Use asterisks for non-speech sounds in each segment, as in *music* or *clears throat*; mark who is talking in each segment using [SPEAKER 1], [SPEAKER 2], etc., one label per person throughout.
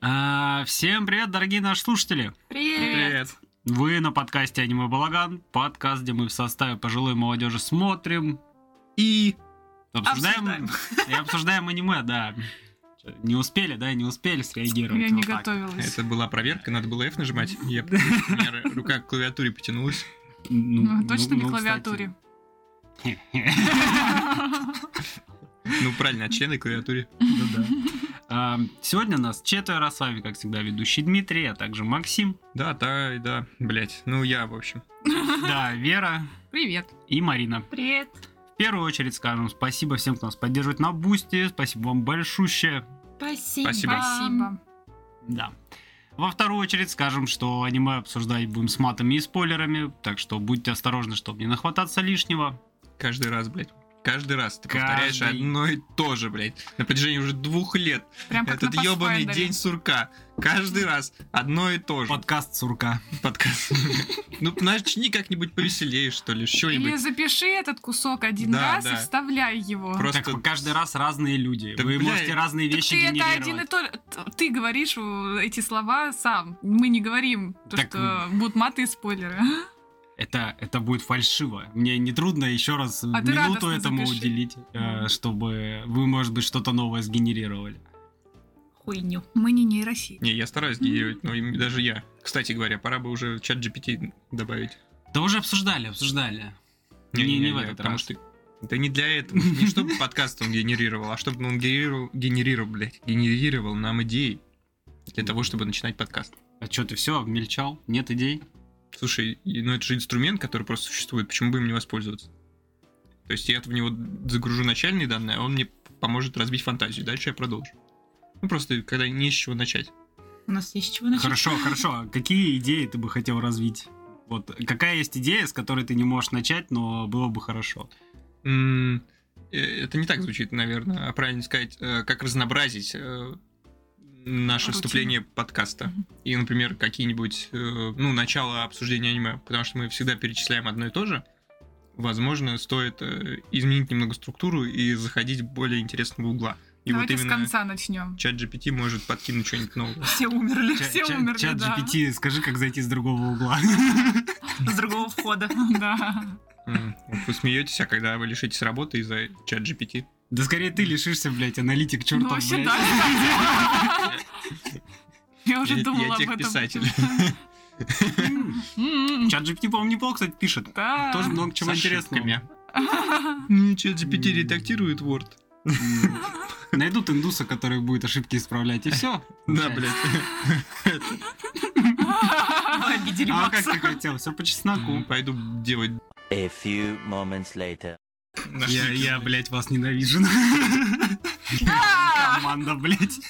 [SPEAKER 1] А, Всем привет, дорогие наши слушатели!
[SPEAKER 2] Привет!
[SPEAKER 3] Привет.
[SPEAKER 1] Вы на подкасте «Аниме Балаган», подкаст, где мы в составе пожилой молодежи смотрим и обсуждаем, и обсуждаем аниме, да. Не успели, да, не успели среагировать.
[SPEAKER 2] Я не
[SPEAKER 1] вот так.
[SPEAKER 2] готовилась.
[SPEAKER 3] Это была проверка, надо было F нажимать. Я, у меня р- рука к клавиатуре потянулась. Э,
[SPEAKER 1] Ну,
[SPEAKER 2] Ну, Точно
[SPEAKER 1] ну,
[SPEAKER 2] не
[SPEAKER 1] ну, кстати.
[SPEAKER 2] клавиатуре.
[SPEAKER 3] Ну, правильно, от члены к клавиатуре.
[SPEAKER 1] Да-да.
[SPEAKER 2] *laughs*
[SPEAKER 1] А, Сегодня нас четверо, с вами, как всегда, ведущий Дмитрий, а также
[SPEAKER 2] *laughs*
[SPEAKER 1] Максим,
[SPEAKER 3] Да, да, и да, блять. Ну, я, в общем.
[SPEAKER 1] да, Вера
[SPEAKER 2] Привет.
[SPEAKER 1] и Марина.
[SPEAKER 2] Привет.
[SPEAKER 1] В первую очередь скажем спасибо всем, кто нас поддерживает на Бусти, спасибо вам большущее.
[SPEAKER 4] Спасибо.
[SPEAKER 3] Спасибо.
[SPEAKER 2] Спасибо.
[SPEAKER 1] Да. Во вторую очередь скажем, что аниме обсуждать будем с матами и спойлерами, так что будьте осторожны, чтобы не нахвататься лишнего.
[SPEAKER 3] Каждый раз, блядь. Каждый раз ты
[SPEAKER 1] Каждый.
[SPEAKER 3] повторяешь одно и то же, блядь. На протяжении уже двух лет.
[SPEAKER 2] Прям как
[SPEAKER 3] Этот
[SPEAKER 2] на
[SPEAKER 3] ебаный
[SPEAKER 2] Pathfinder.
[SPEAKER 3] день сурка. Каждый раз одно и то же.
[SPEAKER 1] Подкаст Сурка.
[SPEAKER 3] Подкаст. *laughs* Ну, начни как-нибудь повеселее, что ли,
[SPEAKER 2] Или
[SPEAKER 3] что-нибудь.
[SPEAKER 2] запиши этот кусок один
[SPEAKER 3] Да,
[SPEAKER 2] раз и
[SPEAKER 3] да.
[SPEAKER 2] вставляй его.
[SPEAKER 3] Просто-
[SPEAKER 1] Так вы каждый раз разные люди.
[SPEAKER 3] Да,
[SPEAKER 1] Вы
[SPEAKER 3] бля,
[SPEAKER 1] можете разные
[SPEAKER 2] Так
[SPEAKER 1] вещи
[SPEAKER 2] ты это
[SPEAKER 1] генерировать.
[SPEAKER 2] один и то т- Ты говоришь э, эти слова сам. Мы не говорим, то,
[SPEAKER 1] Так,
[SPEAKER 2] что будут маты и спойлеры. *laughs*
[SPEAKER 1] Это, это будет фальшиво. Мне нетрудно еще раз
[SPEAKER 2] А ты
[SPEAKER 1] минуту
[SPEAKER 2] радостно
[SPEAKER 1] этому
[SPEAKER 2] запиши.
[SPEAKER 1] уделить, э,
[SPEAKER 2] Мгм.
[SPEAKER 1] чтобы вы, может быть, что-то новое сгенерировали.
[SPEAKER 4] Хуйню.
[SPEAKER 2] Мы не нейросеть.
[SPEAKER 3] Не, я стараюсь генерировать, но им даже я. Кстати говоря, пора бы уже чат GPT добавить.
[SPEAKER 1] Да уже обсуждали, обсуждали. Не, не, в этот
[SPEAKER 3] потому
[SPEAKER 1] раз.
[SPEAKER 3] что да не для этого, не чтобы подкаст он генерировал, а чтобы он генерировал, генерировал, блядь, генерировал нам идеи для того, чтобы начинать подкаст.
[SPEAKER 1] А что ты все обмельчал? Нет идей?
[SPEAKER 3] Слушай, и- ну это же инструмент, который просто существует, почему бы им не воспользоваться? То есть я в него загружу начальные данные, а он мне поможет разбить фантазию, дальше я продолжу. Ну просто когда не с чего начать.
[SPEAKER 4] У нас есть чего начать?
[SPEAKER 1] Хорошо,
[SPEAKER 2] *laughs*
[SPEAKER 1] хорошо. А Какие идеи ты бы хотел развить? Вот какая есть идея, с которой ты не можешь начать, но было бы хорошо.
[SPEAKER 3] М, э, Это не так звучит, наверное, а правильно сказать, э, как разнообразить э, наше
[SPEAKER 2] Рутину.
[SPEAKER 3] вступление подкаста.
[SPEAKER 2] Мгм.
[SPEAKER 3] И, например, какие-нибудь, э, ну, начало обсуждения аниме, потому что мы всегда перечисляем одно и то же. Возможно, стоит э, изменить немного структуру и заходить более интересного угла. И
[SPEAKER 2] Давайте
[SPEAKER 3] вот
[SPEAKER 2] с
[SPEAKER 3] именно
[SPEAKER 2] конца начнем.
[SPEAKER 3] чат GPT может подкинуть что-нибудь новое.
[SPEAKER 4] Все умерли.
[SPEAKER 1] Ча-
[SPEAKER 2] *laughs* Все
[SPEAKER 1] ча-
[SPEAKER 2] умерли,
[SPEAKER 1] Чат
[SPEAKER 2] да.
[SPEAKER 1] GPT, скажи, как зайти с другого угла. *laughs*
[SPEAKER 2] *laughs*
[SPEAKER 4] С другого
[SPEAKER 3] *laughs*
[SPEAKER 4] входа.
[SPEAKER 2] Да.
[SPEAKER 3] М, вот Вы смеетесь, а когда вы лишитесь работы из-за чат GPT?
[SPEAKER 1] Да скорее ты лишишься, блядь, аналитик
[SPEAKER 2] Ну,
[SPEAKER 1] чертов,
[SPEAKER 2] вообще,
[SPEAKER 1] блядь.
[SPEAKER 2] да.
[SPEAKER 3] *laughs*
[SPEAKER 2] Я
[SPEAKER 3] Я-
[SPEAKER 2] уже
[SPEAKER 3] я
[SPEAKER 2] думала об этом.
[SPEAKER 3] техписатель.
[SPEAKER 2] *laughs*
[SPEAKER 1] М.
[SPEAKER 2] М-м.
[SPEAKER 1] Чат GPT, по-моему, неплохо, кстати, пишет.
[SPEAKER 2] Да.
[SPEAKER 1] Тоже много чего
[SPEAKER 3] С
[SPEAKER 1] а интересного.
[SPEAKER 3] ошибками.
[SPEAKER 2] *laughs*
[SPEAKER 3] Ну, чат GPT редактирует Word.
[SPEAKER 1] М. Найдут индуса, который будет ошибки исправлять, и все.
[SPEAKER 3] Да, блядь.
[SPEAKER 4] Мы обидели
[SPEAKER 1] А как
[SPEAKER 4] Макса.
[SPEAKER 1] ты хотел? Все по
[SPEAKER 3] Ну,
[SPEAKER 1] чесноку.
[SPEAKER 3] Пойду делать.
[SPEAKER 5] A few moments later.
[SPEAKER 1] Я, я, блядь, вас ненавижу. *laughs* Команда, блядь.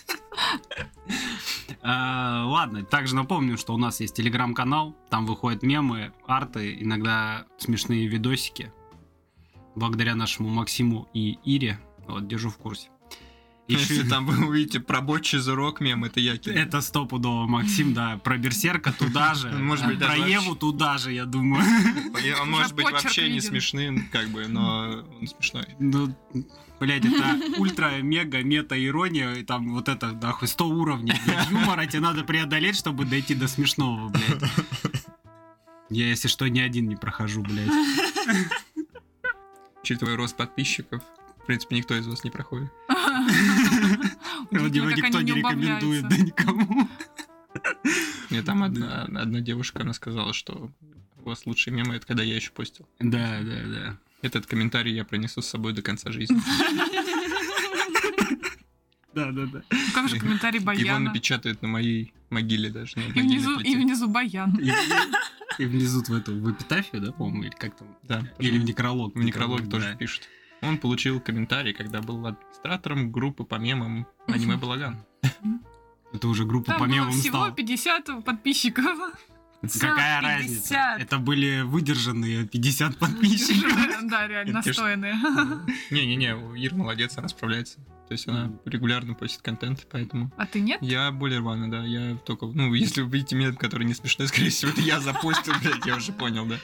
[SPEAKER 1] А, Ладно, также напомню, что у нас есть телеграм-канал, там выходят мемы, арты, иногда смешные видосики. Благодаря нашему Максиму и Ире, вот, держу в курсе. Еще
[SPEAKER 3] *laughs* Если там вы увидите пробочий зурок мем, это я кидаю.
[SPEAKER 1] это стопудово, Максим, да, про Берсерка туда же,
[SPEAKER 3] Может быть,
[SPEAKER 1] про
[SPEAKER 3] даже
[SPEAKER 1] Еву туда же, я думаю.
[SPEAKER 3] Я- Он а, может быть
[SPEAKER 2] почерк
[SPEAKER 3] вообще не
[SPEAKER 2] виден.
[SPEAKER 3] смешным, как бы, но он смешной.
[SPEAKER 1] Ну, блядь, это ультра-мега-мета-ирония, и там вот это, нахуй, 100 уровней блядь, юмора тебе надо преодолеть, чтобы дойти до смешного, блядь. Я, если что, ни один не прохожу, блядь.
[SPEAKER 2] *laughs*
[SPEAKER 3] Учитывая рост подписчиков, в принципе, никто из вас не проходит.
[SPEAKER 1] Вот его
[SPEAKER 2] Удивительно, как
[SPEAKER 1] никто
[SPEAKER 2] они
[SPEAKER 1] не
[SPEAKER 2] не
[SPEAKER 1] рекомендует, да
[SPEAKER 2] убавляются.
[SPEAKER 1] никому.
[SPEAKER 3] Мне там одна, одна девушка, она сказала, что у вас лучшие мемы, это когда я еще постил.
[SPEAKER 1] Да, да, да.
[SPEAKER 3] Этот комментарий я пронесу с собой до конца жизни.
[SPEAKER 1] Да, да, да.
[SPEAKER 2] Как же комментарий
[SPEAKER 3] Его
[SPEAKER 2] Баяна?
[SPEAKER 3] напечатают на моей могиле даже. на
[SPEAKER 2] И
[SPEAKER 3] могильной
[SPEAKER 2] внизу, и
[SPEAKER 3] плите.
[SPEAKER 2] внизу Баян.
[SPEAKER 1] И, и внизу в эту, в эпитафию, да, по-моему, или как там?
[SPEAKER 3] Да,
[SPEAKER 1] Или в некролог.
[SPEAKER 3] В некрологе тоже
[SPEAKER 1] да.
[SPEAKER 3] пишет. Он получил комментарий, когда был администратором группы по мемам аниме Балаган.
[SPEAKER 1] Это уже группа
[SPEAKER 2] Там
[SPEAKER 1] по
[SPEAKER 2] было
[SPEAKER 1] мемам
[SPEAKER 2] всего
[SPEAKER 1] стала.
[SPEAKER 2] 50 подписчиков.
[SPEAKER 1] Какая
[SPEAKER 2] 50.
[SPEAKER 1] разница? Это были выдержанные 50 подписчиков.
[SPEAKER 2] Да, реально,
[SPEAKER 3] Это ж-
[SPEAKER 2] настойные.
[SPEAKER 3] Не-не-не, Ир молодец, она справляется. То есть она регулярно постит контент, поэтому...
[SPEAKER 2] А ты нет?
[SPEAKER 3] Я более рваный, да, я только... Ну, если вы видите мем, который не смешной, *laughs* скорее всего, это я запостил, блядь, я уже понял, да.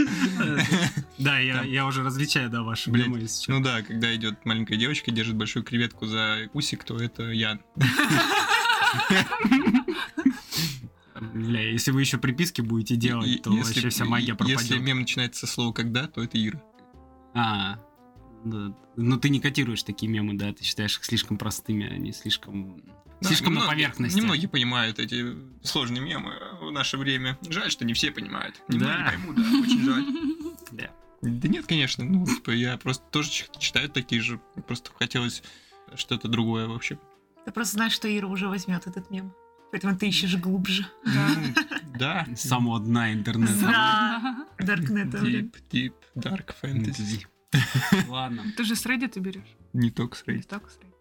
[SPEAKER 1] Да, я,
[SPEAKER 3] Там-
[SPEAKER 1] я уже различаю, да, ваши
[SPEAKER 3] Блядь,
[SPEAKER 1] мемы, если чё.
[SPEAKER 3] Ну да, когда идет маленькая девочка, и держит большую креветку за усик, то это я.
[SPEAKER 1] Бля, если вы еще приписки будете делать,
[SPEAKER 3] И- и
[SPEAKER 1] то
[SPEAKER 3] если-
[SPEAKER 1] вообще вся
[SPEAKER 3] и-
[SPEAKER 1] магия пропадет.
[SPEAKER 3] Если мем начинается со слова «когда», то это Ира.
[SPEAKER 1] А, да. но ты не котируешь такие мемы, да? Ты считаешь их слишком простыми, они слишком...
[SPEAKER 3] Да,
[SPEAKER 1] слишком на
[SPEAKER 3] немногие-
[SPEAKER 1] поверхности.
[SPEAKER 3] Немногие понимают эти сложные мемы в наше время. Жаль, что не все понимают. Немногие
[SPEAKER 1] Да.
[SPEAKER 3] поймут, да, очень жаль.
[SPEAKER 1] Да.
[SPEAKER 3] Да нет, конечно, ну, типа, я просто тоже ч- читаю такие же, просто хотелось что-то другое вообще.
[SPEAKER 4] Ты просто знаешь, что Ира уже возьмет этот мем. Поэтому ты ищешь глубже. *laughs*
[SPEAKER 3] Ну, Да.
[SPEAKER 1] С самого дна интернета.
[SPEAKER 4] Да. Даркнета, блин.
[SPEAKER 3] Deep, deep, dark fantasy.
[SPEAKER 1] *laughs* Ладно.
[SPEAKER 2] Ты же с Reddit берешь.
[SPEAKER 3] Не только с
[SPEAKER 2] Или
[SPEAKER 3] Reddit.
[SPEAKER 2] так с Reddit?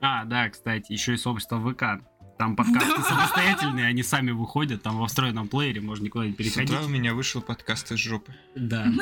[SPEAKER 1] А, да, кстати, еще и сообщество ВК. Там подкасты
[SPEAKER 2] Да.
[SPEAKER 1] самостоятельные, они сами выходят, там во встроенном плеере, можно никуда не
[SPEAKER 3] С утра у
[SPEAKER 1] переходить.
[SPEAKER 3] меня вышел подкаст из
[SPEAKER 1] *laughs*
[SPEAKER 3] жопы.
[SPEAKER 2] *laughs*
[SPEAKER 1] Да.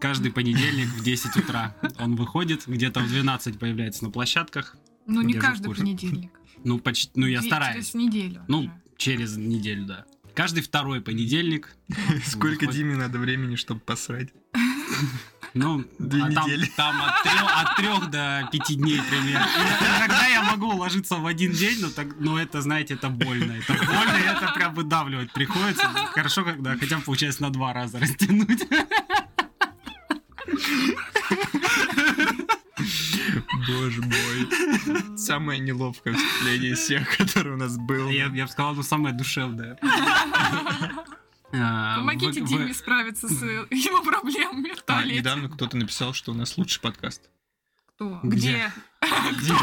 [SPEAKER 1] Каждый понедельник в 10 утра он выходит, где-то в 12 появляется на площадках.
[SPEAKER 2] Ну, не
[SPEAKER 1] Я же в
[SPEAKER 2] каждый
[SPEAKER 1] курсе.
[SPEAKER 2] понедельник.
[SPEAKER 1] Ну, почти, ну, я
[SPEAKER 2] Че-
[SPEAKER 1] стараюсь.
[SPEAKER 2] Через неделю.
[SPEAKER 1] Ну,
[SPEAKER 2] уже.
[SPEAKER 1] через неделю, да. Каждый второй понедельник.
[SPEAKER 3] Сколько
[SPEAKER 1] Выходит.
[SPEAKER 3] Диме надо времени, чтобы посрать?
[SPEAKER 2] *laughs*
[SPEAKER 1] Ну,
[SPEAKER 3] Две
[SPEAKER 1] а там,
[SPEAKER 3] недели.
[SPEAKER 1] там от, трех, от трех до пяти дней
[SPEAKER 2] *laughs*
[SPEAKER 1] примерно. И Иногда я могу уложиться в один день, но, так, но это, знаете, это больно. Это больно, и это прям выдавливать приходится. Хорошо, когда хотя бы получается на два раза растянуть.
[SPEAKER 3] Боже мой. Самое неловкое вступление из всех, которое у нас было.
[SPEAKER 1] Я, я бы сказал, ну, самое
[SPEAKER 2] *laughs*
[SPEAKER 1] душевное. *laughs* А,
[SPEAKER 2] Помогите
[SPEAKER 1] вы- вы-
[SPEAKER 2] Диме справиться с э, *laughs* его проблемами в
[SPEAKER 3] А,
[SPEAKER 2] туалете.
[SPEAKER 3] недавно кто-то написал, что у нас лучший подкаст.
[SPEAKER 2] Кто?
[SPEAKER 1] Где?
[SPEAKER 2] Где?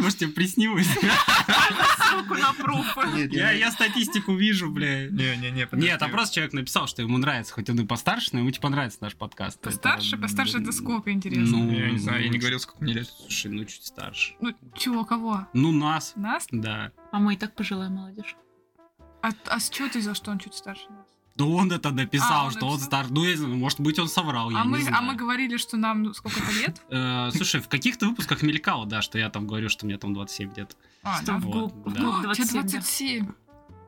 [SPEAKER 1] Может, тебе приснилось?
[SPEAKER 4] Ссылку
[SPEAKER 1] *laughs*
[SPEAKER 4] на пруфы.
[SPEAKER 1] Я, я статистику вижу, бля.
[SPEAKER 3] Не-не-не,
[SPEAKER 1] Нет, а просто человек написал, что ему нравится, хоть он и постарше, но ему типа нравится наш подкаст. Это-
[SPEAKER 2] Постарше? Постарше это сколько, интересно?
[SPEAKER 1] Ну,
[SPEAKER 3] Я не знаю, я не
[SPEAKER 1] ну,
[SPEAKER 3] говорил, сколько мне лет.
[SPEAKER 1] Слушай, ну чуть старше.
[SPEAKER 2] Ну, чего, кого?
[SPEAKER 1] Ну, нас,
[SPEAKER 2] Нас?
[SPEAKER 1] да.
[SPEAKER 4] А мы и так пожилая молодежь.
[SPEAKER 2] А, а с чего ты взял, что он чуть старше нас?
[SPEAKER 1] Да он это написал,
[SPEAKER 2] А, он
[SPEAKER 1] что он
[SPEAKER 2] написал?
[SPEAKER 1] старше. Ну, я не знаю, может быть, он соврал, я
[SPEAKER 2] а,
[SPEAKER 1] не
[SPEAKER 2] мы,
[SPEAKER 1] знаю.
[SPEAKER 2] а мы говорили, что нам ну, сколько-то
[SPEAKER 3] *laughs*
[SPEAKER 2] лет?
[SPEAKER 1] Э, слушай, в каких-то выпусках мелькало, да, что я там говорю, что мне там 27 где-то.
[SPEAKER 2] А,
[SPEAKER 4] Что
[SPEAKER 3] ну
[SPEAKER 2] да.
[SPEAKER 4] в
[SPEAKER 2] *gasps*
[SPEAKER 1] вот,
[SPEAKER 4] глуб-
[SPEAKER 1] да.
[SPEAKER 4] в
[SPEAKER 2] О,
[SPEAKER 4] глубь
[SPEAKER 2] тебе
[SPEAKER 4] 27. да.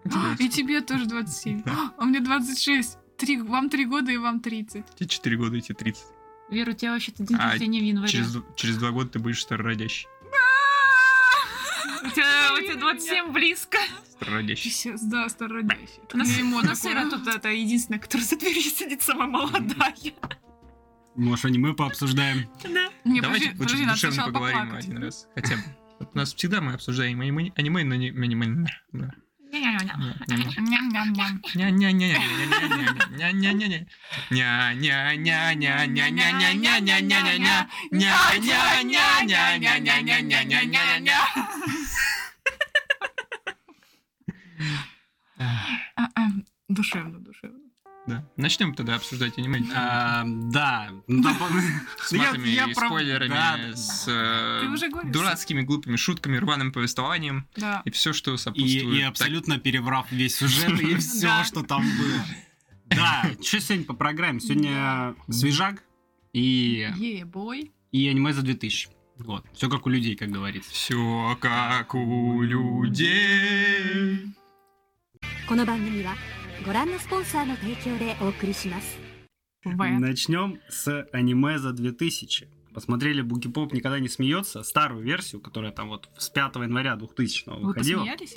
[SPEAKER 2] 27. А, И тебе тоже 27. *gasps* А, А мне 26. Три, вам 3 года и вам 30.
[SPEAKER 3] Тебе 4 года, и тебе 30.
[SPEAKER 4] Вера, у тебя вообще-то день
[SPEAKER 3] А,
[SPEAKER 4] рождения в январе.
[SPEAKER 3] Через, д- через 2 года ты будешь старородящий.
[SPEAKER 4] *laughs* У тебя у тебя 27
[SPEAKER 2] *laughs*
[SPEAKER 4] близко.
[SPEAKER 3] Старородящий.
[SPEAKER 2] Писец, да, стародящий.
[SPEAKER 4] У нас,
[SPEAKER 2] Клеймо
[SPEAKER 4] у нас
[SPEAKER 2] такое.
[SPEAKER 4] Вера тут э, это единственная, которая за дверью сидит, самая молодая.
[SPEAKER 1] Может, аниме
[SPEAKER 2] *laughs*
[SPEAKER 1] пообсуждаем?
[SPEAKER 4] Да.
[SPEAKER 2] *laughs* Не,
[SPEAKER 3] Давайте очень
[SPEAKER 2] подожди, подожди, надо
[SPEAKER 3] душевно
[SPEAKER 2] сначала
[SPEAKER 3] поговорим
[SPEAKER 2] поплакать.
[SPEAKER 3] один раз. Хотя бы. Вот у нас всегда мы обсуждаем аниме, аниме, но не аниме. да. Не-не-не.
[SPEAKER 4] *laughs*
[SPEAKER 2] Ням-ням-ням.
[SPEAKER 3] Ня-ня-ня-ня-ня-ня-ня-ня-ня-ня-ня. Ня-ня-ня-ня-ня-ня-ня-ня-ня-ня-ня. Ня-ня-ня-ня-ня-ня-ня-ня-ня-ня-ня. Ах,
[SPEAKER 2] А-а, Душевно, душевно.
[SPEAKER 3] Да. Начнем тогда обсуждать аниме.
[SPEAKER 1] А, Да. Ну, там,
[SPEAKER 3] С
[SPEAKER 1] Я-
[SPEAKER 3] матами
[SPEAKER 1] я
[SPEAKER 3] и
[SPEAKER 1] прав-
[SPEAKER 3] спойлерами,
[SPEAKER 1] да.
[SPEAKER 3] с э,
[SPEAKER 2] Ты уже говоришь.
[SPEAKER 3] дурацкими глупыми шутками, рваным повествованием
[SPEAKER 2] Да.
[SPEAKER 3] и все, что
[SPEAKER 1] И
[SPEAKER 3] сопутствует.
[SPEAKER 1] и
[SPEAKER 3] так-
[SPEAKER 1] абсолютно перебрав весь сюжет
[SPEAKER 2] *laughs*
[SPEAKER 1] и все,
[SPEAKER 4] Да.
[SPEAKER 1] что там было. Да, что сегодня по программе? Сегодня свежак и
[SPEAKER 2] Е-бой.
[SPEAKER 1] и аниме за 2000. Вот, все как у людей, как говорится.
[SPEAKER 3] Все как у людей.
[SPEAKER 6] この番組はご覧のスポンサーの提供でお送りします。
[SPEAKER 3] Ну,
[SPEAKER 2] В.
[SPEAKER 1] Начнем с аниме за 2000. Посмотрели Буки Поп никогда не смеется, старую версию, которая там вот с 5 января 2000
[SPEAKER 2] Вы
[SPEAKER 1] выходила.
[SPEAKER 2] посмеялись?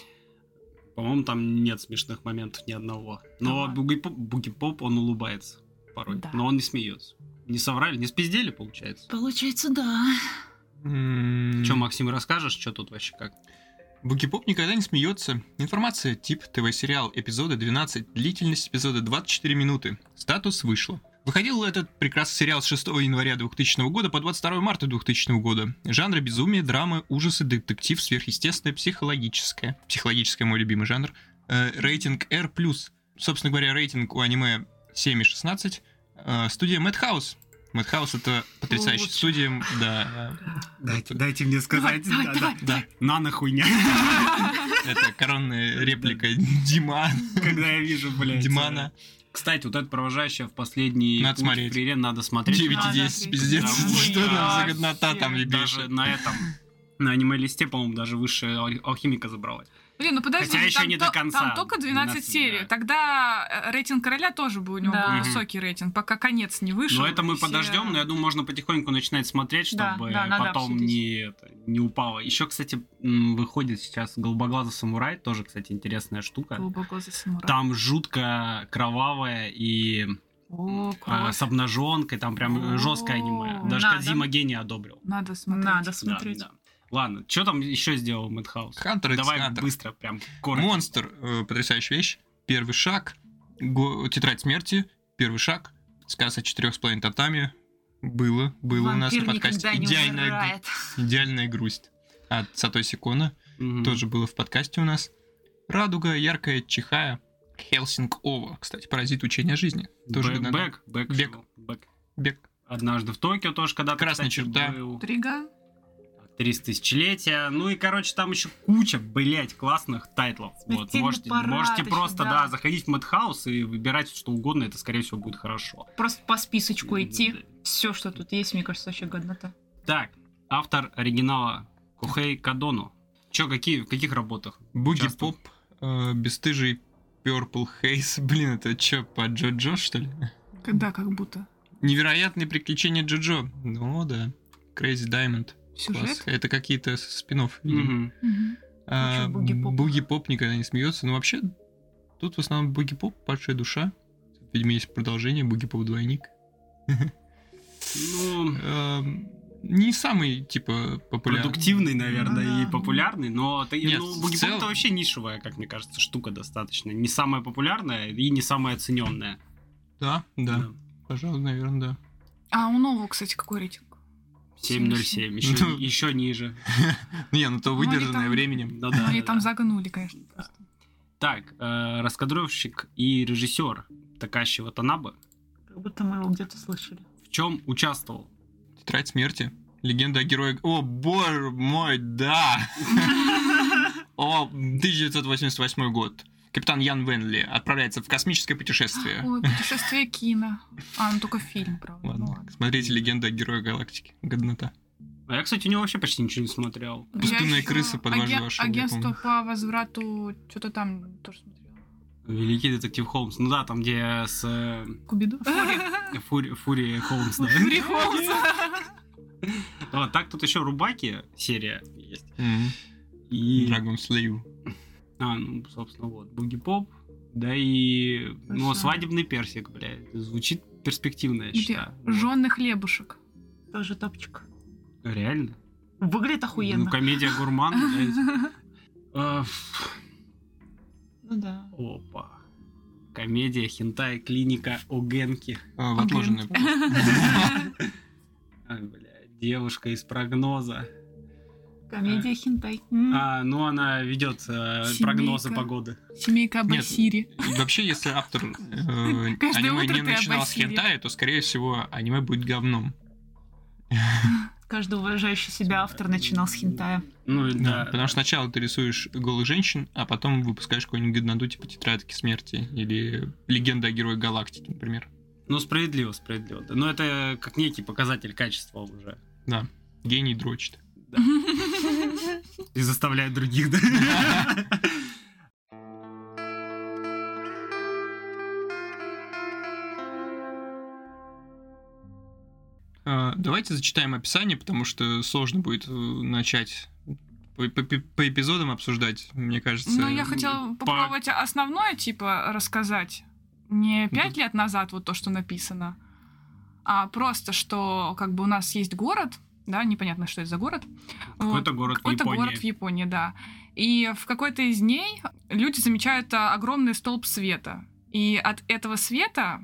[SPEAKER 1] По-моему, там нет смешных моментов ни одного. Но
[SPEAKER 2] Да.
[SPEAKER 1] Буги Поп, Буги Поп, он улыбается порой,
[SPEAKER 2] Да.
[SPEAKER 1] но он не смеется. Не соврали, не спиздели, получается.
[SPEAKER 4] Получается, да.
[SPEAKER 1] Че,
[SPEAKER 3] Чем
[SPEAKER 1] Максим, расскажешь, что тут вообще как?
[SPEAKER 3] Бугипоп никогда не смеется. Информация тип ТВ-сериал эпизода 12, длительность эпизода 24 минуты. Статус вышло. Выходил этот прекрасный сериал с 6 января 2000 года по 22 марта 2000 года. Жанры безумие, драмы, ужасы, детектив, сверхъестественное, психологическое. Психологическое мой любимый жанр. Э, рейтинг R+. Собственно говоря, рейтинг у аниме 7 и 16. Э, студия Madhouse. Madhouse это потрясающая
[SPEAKER 4] Лучше.
[SPEAKER 3] студия. Да. Дайте-
[SPEAKER 1] мне
[SPEAKER 4] сказать. Давай, давай, Да, да,
[SPEAKER 1] да. На нахуйня, *laughs*
[SPEAKER 3] Это коронная реплика Дима.
[SPEAKER 1] когда я вижу, блядь. э,
[SPEAKER 3] Димана.
[SPEAKER 1] Кстати, вот это провожающее в последний
[SPEAKER 3] Надо
[SPEAKER 1] путь
[SPEAKER 3] смотреть.
[SPEAKER 1] в Приле надо смотреть.
[SPEAKER 3] 9
[SPEAKER 2] Надо
[SPEAKER 3] и 10,
[SPEAKER 2] ответить.
[SPEAKER 3] пиздец.
[SPEAKER 1] Да,
[SPEAKER 3] Что там за
[SPEAKER 2] вообще.
[SPEAKER 3] годнота там
[SPEAKER 1] Даже
[SPEAKER 3] ебейшая?
[SPEAKER 1] на этом, на аниме-листе, по-моему, даже выше Ал- Алхимика забрала.
[SPEAKER 2] Блин, ну подожди,
[SPEAKER 1] Хотя еще
[SPEAKER 2] там,
[SPEAKER 1] не
[SPEAKER 2] то-
[SPEAKER 1] до конца.
[SPEAKER 2] там только 12
[SPEAKER 1] 12,
[SPEAKER 2] серий.
[SPEAKER 1] да.
[SPEAKER 2] Тогда э, рейтинг короля тоже был у него
[SPEAKER 4] Да.
[SPEAKER 2] был высокий рейтинг, пока конец не вышел.
[SPEAKER 1] Но Ну, это мы
[SPEAKER 2] и все-
[SPEAKER 1] подождем, но я думаю, можно потихоньку начинать смотреть,
[SPEAKER 4] Да,
[SPEAKER 1] чтобы
[SPEAKER 4] да, надо
[SPEAKER 1] потом
[SPEAKER 4] обсудить.
[SPEAKER 1] не, это, не упало. Еще, кстати, м, выходит сейчас «Голубоглазый самурай», тоже, кстати, интересная
[SPEAKER 2] *laughs*
[SPEAKER 1] штука.
[SPEAKER 2] Глубоко за самурай.
[SPEAKER 1] Там жутко кровавая и
[SPEAKER 2] О,
[SPEAKER 1] а,
[SPEAKER 2] кровь.
[SPEAKER 1] с обнаженкой, там прям
[SPEAKER 2] О,
[SPEAKER 1] жесткое аниме. Даже
[SPEAKER 4] надо.
[SPEAKER 1] Кодзима гений одобрил.
[SPEAKER 2] Надо смотреть.
[SPEAKER 4] Надо
[SPEAKER 1] Да,
[SPEAKER 4] смотреть.
[SPEAKER 1] а, да. Ладно, что там еще сделал Мэтхаус?
[SPEAKER 3] Хантер икс
[SPEAKER 1] Давай
[SPEAKER 3] Хантер.
[SPEAKER 1] быстро, прям коротко.
[SPEAKER 3] Монстр, э, потрясающая вещь. Первый шаг, го- тетрадь смерти, первый шаг, сказ о четырех с половиной татами. Было, было у нас на
[SPEAKER 4] Вампир
[SPEAKER 3] подкасте.
[SPEAKER 4] никогда не
[SPEAKER 3] Идеальная, гру-
[SPEAKER 4] умирает.
[SPEAKER 3] идеальная грусть от Сатой Сикона.
[SPEAKER 1] Мгм.
[SPEAKER 3] Тоже было в подкасте у нас. Радуга, яркая, чихая. Хелсинг Ова, кстати, паразит учения о жизни. Тоже
[SPEAKER 1] Бэк,
[SPEAKER 3] когда-
[SPEAKER 1] бэк, бэк,
[SPEAKER 3] Бэк.
[SPEAKER 1] шел, бэк.
[SPEAKER 3] Бег.
[SPEAKER 1] Однажды в Токио тоже когда-то,
[SPEAKER 3] Красная
[SPEAKER 1] кстати,
[SPEAKER 3] черта.
[SPEAKER 1] был.
[SPEAKER 2] Трига.
[SPEAKER 1] 30 тысячелетия. Ну и, короче, там еще куча, блять, классных тайтлов. Вот,
[SPEAKER 4] Смертельный
[SPEAKER 1] можете,
[SPEAKER 4] парад
[SPEAKER 1] можете
[SPEAKER 4] ещё,
[SPEAKER 1] просто, да.
[SPEAKER 4] да.
[SPEAKER 1] заходить в Мэтхаус и выбирать что угодно, это, скорее всего, будет хорошо.
[SPEAKER 4] Просто по списочку
[SPEAKER 1] Да.
[SPEAKER 4] идти. Все, что тут есть, мне кажется, вообще годнота.
[SPEAKER 1] Так, автор оригинала Кухей Кадону. Че, какие, в каких работах?
[SPEAKER 3] Буги
[SPEAKER 1] Часто.
[SPEAKER 3] Поп, э, Бесстыжий, Purple Хейс. *laughs* Блин, это чё, по Джо-Джо, что ли?
[SPEAKER 2] Когда как будто.
[SPEAKER 3] Невероятные приключения Джо-Джо. Ну да. Crazy Diamond. Класс.
[SPEAKER 2] Сюжет.
[SPEAKER 3] Это какие-то спин
[SPEAKER 1] Мгм.
[SPEAKER 2] Мгм.
[SPEAKER 4] Вообще Буги Поп.
[SPEAKER 3] А, Буги Поп никогда не смеется. Но вообще, тут в основном Буги Поп, падшая душа. Видимо, есть продолжение, Буги Поп двойник.
[SPEAKER 1] Ну,
[SPEAKER 3] Эм, Не самый, типа, популярный.
[SPEAKER 1] продуктивный, наверное,
[SPEAKER 4] Ну
[SPEAKER 1] и
[SPEAKER 4] да.
[SPEAKER 1] популярный, но ты,
[SPEAKER 3] Нет,
[SPEAKER 1] ну,
[SPEAKER 3] в
[SPEAKER 1] Бугипоп
[SPEAKER 3] целом-
[SPEAKER 1] это вообще нишевая, как мне кажется, штука достаточно. Не самая популярная и не самая оцененная.
[SPEAKER 3] Да, да. Пожалуй, наверное,
[SPEAKER 2] А у нового, кстати, какой рейтинг?
[SPEAKER 1] 7.07,
[SPEAKER 3] Ну.
[SPEAKER 1] еще, еще ниже.
[SPEAKER 3] да. Не, ну то
[SPEAKER 2] они
[SPEAKER 3] выдержанное
[SPEAKER 2] там-
[SPEAKER 3] временем.
[SPEAKER 1] Ну
[SPEAKER 2] Ну,
[SPEAKER 1] да,
[SPEAKER 2] Они
[SPEAKER 1] да,
[SPEAKER 2] там
[SPEAKER 1] да.
[SPEAKER 2] загнули, конечно. просто.
[SPEAKER 1] Так, э, раскадровщик и режиссер Такаши Ватанаба
[SPEAKER 4] Как будто мы его где-то слышали.
[SPEAKER 1] в чем участвовал?
[SPEAKER 3] Тетрадь смерти. Легенда о герое... О, боже мой, да!
[SPEAKER 2] *laughs*
[SPEAKER 3] О, 1988 год. Капитан Ян Венли отправляется в космическое
[SPEAKER 1] Э.
[SPEAKER 3] путешествие.
[SPEAKER 2] Ой, путешествие кино. А, ну только фильм, правда. ну
[SPEAKER 3] Ладно,
[SPEAKER 2] ладно.
[SPEAKER 3] смотрите «Легенда о герое галактики». Годнота.
[SPEAKER 1] А я, кстати, у него вообще почти ничего не смотрел.
[SPEAKER 2] Я
[SPEAKER 3] Пустынная
[SPEAKER 2] ещё
[SPEAKER 3] крыса под ваш
[SPEAKER 2] аген-
[SPEAKER 3] ваш угол,
[SPEAKER 2] Агентство
[SPEAKER 3] помню.
[SPEAKER 2] по возврату, что-то там тоже смотрела.
[SPEAKER 1] Великий детектив Холмс. Ну да, там, где с э,
[SPEAKER 2] *laughs* Кубиду.
[SPEAKER 1] Фури, Фури Холмс, да.
[SPEAKER 2] Фури Холмс.
[SPEAKER 1] А, так тут еще Рубаки серия есть.
[SPEAKER 3] Мгм.
[SPEAKER 1] И,
[SPEAKER 3] Dragon Slave.
[SPEAKER 1] а, ну, собственно, вот, Буги Поп. Да и, ну,
[SPEAKER 4] Хорошо.
[SPEAKER 1] свадебный персик, блядь. Звучит перспективно, я
[SPEAKER 2] Где?
[SPEAKER 1] считаю. Вот.
[SPEAKER 2] Жжённый хлебушек.
[SPEAKER 4] Тоже топчик.
[SPEAKER 1] Реально?
[SPEAKER 4] Выглядит
[SPEAKER 1] Ну,
[SPEAKER 4] охуенно.
[SPEAKER 1] комедия гурман,
[SPEAKER 2] *laughs*
[SPEAKER 1] блядь. А, ф-
[SPEAKER 4] Ну да.
[SPEAKER 1] Опа. Комедия Хентай Клиника Огенки.
[SPEAKER 3] А, в отложенное.
[SPEAKER 1] А, бля, девушка из прогноза.
[SPEAKER 4] Комедия хентай.
[SPEAKER 1] А, ну, она ведет э,
[SPEAKER 2] Семейка.
[SPEAKER 1] прогнозы погоды.
[SPEAKER 2] Семейка Абасири.
[SPEAKER 3] И вообще, если автор э,
[SPEAKER 2] Каждое
[SPEAKER 3] аниме
[SPEAKER 2] утро
[SPEAKER 3] не
[SPEAKER 2] ты
[SPEAKER 3] начинал с
[SPEAKER 2] обосили.
[SPEAKER 3] хентая, то, скорее всего, аниме будет говном.
[SPEAKER 4] Каждый уважающий себя автор начинал с хентая.
[SPEAKER 1] Ну, да.
[SPEAKER 3] Да, потому что сначала ты рисуешь голых женщин, а потом выпускаешь какую-нибудь годноту типа «Тетрадки смерти» или «Легенда о герое галактики», например.
[SPEAKER 1] Ну, справедливо, справедливо. Да, Но это как некий показатель качества уже.
[SPEAKER 3] Гений дрочит.
[SPEAKER 1] Да. И заставляет других,
[SPEAKER 2] *laughs*
[SPEAKER 1] да?
[SPEAKER 3] А, Давайте зачитаем описание, потому что сложно будет э, начать по, по- по эпизодам обсуждать, мне кажется.
[SPEAKER 2] Ну, я хотела
[SPEAKER 1] по-
[SPEAKER 2] попробовать основное, типа, рассказать.
[SPEAKER 1] Ну,
[SPEAKER 2] Не пять лет назад вот то, что написано, а просто, что как бы у нас есть город, да, непонятно, что это за город. Вот.
[SPEAKER 1] Какой-то город в
[SPEAKER 2] Какой-то город в
[SPEAKER 1] Японии.
[SPEAKER 2] Японии, да. И в какой-то из дней люди замечают а, огромный столб света. И от этого света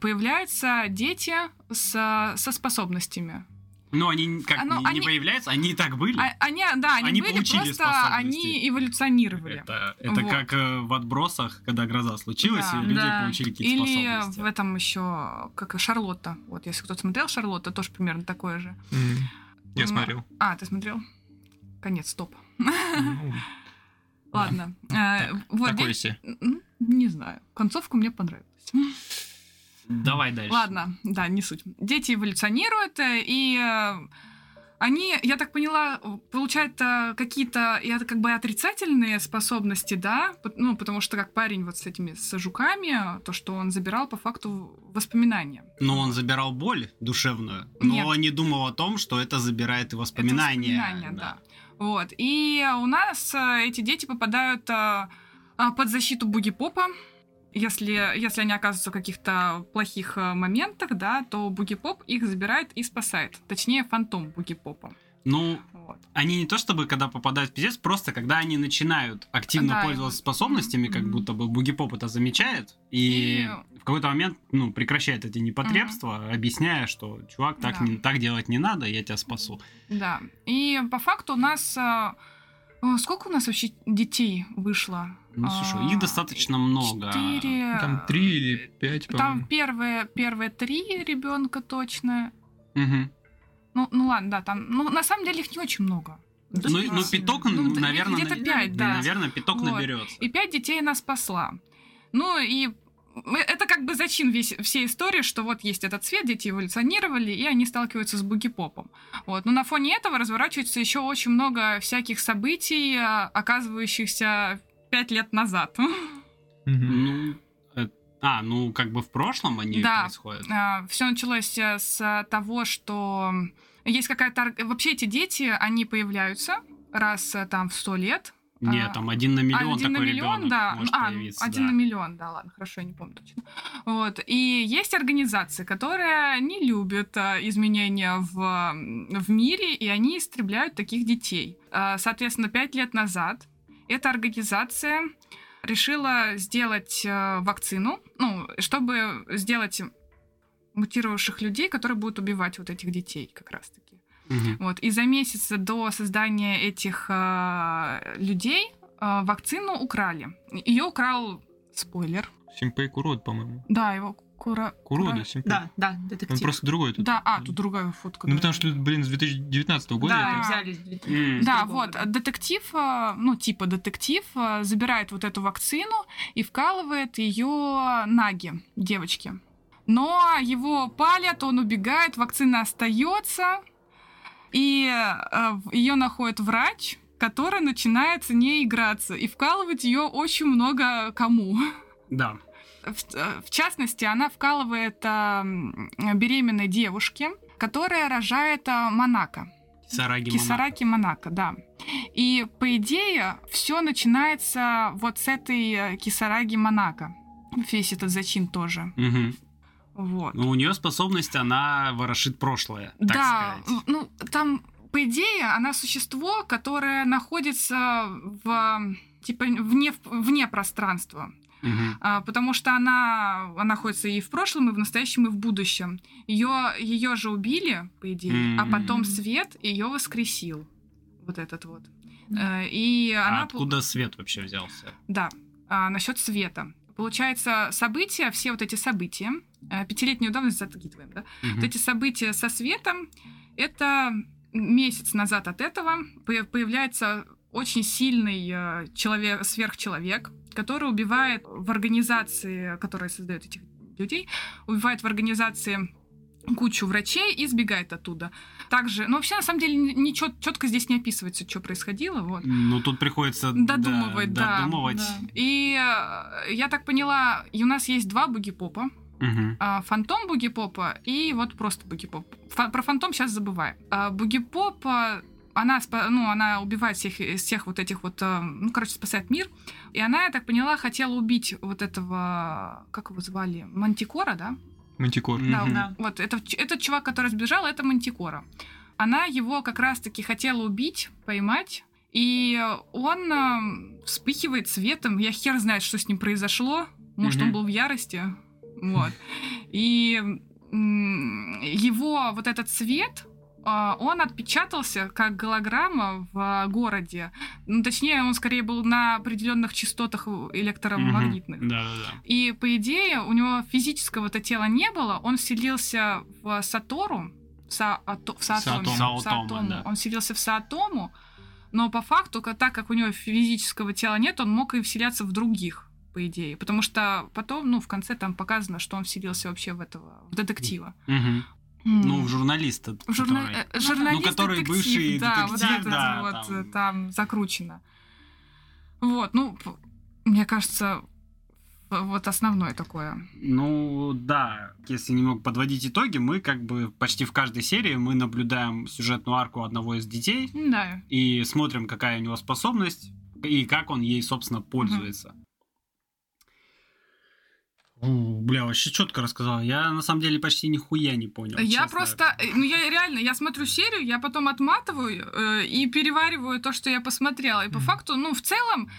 [SPEAKER 2] появляются дети со, со способностями.
[SPEAKER 1] Ну, они как
[SPEAKER 2] А, ну,
[SPEAKER 1] не- не
[SPEAKER 2] они-
[SPEAKER 1] появляются, они и так были.
[SPEAKER 2] А- они, да, они,
[SPEAKER 1] Они
[SPEAKER 2] были,
[SPEAKER 1] получили
[SPEAKER 2] просто
[SPEAKER 1] способности.
[SPEAKER 2] они эволюционировали.
[SPEAKER 1] Это, это
[SPEAKER 2] Вот.
[SPEAKER 1] как э, в отбросах, когда гроза случилась,
[SPEAKER 2] Да.
[SPEAKER 1] и люди
[SPEAKER 4] Да.
[SPEAKER 1] получили какие-то
[SPEAKER 2] Или
[SPEAKER 1] способности.
[SPEAKER 2] в этом еще, как и Шарлотта. Вот, если кто-то смотрел Шарлотта, тоже примерно такое же.
[SPEAKER 3] М, Я
[SPEAKER 2] Ну,
[SPEAKER 3] смотрел.
[SPEAKER 2] А, ты смотрел? Конец, стоп.
[SPEAKER 3] Ну,
[SPEAKER 2] Ладно. Э, вот
[SPEAKER 3] Такое
[SPEAKER 2] здесь-
[SPEAKER 3] себе.
[SPEAKER 2] М, Не знаю. Концовка мне понравилась.
[SPEAKER 1] Давай дальше.
[SPEAKER 2] Ладно, да, не суть. Дети эволюционируют, э, и э, Они, я так поняла, получают а, какие-то и это как бы отрицательные способности, да? Пот- Ну, потому что как парень вот с этими с жуками, то, что он забирал по факту воспоминания.
[SPEAKER 1] Но он забирал боль душевную, но
[SPEAKER 2] Нет.
[SPEAKER 1] не думал о том, что это забирает и
[SPEAKER 2] Это
[SPEAKER 1] воспоминания.
[SPEAKER 2] воспоминания, да. Вот. И у нас а, эти дети попадают а, а, под защиту буги-попа. Если, если они оказываются в каких-то плохих а, моментах, да, то буги-поп их забирает и спасает. Точнее, фантом буги-попа.
[SPEAKER 1] Ну,
[SPEAKER 2] Вот.
[SPEAKER 1] они не то чтобы когда попадают в пиздец, просто когда они начинают активно
[SPEAKER 2] Да,
[SPEAKER 1] пользоваться способностями, как
[SPEAKER 2] Мгм.
[SPEAKER 1] будто бы бугипоп это замечает, и, в какой-то момент, ну, прекращает эти непотребства, объясняя, что, чувак, так,
[SPEAKER 2] Да.
[SPEAKER 1] не, так делать не надо, я тебя спасу.
[SPEAKER 2] Да. И по факту у нас... а, а, Сколько у нас вообще детей вышло?
[SPEAKER 1] Ну, слушай, их
[SPEAKER 2] А,
[SPEAKER 1] достаточно много.
[SPEAKER 2] Четыре...
[SPEAKER 3] Там три или пять,
[SPEAKER 2] А, Там
[SPEAKER 3] по-моему.
[SPEAKER 2] первые, первые три ребенка точно.
[SPEAKER 1] Мгм.
[SPEAKER 2] Ну, ну ладно, да, там... Ну, на самом деле их не очень много.
[SPEAKER 1] Ну, и- ну,
[SPEAKER 2] классно.
[SPEAKER 1] пяток,
[SPEAKER 2] Ну, да,
[SPEAKER 1] наверное,
[SPEAKER 2] где-то
[SPEAKER 1] на-
[SPEAKER 2] пять, да.
[SPEAKER 1] наверное, пяток
[SPEAKER 2] Вот.
[SPEAKER 1] наберется.
[SPEAKER 2] И пять детей она спасла. Ну и мы- это как бы зачин весь, всей истории, что вот есть этот цвет, дети эволюционировали, и они сталкиваются с буги-попом. Вот. Но на фоне этого разворачивается еще очень много всяких событий, а, оказывающихся пять лет назад. *laughs*
[SPEAKER 3] Мгм.
[SPEAKER 1] Ну, э, а, ну, как бы в прошлом они
[SPEAKER 2] Да. А,
[SPEAKER 1] происходят.
[SPEAKER 2] Все началось э, с того, что есть какая-то... орг- Вообще эти дети, они появляются раз э, там в сто лет,
[SPEAKER 1] Нет,
[SPEAKER 2] А,
[SPEAKER 1] там один на миллион
[SPEAKER 2] один
[SPEAKER 1] такой
[SPEAKER 2] на миллион,
[SPEAKER 1] ребенок
[SPEAKER 2] да.
[SPEAKER 1] может
[SPEAKER 2] Ну, а, ну,
[SPEAKER 1] появиться.
[SPEAKER 2] один
[SPEAKER 1] да.
[SPEAKER 2] на миллион, да, ладно, хорошо, я не помню точно. Вот. И есть организации, которые не любят а, изменения в, м, в мире, и они истребляют таких детей. А, Соответственно, пять лет назад эта организация решила сделать э, вакцину, ну, чтобы сделать мутировавших людей, которые будут убивать вот этих детей как раз-таки.
[SPEAKER 1] Мгм.
[SPEAKER 2] Вот. И за месяц до создания этих э, людей э, вакцину украли. Ее украл спойлер.
[SPEAKER 3] Симпей Курод, по-моему.
[SPEAKER 2] Да, его кура.
[SPEAKER 3] Курода,
[SPEAKER 2] кура-
[SPEAKER 3] Симпей.
[SPEAKER 4] Да, да,
[SPEAKER 3] Он
[SPEAKER 4] детектив.
[SPEAKER 3] просто другой тут.
[SPEAKER 2] Да, а, тут другая фотка.
[SPEAKER 3] Ну,
[SPEAKER 2] да.
[SPEAKER 3] потому что, блин, с 2019 года.
[SPEAKER 4] Да,
[SPEAKER 2] это-
[SPEAKER 4] взяли. с две-
[SPEAKER 1] М.
[SPEAKER 4] с
[SPEAKER 2] Да,
[SPEAKER 4] другого,
[SPEAKER 2] вот,
[SPEAKER 4] да.
[SPEAKER 2] детектив, э, ну, типа детектив, э, забирает вот эту вакцину и вкалывает ее Наги, девочке. Но его палят, он убегает, вакцина остается, и ее находит врач, который начинает с ней играться и вкалывать ее очень много кому.
[SPEAKER 1] Да.
[SPEAKER 2] В, э, в частности, она вкалывает э, м, беременной девушке, которая рожает э, Монако.
[SPEAKER 1] Кисараги Монако.
[SPEAKER 2] Кисараки Монако, да. И по идее все начинается вот с этой э, Кисараги Монако. Весь этот зачин тоже.
[SPEAKER 1] Мгм.
[SPEAKER 2] Вот.
[SPEAKER 1] Ну, у нее способность, она ворошит прошлое, так
[SPEAKER 2] да,
[SPEAKER 1] сказать.
[SPEAKER 2] м, ну там по идее она существо, которое находится в э, типа вне вне пространства.
[SPEAKER 1] Мгм.
[SPEAKER 2] А, потому что она, она находится и в прошлом, и в настоящем, и в будущем. Ее, ее же убили, по идее, а
[SPEAKER 1] М.
[SPEAKER 2] потом свет ее воскресил. Вот этот вот. Э, И она...
[SPEAKER 1] А откуда свет вообще взялся?
[SPEAKER 2] Да, насчет света. Получается, события, все вот эти события, э, пятилетнюю давность закидываем, да?
[SPEAKER 1] Мгм.
[SPEAKER 2] Вот эти события со светом, это месяц назад от этого по- появляется очень сильный э, человек, сверхчеловек, который убивает в организации, которая создает этих людей, убивает в организации кучу врачей и сбегает оттуда. Также, ну вообще на самом деле ничего четко здесь не описывается, что происходило, вот.
[SPEAKER 1] Ну, тут приходится да,
[SPEAKER 2] Додумывать, да.
[SPEAKER 1] додумывать.
[SPEAKER 2] да. И э, я так поняла, и у нас есть два буги-попа.
[SPEAKER 1] Мгм.
[SPEAKER 2] А, Фантом буги-попа и вот просто буги-поп. Фа- Про фантом сейчас забываем. А, Буги-поп, а, она, спа- ну, она убивает всех, из всех вот этих вот, э, ну, короче, спасает мир. И она, я так поняла, хотела убить вот этого, как его звали, Мантикора, да?
[SPEAKER 3] Мантикор.
[SPEAKER 1] Мгм.
[SPEAKER 2] Да,
[SPEAKER 4] Да.
[SPEAKER 2] Вот это, ч- этот чувак, который сбежал, это Мантикора. Она его как раз-таки хотела убить, поймать, и он э, вспыхивает светом. Я хер знает, что с ним произошло. Может, он
[SPEAKER 3] Мгм.
[SPEAKER 2] был в ярости. Вот. И м, его вот этот свет, э, он отпечатался как голограмма в э, городе. Ну, точнее, он скорее был на определенных частотах электромагнитных.
[SPEAKER 1] Мгм. Да-да-да.
[SPEAKER 2] И, по идее, у него физического-то тела не было, он вселился в Сатору, в, Са- Ато- в
[SPEAKER 1] Саатома.
[SPEAKER 2] Саатому, в Саатому.
[SPEAKER 1] Саатома, да.
[SPEAKER 2] Он вселился в Саатому, но по факту, ка- так как у него физического тела нет, он мог и вселяться в других, по идее. Потому что потом, ну, в конце там показано, что он вселился вообще в этого, в детектива.
[SPEAKER 1] Мгм.
[SPEAKER 2] М.
[SPEAKER 1] Ну, в журналиста.
[SPEAKER 2] В журна-
[SPEAKER 1] который-
[SPEAKER 2] э, журналист
[SPEAKER 1] Ну, который
[SPEAKER 2] детектив,
[SPEAKER 1] бывший
[SPEAKER 2] да,
[SPEAKER 1] детектив,
[SPEAKER 2] вот
[SPEAKER 1] да,
[SPEAKER 2] это вот
[SPEAKER 1] там.
[SPEAKER 2] э, там закручено. Вот, ну, п- мне кажется, э, вот основное такое.
[SPEAKER 1] Ну, да, если немного подводить итоги, мы как бы почти в каждой серии мы наблюдаем сюжетную арку одного из детей
[SPEAKER 2] Да,
[SPEAKER 1] и смотрим, какая у него способность и как он ей, собственно, пользуется. У, бля, вообще четко рассказал. Я на самом деле почти нихуя не понял.
[SPEAKER 2] Я
[SPEAKER 1] честно.
[SPEAKER 2] просто, э, ну я реально, я смотрю серию, я потом отматываю э, и перевариваю то, что я посмотрела. И по
[SPEAKER 3] Мгм.
[SPEAKER 2] факту, ну, в целом,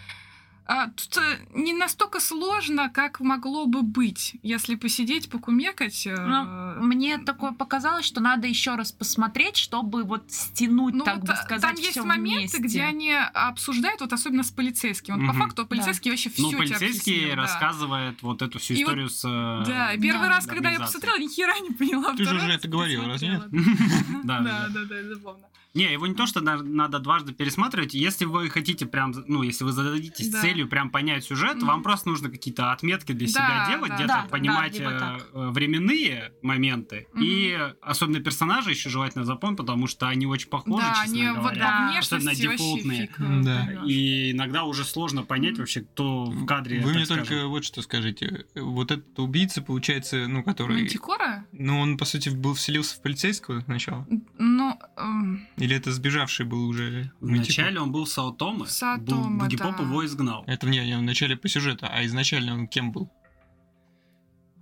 [SPEAKER 2] а, тут э, не настолько сложно, как могло бы быть, если посидеть, покумекать. э,
[SPEAKER 4] Ну, Мне такое показалось, что надо еще раз посмотреть, чтобы вот стянуть,
[SPEAKER 2] ну,
[SPEAKER 4] так
[SPEAKER 2] вот,
[SPEAKER 4] бы
[SPEAKER 2] а,
[SPEAKER 4] сказать,
[SPEAKER 2] там есть
[SPEAKER 4] всё
[SPEAKER 2] моменты,
[SPEAKER 4] вместе.
[SPEAKER 2] где они обсуждают, вот особенно с полицейским. Вот
[SPEAKER 1] Мгм.
[SPEAKER 2] по факту полицейские вообще все
[SPEAKER 1] Ну, полицейский
[SPEAKER 2] рассказывают.
[SPEAKER 1] рассказывает вот эту всю
[SPEAKER 2] И вот-
[SPEAKER 1] историю с... э, *laughs*
[SPEAKER 2] Да, и первый
[SPEAKER 4] Да.
[SPEAKER 2] раз, когда я
[SPEAKER 1] организацией.
[SPEAKER 2] посмотрела, *laughs* ни хера не поняла.
[SPEAKER 3] Ты же
[SPEAKER 2] Второй
[SPEAKER 3] уже
[SPEAKER 2] раз
[SPEAKER 3] это говорила, разве нет?
[SPEAKER 2] *laughs* посмотрела.
[SPEAKER 1] Да, да,
[SPEAKER 2] Да, да, да, забавно.
[SPEAKER 1] Не, его не то, что на- надо дважды пересматривать. Если вы хотите прям, ну, если вы зададитесь
[SPEAKER 2] Да.
[SPEAKER 1] целью прям понять сюжет,
[SPEAKER 2] Мгм.
[SPEAKER 1] вам просто нужно какие-то отметки для
[SPEAKER 2] Да,
[SPEAKER 1] себя делать,
[SPEAKER 2] да,
[SPEAKER 1] где-то
[SPEAKER 4] да, да,
[SPEAKER 1] понимать
[SPEAKER 4] либо
[SPEAKER 1] э,
[SPEAKER 4] так.
[SPEAKER 1] э, временные моменты
[SPEAKER 2] Мгм.
[SPEAKER 1] и особенно персонажи еще желательно запомнить, потому что они очень похожи,
[SPEAKER 2] да,
[SPEAKER 1] честно
[SPEAKER 2] они вот
[SPEAKER 1] говоря.
[SPEAKER 2] по
[SPEAKER 4] Да.
[SPEAKER 1] Особенно
[SPEAKER 2] внешности вообще
[SPEAKER 1] дефолтные.
[SPEAKER 2] фиг.
[SPEAKER 3] М, да.
[SPEAKER 2] поймёшь.
[SPEAKER 1] И иногда уже сложно понять
[SPEAKER 2] Мгм.
[SPEAKER 1] вообще, кто в кадре.
[SPEAKER 3] Вы
[SPEAKER 1] так
[SPEAKER 3] мне
[SPEAKER 1] скажем.
[SPEAKER 3] только вот что скажите. Вот этот убийца, получается, ну, который...
[SPEAKER 2] Мантикора?
[SPEAKER 3] Ну, он, по сути, был вселился в полицейского сначала.
[SPEAKER 2] Ну, эм,
[SPEAKER 3] Или это сбежавший был уже?
[SPEAKER 1] типа
[SPEAKER 3] Мантикор?
[SPEAKER 1] Вначале он был Саотома,
[SPEAKER 2] Саотома,
[SPEAKER 1] Бугипоп
[SPEAKER 2] да.
[SPEAKER 1] его изгнал.
[SPEAKER 3] типа- Это не, не, в начале по сюжету, а изначально он кем был?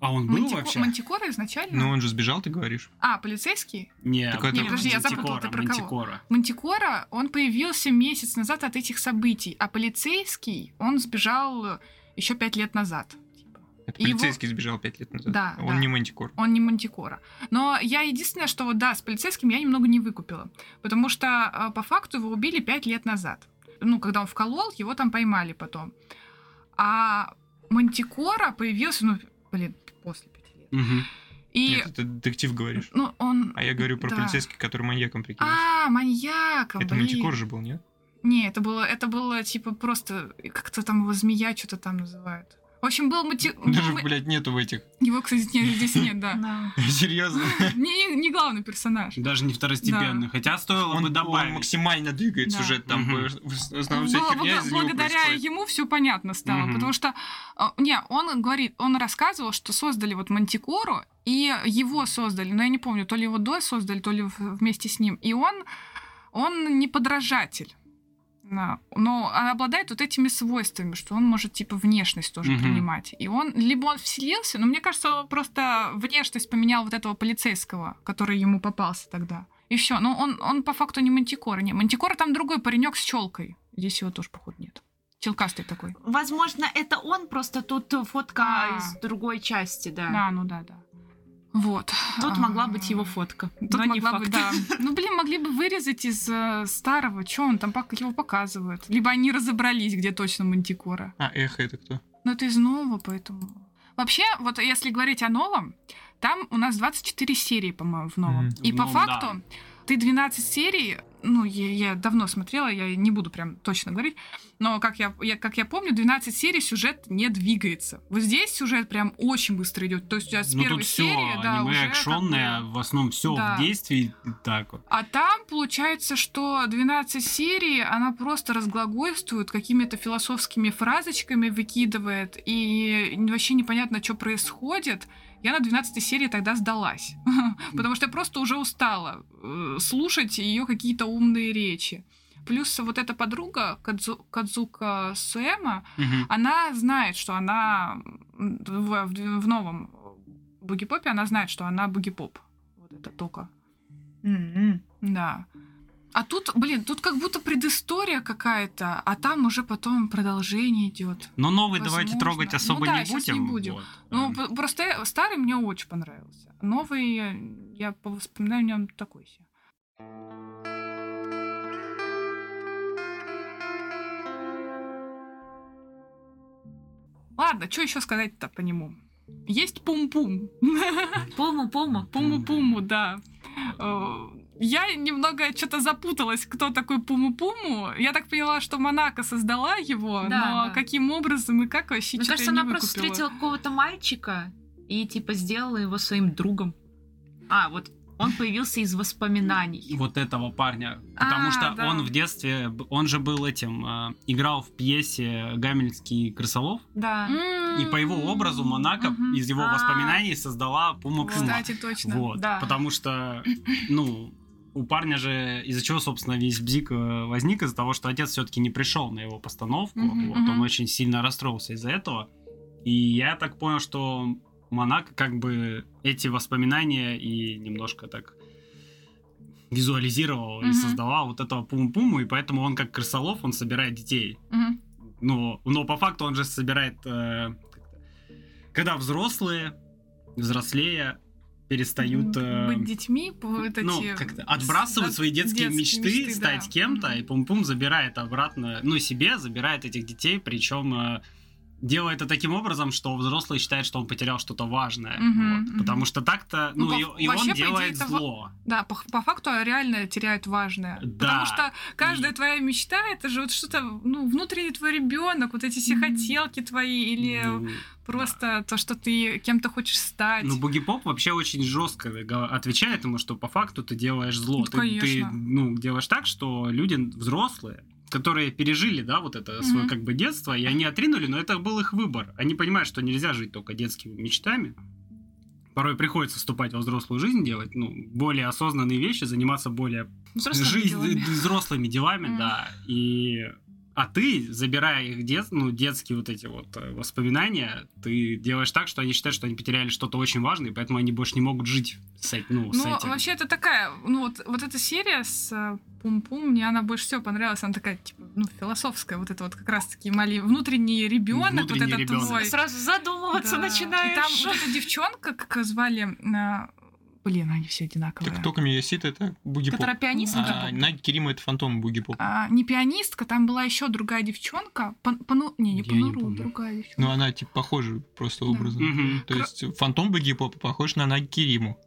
[SPEAKER 1] А он был
[SPEAKER 2] Мантико-
[SPEAKER 1] вообще?
[SPEAKER 2] Мантикора изначально?
[SPEAKER 3] Ну, он же сбежал, ты говоришь.
[SPEAKER 2] А, полицейский?
[SPEAKER 1] Не,
[SPEAKER 3] Так это-
[SPEAKER 2] Не, подожди, я запутала, ты про кого?
[SPEAKER 1] Мантикора.
[SPEAKER 2] Мантикора, он появился месяц назад от этих событий, а полицейский, он сбежал еще пять лет назад. типа.
[SPEAKER 3] Это
[SPEAKER 2] Его-
[SPEAKER 3] полицейский сбежал пять лет назад.
[SPEAKER 2] Да,
[SPEAKER 3] Он
[SPEAKER 2] да.
[SPEAKER 3] не мантикор.
[SPEAKER 2] Он не мантикора. Но я единственное, что вот да, с полицейским я немного не выкупила. Потому что э, по факту его убили пять лет назад. Ну, когда он вколол, его там поймали потом. А мантикора появился, ну, блин, после пяти лет.
[SPEAKER 1] Мгм.
[SPEAKER 2] И,
[SPEAKER 3] Нет, это детектив говоришь.
[SPEAKER 2] ну, он...
[SPEAKER 3] А я говорю про
[SPEAKER 2] да.
[SPEAKER 3] полицейский, который маньяком прикинулся.
[SPEAKER 2] А, маньяком,
[SPEAKER 3] Это
[SPEAKER 2] блин.
[SPEAKER 3] мантикор же был, нет?
[SPEAKER 2] Не, это было, это было типа просто как-то там его змея что-то там называют. В общем, был мати... был
[SPEAKER 3] Даже,
[SPEAKER 2] ма-
[SPEAKER 3] блядь, нету
[SPEAKER 1] *laughs*
[SPEAKER 3] в этих.
[SPEAKER 2] Его, кстати, нет, здесь
[SPEAKER 3] *laughs*
[SPEAKER 2] нет, да.
[SPEAKER 4] Да.
[SPEAKER 3] Серьезно.
[SPEAKER 2] Не, не- не главный персонаж.
[SPEAKER 1] Даже не второстепенный.
[SPEAKER 2] Да.
[SPEAKER 1] Хотя стоило бы
[SPEAKER 3] Он, он
[SPEAKER 1] добавить.
[SPEAKER 3] максимально двигает
[SPEAKER 2] Да.
[SPEAKER 3] сюжет, там
[SPEAKER 1] Мгм.
[SPEAKER 3] э, в основном вся
[SPEAKER 2] Бл-
[SPEAKER 3] херня
[SPEAKER 2] бл-
[SPEAKER 3] из него
[SPEAKER 2] благодаря
[SPEAKER 3] происходит.
[SPEAKER 2] ему все понятно стало,
[SPEAKER 1] Мгм.
[SPEAKER 2] потому что а, не, он говорит, он рассказывал, что создали вот Мантикору и его создали, но я не помню, то ли его до создали, то ли в- вместе с ним, и он он не подражатель. Да. Но он обладает вот этими свойствами, что он может типа внешность тоже
[SPEAKER 1] Мгм.
[SPEAKER 2] принимать. И он либо он вселился, но мне кажется, он просто внешность поменял вот этого полицейского, который ему попался тогда. И все. Но он, он по факту не мантикора. Не, мантикора там другой паренек с челкой. Здесь его тоже, походу, нет. Челкастый такой.
[SPEAKER 4] Возможно, это он, просто тут фотка
[SPEAKER 2] А.
[SPEAKER 4] из другой части, да.
[SPEAKER 2] Да, ну да, да. Вот.
[SPEAKER 4] Тут
[SPEAKER 2] А.
[SPEAKER 4] могла быть его фотка.
[SPEAKER 2] Тут
[SPEAKER 4] но не
[SPEAKER 2] могла бы,
[SPEAKER 4] факт.
[SPEAKER 2] да.
[SPEAKER 4] *laughs*
[SPEAKER 2] Ну, блин, могли бы вырезать из э, старого, что он там пок- его показывают. Либо они разобрались, где точно мантикора.
[SPEAKER 3] А, эхо это кто?
[SPEAKER 2] Но это из нового, поэтому... Вообще, вот если говорить о новом, там у нас 24 серии, по-моему, в новом.
[SPEAKER 3] Мгм.
[SPEAKER 2] И
[SPEAKER 1] В
[SPEAKER 2] по
[SPEAKER 1] новом,
[SPEAKER 2] факту ты 12 серий, ну, я, я давно смотрела, я не буду прям точно говорить, но, как я, я- как я помню, 12 серий сюжет не двигается. Вот здесь сюжет прям очень быстро идет. То есть у тебя с
[SPEAKER 1] Ну
[SPEAKER 2] первой
[SPEAKER 1] тут все,
[SPEAKER 2] серии, да, уже
[SPEAKER 1] аниме
[SPEAKER 2] как бы-
[SPEAKER 1] экшонное, в основном все
[SPEAKER 2] Да.
[SPEAKER 1] в действии. Так вот.
[SPEAKER 2] а там получается, что 12 серий она просто разглагольствует какими-то философскими фразочками, выкидывает, и вообще непонятно, что происходит. Я на 12 серии тогда сдалась, *laughs* потому что я просто уже устала э, слушать ее какие-то умные речи. Плюс вот эта подруга Кадзу- Кадзука Суэма,
[SPEAKER 1] Мгм.
[SPEAKER 2] она знает, что она м, в, в- в новом бугипопе, она знает, что она бугипоп. Вот это тока.
[SPEAKER 4] М-м.
[SPEAKER 2] Да. А тут, блин, тут как будто предыстория какая-то, а там уже потом продолжение идет.
[SPEAKER 1] Но новый давайте
[SPEAKER 2] возможно.
[SPEAKER 1] трогать
[SPEAKER 2] Ну
[SPEAKER 1] особо
[SPEAKER 2] да,
[SPEAKER 1] не
[SPEAKER 2] щас не
[SPEAKER 1] будем.
[SPEAKER 2] будем.
[SPEAKER 1] Вот.
[SPEAKER 2] Ну,
[SPEAKER 1] Эм,
[SPEAKER 2] п- просто э, старый мне очень понравился. Новый, э, я по воспоминаниям он такой себе. Ладно, что еще сказать-то по нему? Есть пум-пум. *laughs*
[SPEAKER 4] Пуму, пуму.
[SPEAKER 2] Пуму-пуму, да. Э, Я немного что-то запуталась, кто такой Пуму-пуму. Я так поняла, что Монако создала его,
[SPEAKER 4] Да,
[SPEAKER 2] но
[SPEAKER 4] да.
[SPEAKER 2] каким образом и как вообще
[SPEAKER 4] Мне
[SPEAKER 2] чё-то
[SPEAKER 4] кажется,
[SPEAKER 2] я не
[SPEAKER 4] она просто
[SPEAKER 2] выкупила.
[SPEAKER 4] встретила какого-то мальчика и типа сделала его своим другом. А, вот Он появился из воспоминаний.
[SPEAKER 1] вот этого парня. Потому
[SPEAKER 2] А,
[SPEAKER 1] что
[SPEAKER 2] да.
[SPEAKER 1] он в детстве, б- он же был этим, э, играл в пьесе Гамельский Крысолов.
[SPEAKER 2] Да.
[SPEAKER 1] И по его образу Монако
[SPEAKER 4] Мгм.
[SPEAKER 1] из его
[SPEAKER 4] А.
[SPEAKER 1] воспоминаний создала Пума Пума.
[SPEAKER 2] Кстати, точно.
[SPEAKER 1] вот.
[SPEAKER 4] да.
[SPEAKER 1] Потому что, ну, у парня же из-за чего, собственно, весь бзик э, возник, из-за того, что отец все-таки не пришел на его постановку.
[SPEAKER 4] Мгм,
[SPEAKER 1] вот,
[SPEAKER 2] мгм.
[SPEAKER 1] Он очень сильно расстроился из-за этого. И я так понял, что Монако как бы эти воспоминания и немножко так визуализировал и
[SPEAKER 2] Мгм.
[SPEAKER 1] создавал вот этого пум-пуму, и поэтому он как крысолов, он собирает детей.
[SPEAKER 2] Мгм.
[SPEAKER 1] Ну, но по факту он же собирает, э, когда взрослые, взрослее, перестают э,
[SPEAKER 2] Быть детьми, п- вот
[SPEAKER 1] ну,
[SPEAKER 2] эти...
[SPEAKER 1] как-то отбрасывают
[SPEAKER 2] с-
[SPEAKER 1] свои детские, мечты,
[SPEAKER 2] да.
[SPEAKER 1] стать кем-то,
[SPEAKER 2] Мгм.
[SPEAKER 1] и Пум-Пум забирает обратно, ну, себе забирает этих детей, причем делает это таким образом, что взрослый считает, что он потерял что-то важное.
[SPEAKER 2] Мгм,
[SPEAKER 1] вот.
[SPEAKER 2] мгм.
[SPEAKER 1] Потому что так-то, ну,
[SPEAKER 2] Ну,
[SPEAKER 1] и,
[SPEAKER 2] во-
[SPEAKER 1] и
[SPEAKER 2] вообще,
[SPEAKER 1] он
[SPEAKER 2] по идее,
[SPEAKER 1] делает
[SPEAKER 2] это во-
[SPEAKER 1] зло.
[SPEAKER 2] Да, по, по факту реально теряют важное.
[SPEAKER 1] Да.
[SPEAKER 2] Потому что каждая
[SPEAKER 1] И-
[SPEAKER 2] твоя мечта это же вот что-то, ну, внутренний твой ребенок, вот эти все
[SPEAKER 4] Мгм.
[SPEAKER 2] хотелки твои, или
[SPEAKER 1] Ну,
[SPEAKER 2] просто то, что ты кем-то хочешь стать.
[SPEAKER 1] Ну, Буги Поп вообще очень жестко га- отвечает ему, что по факту ты делаешь зло.
[SPEAKER 2] Ну,
[SPEAKER 1] ты, ты,
[SPEAKER 2] конечно.
[SPEAKER 1] ну, делаешь так, что люди взрослые, которые пережили, да, вот это свое
[SPEAKER 2] Мгм.
[SPEAKER 1] как бы детство, и они отринули, но это был их выбор. Они понимают, что нельзя жить только детскими мечтами. Порой приходится вступать во взрослую жизнь, делать ну, более осознанные вещи, заниматься более
[SPEAKER 4] Взрослыми
[SPEAKER 1] жизнь-
[SPEAKER 4] делами.
[SPEAKER 1] взрослыми делами,
[SPEAKER 2] Мгм.
[SPEAKER 1] да. И а ты, забирая их дет, ну, детские вот эти вот э, воспоминания, ты делаешь так, что они считают, что они потеряли что-то очень важное, и поэтому они больше не могут жить с, эт- ну, с
[SPEAKER 2] Ну,
[SPEAKER 1] этим.
[SPEAKER 2] вообще, это такая, ну, вот, вот эта серия с э, Пум-Пум, мне она больше всего понравилась. Она такая, типа, ну, философская, вот это вот как раз-таки мали... внутренний ребенок, вот
[SPEAKER 1] Внутренний
[SPEAKER 2] этот
[SPEAKER 1] ребёнок.
[SPEAKER 2] твой.
[SPEAKER 4] Сразу задумываться
[SPEAKER 2] Да.
[SPEAKER 4] начинаешь.
[SPEAKER 2] И там вот эта девчонка, как её звали, э, блин, они все одинаковые.
[SPEAKER 3] Так кто Камиясита это буги поп.
[SPEAKER 4] Которая пианист,
[SPEAKER 3] А,
[SPEAKER 4] например.
[SPEAKER 3] Наги Кирима это фантом буги поп.
[SPEAKER 2] А, не пианистка, там была еще другая девчонка. Пан- Пану... Не, не
[SPEAKER 1] Я не
[SPEAKER 2] Пануру,
[SPEAKER 1] помню.
[SPEAKER 2] другая девчонка.
[SPEAKER 3] Ну она типа похожа просто
[SPEAKER 2] Да.
[SPEAKER 3] образом.
[SPEAKER 1] Мгм.
[SPEAKER 3] То
[SPEAKER 2] Кра-
[SPEAKER 3] есть фантом буги попа похож на Наги Кириму.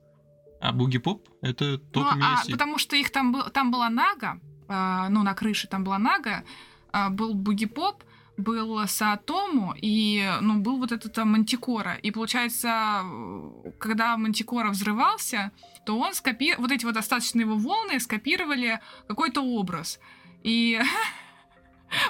[SPEAKER 3] А буги поп это
[SPEAKER 2] Ну,
[SPEAKER 3] то
[SPEAKER 2] а,
[SPEAKER 3] Камиясита.
[SPEAKER 2] потому что их там, был, там была Нага, а, ну, на крыше там была Нага, а, был Бугипоп, был Саатому и, ну, был вот этот а, Мантикора. И, получается, э, когда Мантикора взрывался, то он скопировал... Вот эти вот остаточные его волны скопировали какой-то образ. И... *laughs*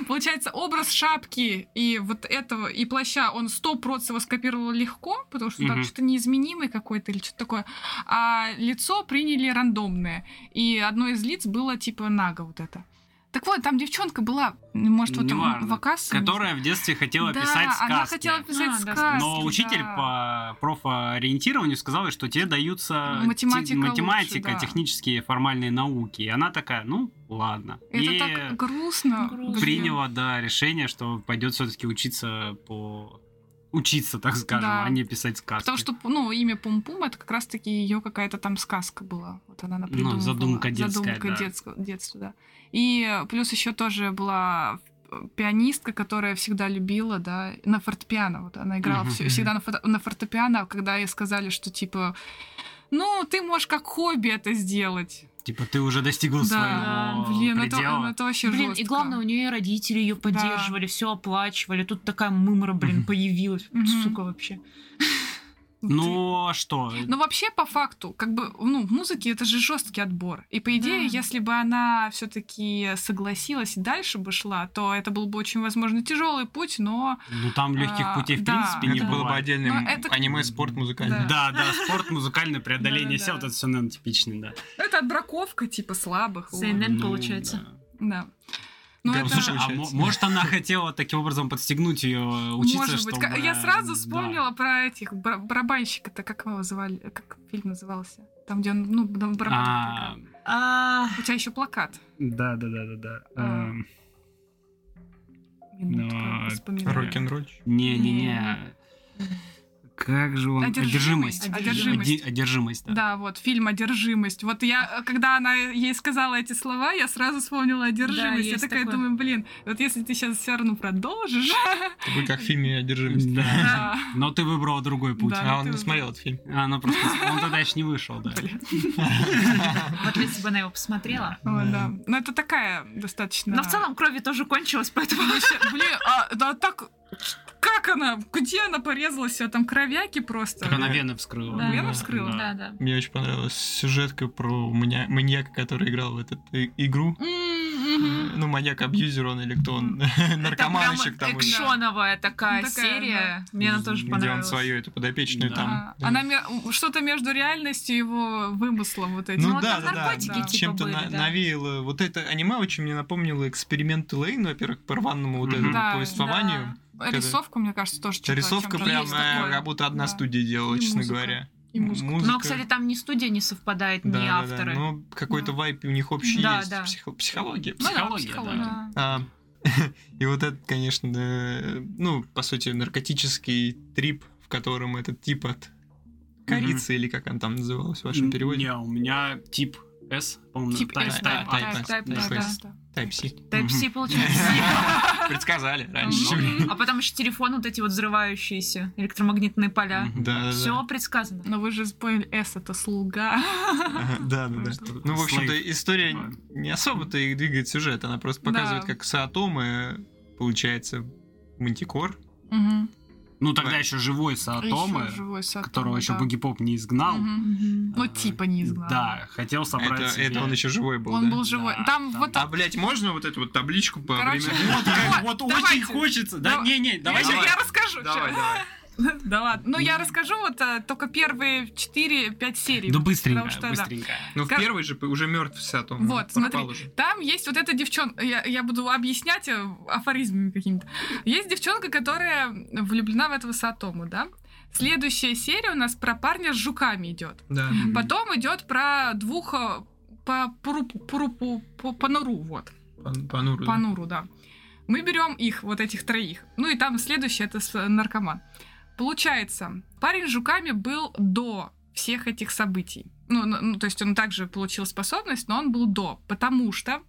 [SPEAKER 2] Получается, образ шапки и вот этого, и плаща, он 100% его скопировал легко, потому что
[SPEAKER 1] Мгм.
[SPEAKER 2] там что-то неизменимый какой-то или что-то такое. А лицо приняли рандомное. И одно из лиц было типа Нага вот это. Так вот, там девчонка была, может, вот
[SPEAKER 1] Неважно.
[SPEAKER 2] Вакаса.
[SPEAKER 1] Которая в детстве хотела
[SPEAKER 2] да,
[SPEAKER 1] писать сказки.
[SPEAKER 2] она хотела писать
[SPEAKER 4] А, да,
[SPEAKER 2] сказки.
[SPEAKER 1] Но учитель
[SPEAKER 2] да.
[SPEAKER 1] по профориентированию сказал, что тебе даются
[SPEAKER 2] Ну, Математика
[SPEAKER 1] те-
[SPEAKER 2] лучше,
[SPEAKER 1] математика,
[SPEAKER 2] да.
[SPEAKER 1] технические формальные науки. И она такая, ну, ладно.
[SPEAKER 2] Это
[SPEAKER 1] И-
[SPEAKER 2] так грустно.
[SPEAKER 4] Грустно.
[SPEAKER 1] приняла, да, решение, что пойдет все-таки учиться по... Учиться, так скажем,
[SPEAKER 2] Да.
[SPEAKER 1] а не писать сказки.
[SPEAKER 2] Потому что, ну, имя Пум-Пум это как раз-таки ее какая-то там сказка была. Вот она напридумывала.
[SPEAKER 1] Ну, задумка детская,
[SPEAKER 2] Задумка
[SPEAKER 1] да.
[SPEAKER 2] детско- детства, да. И плюс еще тоже была э, пианистка, которая всегда любила, да, на фортепиано. Вот она играла
[SPEAKER 1] Мгм,
[SPEAKER 2] всё-
[SPEAKER 1] мгм.
[SPEAKER 2] всегда на, фото- на фортепиано, а когда ей сказали, что типа, ну, ты можешь как хобби это сделать.
[SPEAKER 1] Типа ты уже достигла
[SPEAKER 2] Да,
[SPEAKER 1] своего
[SPEAKER 2] блин, это,
[SPEAKER 1] предела.
[SPEAKER 2] это вообще
[SPEAKER 4] Блин, и
[SPEAKER 2] жёстко.
[SPEAKER 4] главное, у нее родители ее поддерживали, все оплачивали. Тут такая мымра, блин,
[SPEAKER 1] Мгм.
[SPEAKER 4] появилась.
[SPEAKER 2] Мгм.
[SPEAKER 4] Сука, вообще.
[SPEAKER 1] Ну а что?
[SPEAKER 2] Но вообще, по факту, как бы, ну, в музыке это же жесткий отбор. И по идее,
[SPEAKER 4] Да.
[SPEAKER 2] если бы она все-таки согласилась и дальше бы шла, то это был бы очень, возможно, тяжелый путь, но
[SPEAKER 1] Ну там легких
[SPEAKER 2] а,
[SPEAKER 1] путей в
[SPEAKER 2] да,
[SPEAKER 1] принципе не
[SPEAKER 3] Это
[SPEAKER 2] да.
[SPEAKER 1] было.
[SPEAKER 3] было бы отдельное
[SPEAKER 2] Но
[SPEAKER 3] м-
[SPEAKER 2] Ну, это-
[SPEAKER 3] аниме спорт музыкальный.
[SPEAKER 1] Да,
[SPEAKER 2] Да.
[SPEAKER 1] да, спорт, музыкальное преодоление
[SPEAKER 2] Да-да-да.
[SPEAKER 1] себя, вот это все, наверное, типичный, да.
[SPEAKER 2] Ну, это отбраковка, типа, слабых. вот.
[SPEAKER 4] Сейнен,
[SPEAKER 1] Ну,
[SPEAKER 4] получается.
[SPEAKER 1] да.
[SPEAKER 2] Да. Ну,
[SPEAKER 3] Да,
[SPEAKER 2] это...
[SPEAKER 1] Слушай, а мо-
[SPEAKER 3] получается.
[SPEAKER 1] может она хотела таким образом подстегнуть ее учиться,
[SPEAKER 2] Может быть,
[SPEAKER 1] чтобы-
[SPEAKER 2] Ка- я
[SPEAKER 1] да.
[SPEAKER 2] сразу вспомнила про этих бра- барабанщика-то, как его звали, как фильм назывался, там где он, ну, там барабан.
[SPEAKER 1] А,
[SPEAKER 2] играл.
[SPEAKER 4] А,
[SPEAKER 2] У тебя еще плакат.
[SPEAKER 1] Да, да, да, да, да.
[SPEAKER 2] А.
[SPEAKER 1] Эм, Ну,
[SPEAKER 2] Минутка
[SPEAKER 1] Да,
[SPEAKER 2] воспоминаний.
[SPEAKER 3] Рок-н-ролл.
[SPEAKER 1] Не-не-не.
[SPEAKER 2] Не.
[SPEAKER 1] Как же он...
[SPEAKER 2] Одержимость. Одержимость.
[SPEAKER 1] Оди- Одержимость, да.
[SPEAKER 2] Да, вот фильм «Одержимость». Вот я, э, когда она ей сказала эти слова, я сразу вспомнила «Одержимость». я
[SPEAKER 4] есть
[SPEAKER 2] такая
[SPEAKER 4] такое.
[SPEAKER 2] думаю, блин, вот если ты сейчас все равно продолжишь... *laughs*
[SPEAKER 3] Вы как в фильме «Одержимость».
[SPEAKER 1] Да.
[SPEAKER 2] Да.
[SPEAKER 1] Но ты выбрала другой путь.
[SPEAKER 2] Да.
[SPEAKER 3] А
[SPEAKER 2] ты
[SPEAKER 3] он не
[SPEAKER 2] вот-
[SPEAKER 3] смотрел этот фильм.
[SPEAKER 1] Она просто... Он тогда еще не вышел, да.
[SPEAKER 2] Блин.
[SPEAKER 4] вот если бы она его посмотрела.
[SPEAKER 2] Вот, да. Но это такая достаточно...
[SPEAKER 4] Но в целом крови тоже кончилась, поэтому...
[SPEAKER 2] Вообще, Блин, а, да так Как она? Где она порезала себя? Там кровяки просто.
[SPEAKER 1] Как она вены вскрыла.
[SPEAKER 2] Да, вены вскрыла.
[SPEAKER 4] Да, да.
[SPEAKER 3] Мне очень понравилась сюжетка про маня- маньяка, который играл в эту игру.
[SPEAKER 2] М, мгм.
[SPEAKER 3] Ну, маньяк-абьюзер он или кто он? *laughs* Наркоманщик
[SPEAKER 4] прям
[SPEAKER 3] там. у него.
[SPEAKER 4] Ну, экшоновая такая,
[SPEAKER 2] Ну, такая,
[SPEAKER 4] серия. Мне она тоже
[SPEAKER 3] Где он
[SPEAKER 4] понравилась.
[SPEAKER 3] свою эту подопечную
[SPEAKER 1] Да.
[SPEAKER 3] там.
[SPEAKER 2] А, Она ме- что-то между реальностью и его вымыслом вот этим.
[SPEAKER 4] Ну,
[SPEAKER 3] Ну
[SPEAKER 4] вот
[SPEAKER 3] да,
[SPEAKER 4] там
[SPEAKER 3] да, да.
[SPEAKER 4] наркотики
[SPEAKER 2] типа
[SPEAKER 3] Чем-то
[SPEAKER 4] были,
[SPEAKER 3] на-
[SPEAKER 4] да.
[SPEAKER 3] навеяло. Вот это аниме очень мне напомнило эксперимент Лейн, во-первых, по рваному вот
[SPEAKER 1] Мгм.
[SPEAKER 3] этому
[SPEAKER 2] Да,
[SPEAKER 3] повествованию.
[SPEAKER 2] да. Рисовка, мне кажется, тоже
[SPEAKER 3] Эта
[SPEAKER 2] что-то
[SPEAKER 3] Рисовка
[SPEAKER 2] чем-то
[SPEAKER 3] прям
[SPEAKER 2] есть
[SPEAKER 3] э,
[SPEAKER 2] такое.
[SPEAKER 3] как будто одна
[SPEAKER 2] Да.
[SPEAKER 3] студия делала,
[SPEAKER 2] И
[SPEAKER 3] честно
[SPEAKER 2] музыка.
[SPEAKER 3] говоря.
[SPEAKER 2] И музыка. Ну, а,
[SPEAKER 4] Но, кстати, там ни студия не совпадает,
[SPEAKER 3] да,
[SPEAKER 4] ни
[SPEAKER 3] да,
[SPEAKER 4] авторы.
[SPEAKER 3] Да, но какой-то
[SPEAKER 2] Да.
[SPEAKER 3] вайп у них общий
[SPEAKER 4] Да,
[SPEAKER 3] есть.
[SPEAKER 4] да.
[SPEAKER 3] Психо- психология.
[SPEAKER 1] Ну да,
[SPEAKER 3] психология.
[SPEAKER 1] психология.
[SPEAKER 2] Да.
[SPEAKER 3] А, *laughs* и вот этот, конечно, да, ну, по сути, наркотический трип, в котором этот тип от корицы, или как он там называлась в вашем переводе?
[SPEAKER 1] Не, у меня тип S, по-моему,
[SPEAKER 2] Тип
[SPEAKER 1] type-
[SPEAKER 2] S,
[SPEAKER 1] type
[SPEAKER 2] да,
[SPEAKER 1] A.
[SPEAKER 3] type-
[SPEAKER 2] да,
[SPEAKER 3] type-
[SPEAKER 2] да,
[SPEAKER 3] type-
[SPEAKER 2] да.
[SPEAKER 3] Type-C.
[SPEAKER 4] Type-C получается. *laughs*
[SPEAKER 3] *laughs* Предсказали раньше,
[SPEAKER 2] Ну,
[SPEAKER 3] чем я.
[SPEAKER 4] А потом еще телефон, вот эти вот взрывающиеся электромагнитные поля.
[SPEAKER 1] Мгм.
[SPEAKER 3] *laughs* Да,
[SPEAKER 4] Все
[SPEAKER 3] да,
[SPEAKER 4] предсказано.
[SPEAKER 2] Но вы же спойлер, S это слуга. *laughs*
[SPEAKER 3] да. Да, да, да.
[SPEAKER 2] Что-то.
[SPEAKER 3] Ну, в общем-то,
[SPEAKER 1] Slave.
[SPEAKER 3] история не особо-то и двигает сюжет. Она просто
[SPEAKER 2] Да.
[SPEAKER 3] показывает, как Саатомы, получается, мантикор.
[SPEAKER 2] Мгм.
[SPEAKER 1] Ну, тогда
[SPEAKER 3] Ой.
[SPEAKER 1] еще живой Саатомы,
[SPEAKER 2] Еще живой Сатома,
[SPEAKER 1] которого еще
[SPEAKER 2] да.
[SPEAKER 1] Бугипоп не изгнал.
[SPEAKER 2] Мгм.
[SPEAKER 4] Мгм.
[SPEAKER 2] Ну,
[SPEAKER 1] А,
[SPEAKER 2] типа не изгнал.
[SPEAKER 1] Да, хотел собрать
[SPEAKER 3] Это,
[SPEAKER 1] себе-
[SPEAKER 3] это он еще живой был,
[SPEAKER 2] Он
[SPEAKER 3] да?
[SPEAKER 2] был живой.
[SPEAKER 1] Да,
[SPEAKER 2] Там
[SPEAKER 1] там
[SPEAKER 2] вот
[SPEAKER 3] А, блядь, можно вот эту вот табличку по
[SPEAKER 2] Короче, *laughs*
[SPEAKER 3] времени?
[SPEAKER 1] Вот, как- вот
[SPEAKER 2] Давайте.
[SPEAKER 1] очень хочется. Да,
[SPEAKER 2] Дав-
[SPEAKER 1] не-не,
[SPEAKER 2] Я
[SPEAKER 1] давай.
[SPEAKER 2] щас-
[SPEAKER 3] давай.
[SPEAKER 2] Я расскажу.
[SPEAKER 3] Давай,
[SPEAKER 2] щас.
[SPEAKER 3] давай.
[SPEAKER 2] *laughs* Да ладно. Ну, я расскажу вот а, только первые 4-5 серий.
[SPEAKER 1] Да Ну, быстренько,
[SPEAKER 2] Потому что, да.
[SPEAKER 1] быстренько.
[SPEAKER 3] Ну, в
[SPEAKER 2] Как-
[SPEAKER 3] первой же уже мертв Сатом.
[SPEAKER 2] Вот, смотри. Там есть вот эта девчонка, я, я буду объяснять э, афоризмами какими-то. Есть девчонка, которая влюблена в этого Сатому, да? Следующая серия у нас про парня с жуками идет.
[SPEAKER 3] Да.
[SPEAKER 1] Мгм.
[SPEAKER 2] Потом идет про двух э, по пурупу, пурупу, по, понуру, вот.
[SPEAKER 3] Пан- Пануру. да.
[SPEAKER 2] Пануру, да. Мы берем их, вот этих троих. Ну и там следующий это с- э, наркоман. Получается, парень с жуками был до всех этих событий. Ну, ну, ну, то есть он также получил способность, но он был до, потому что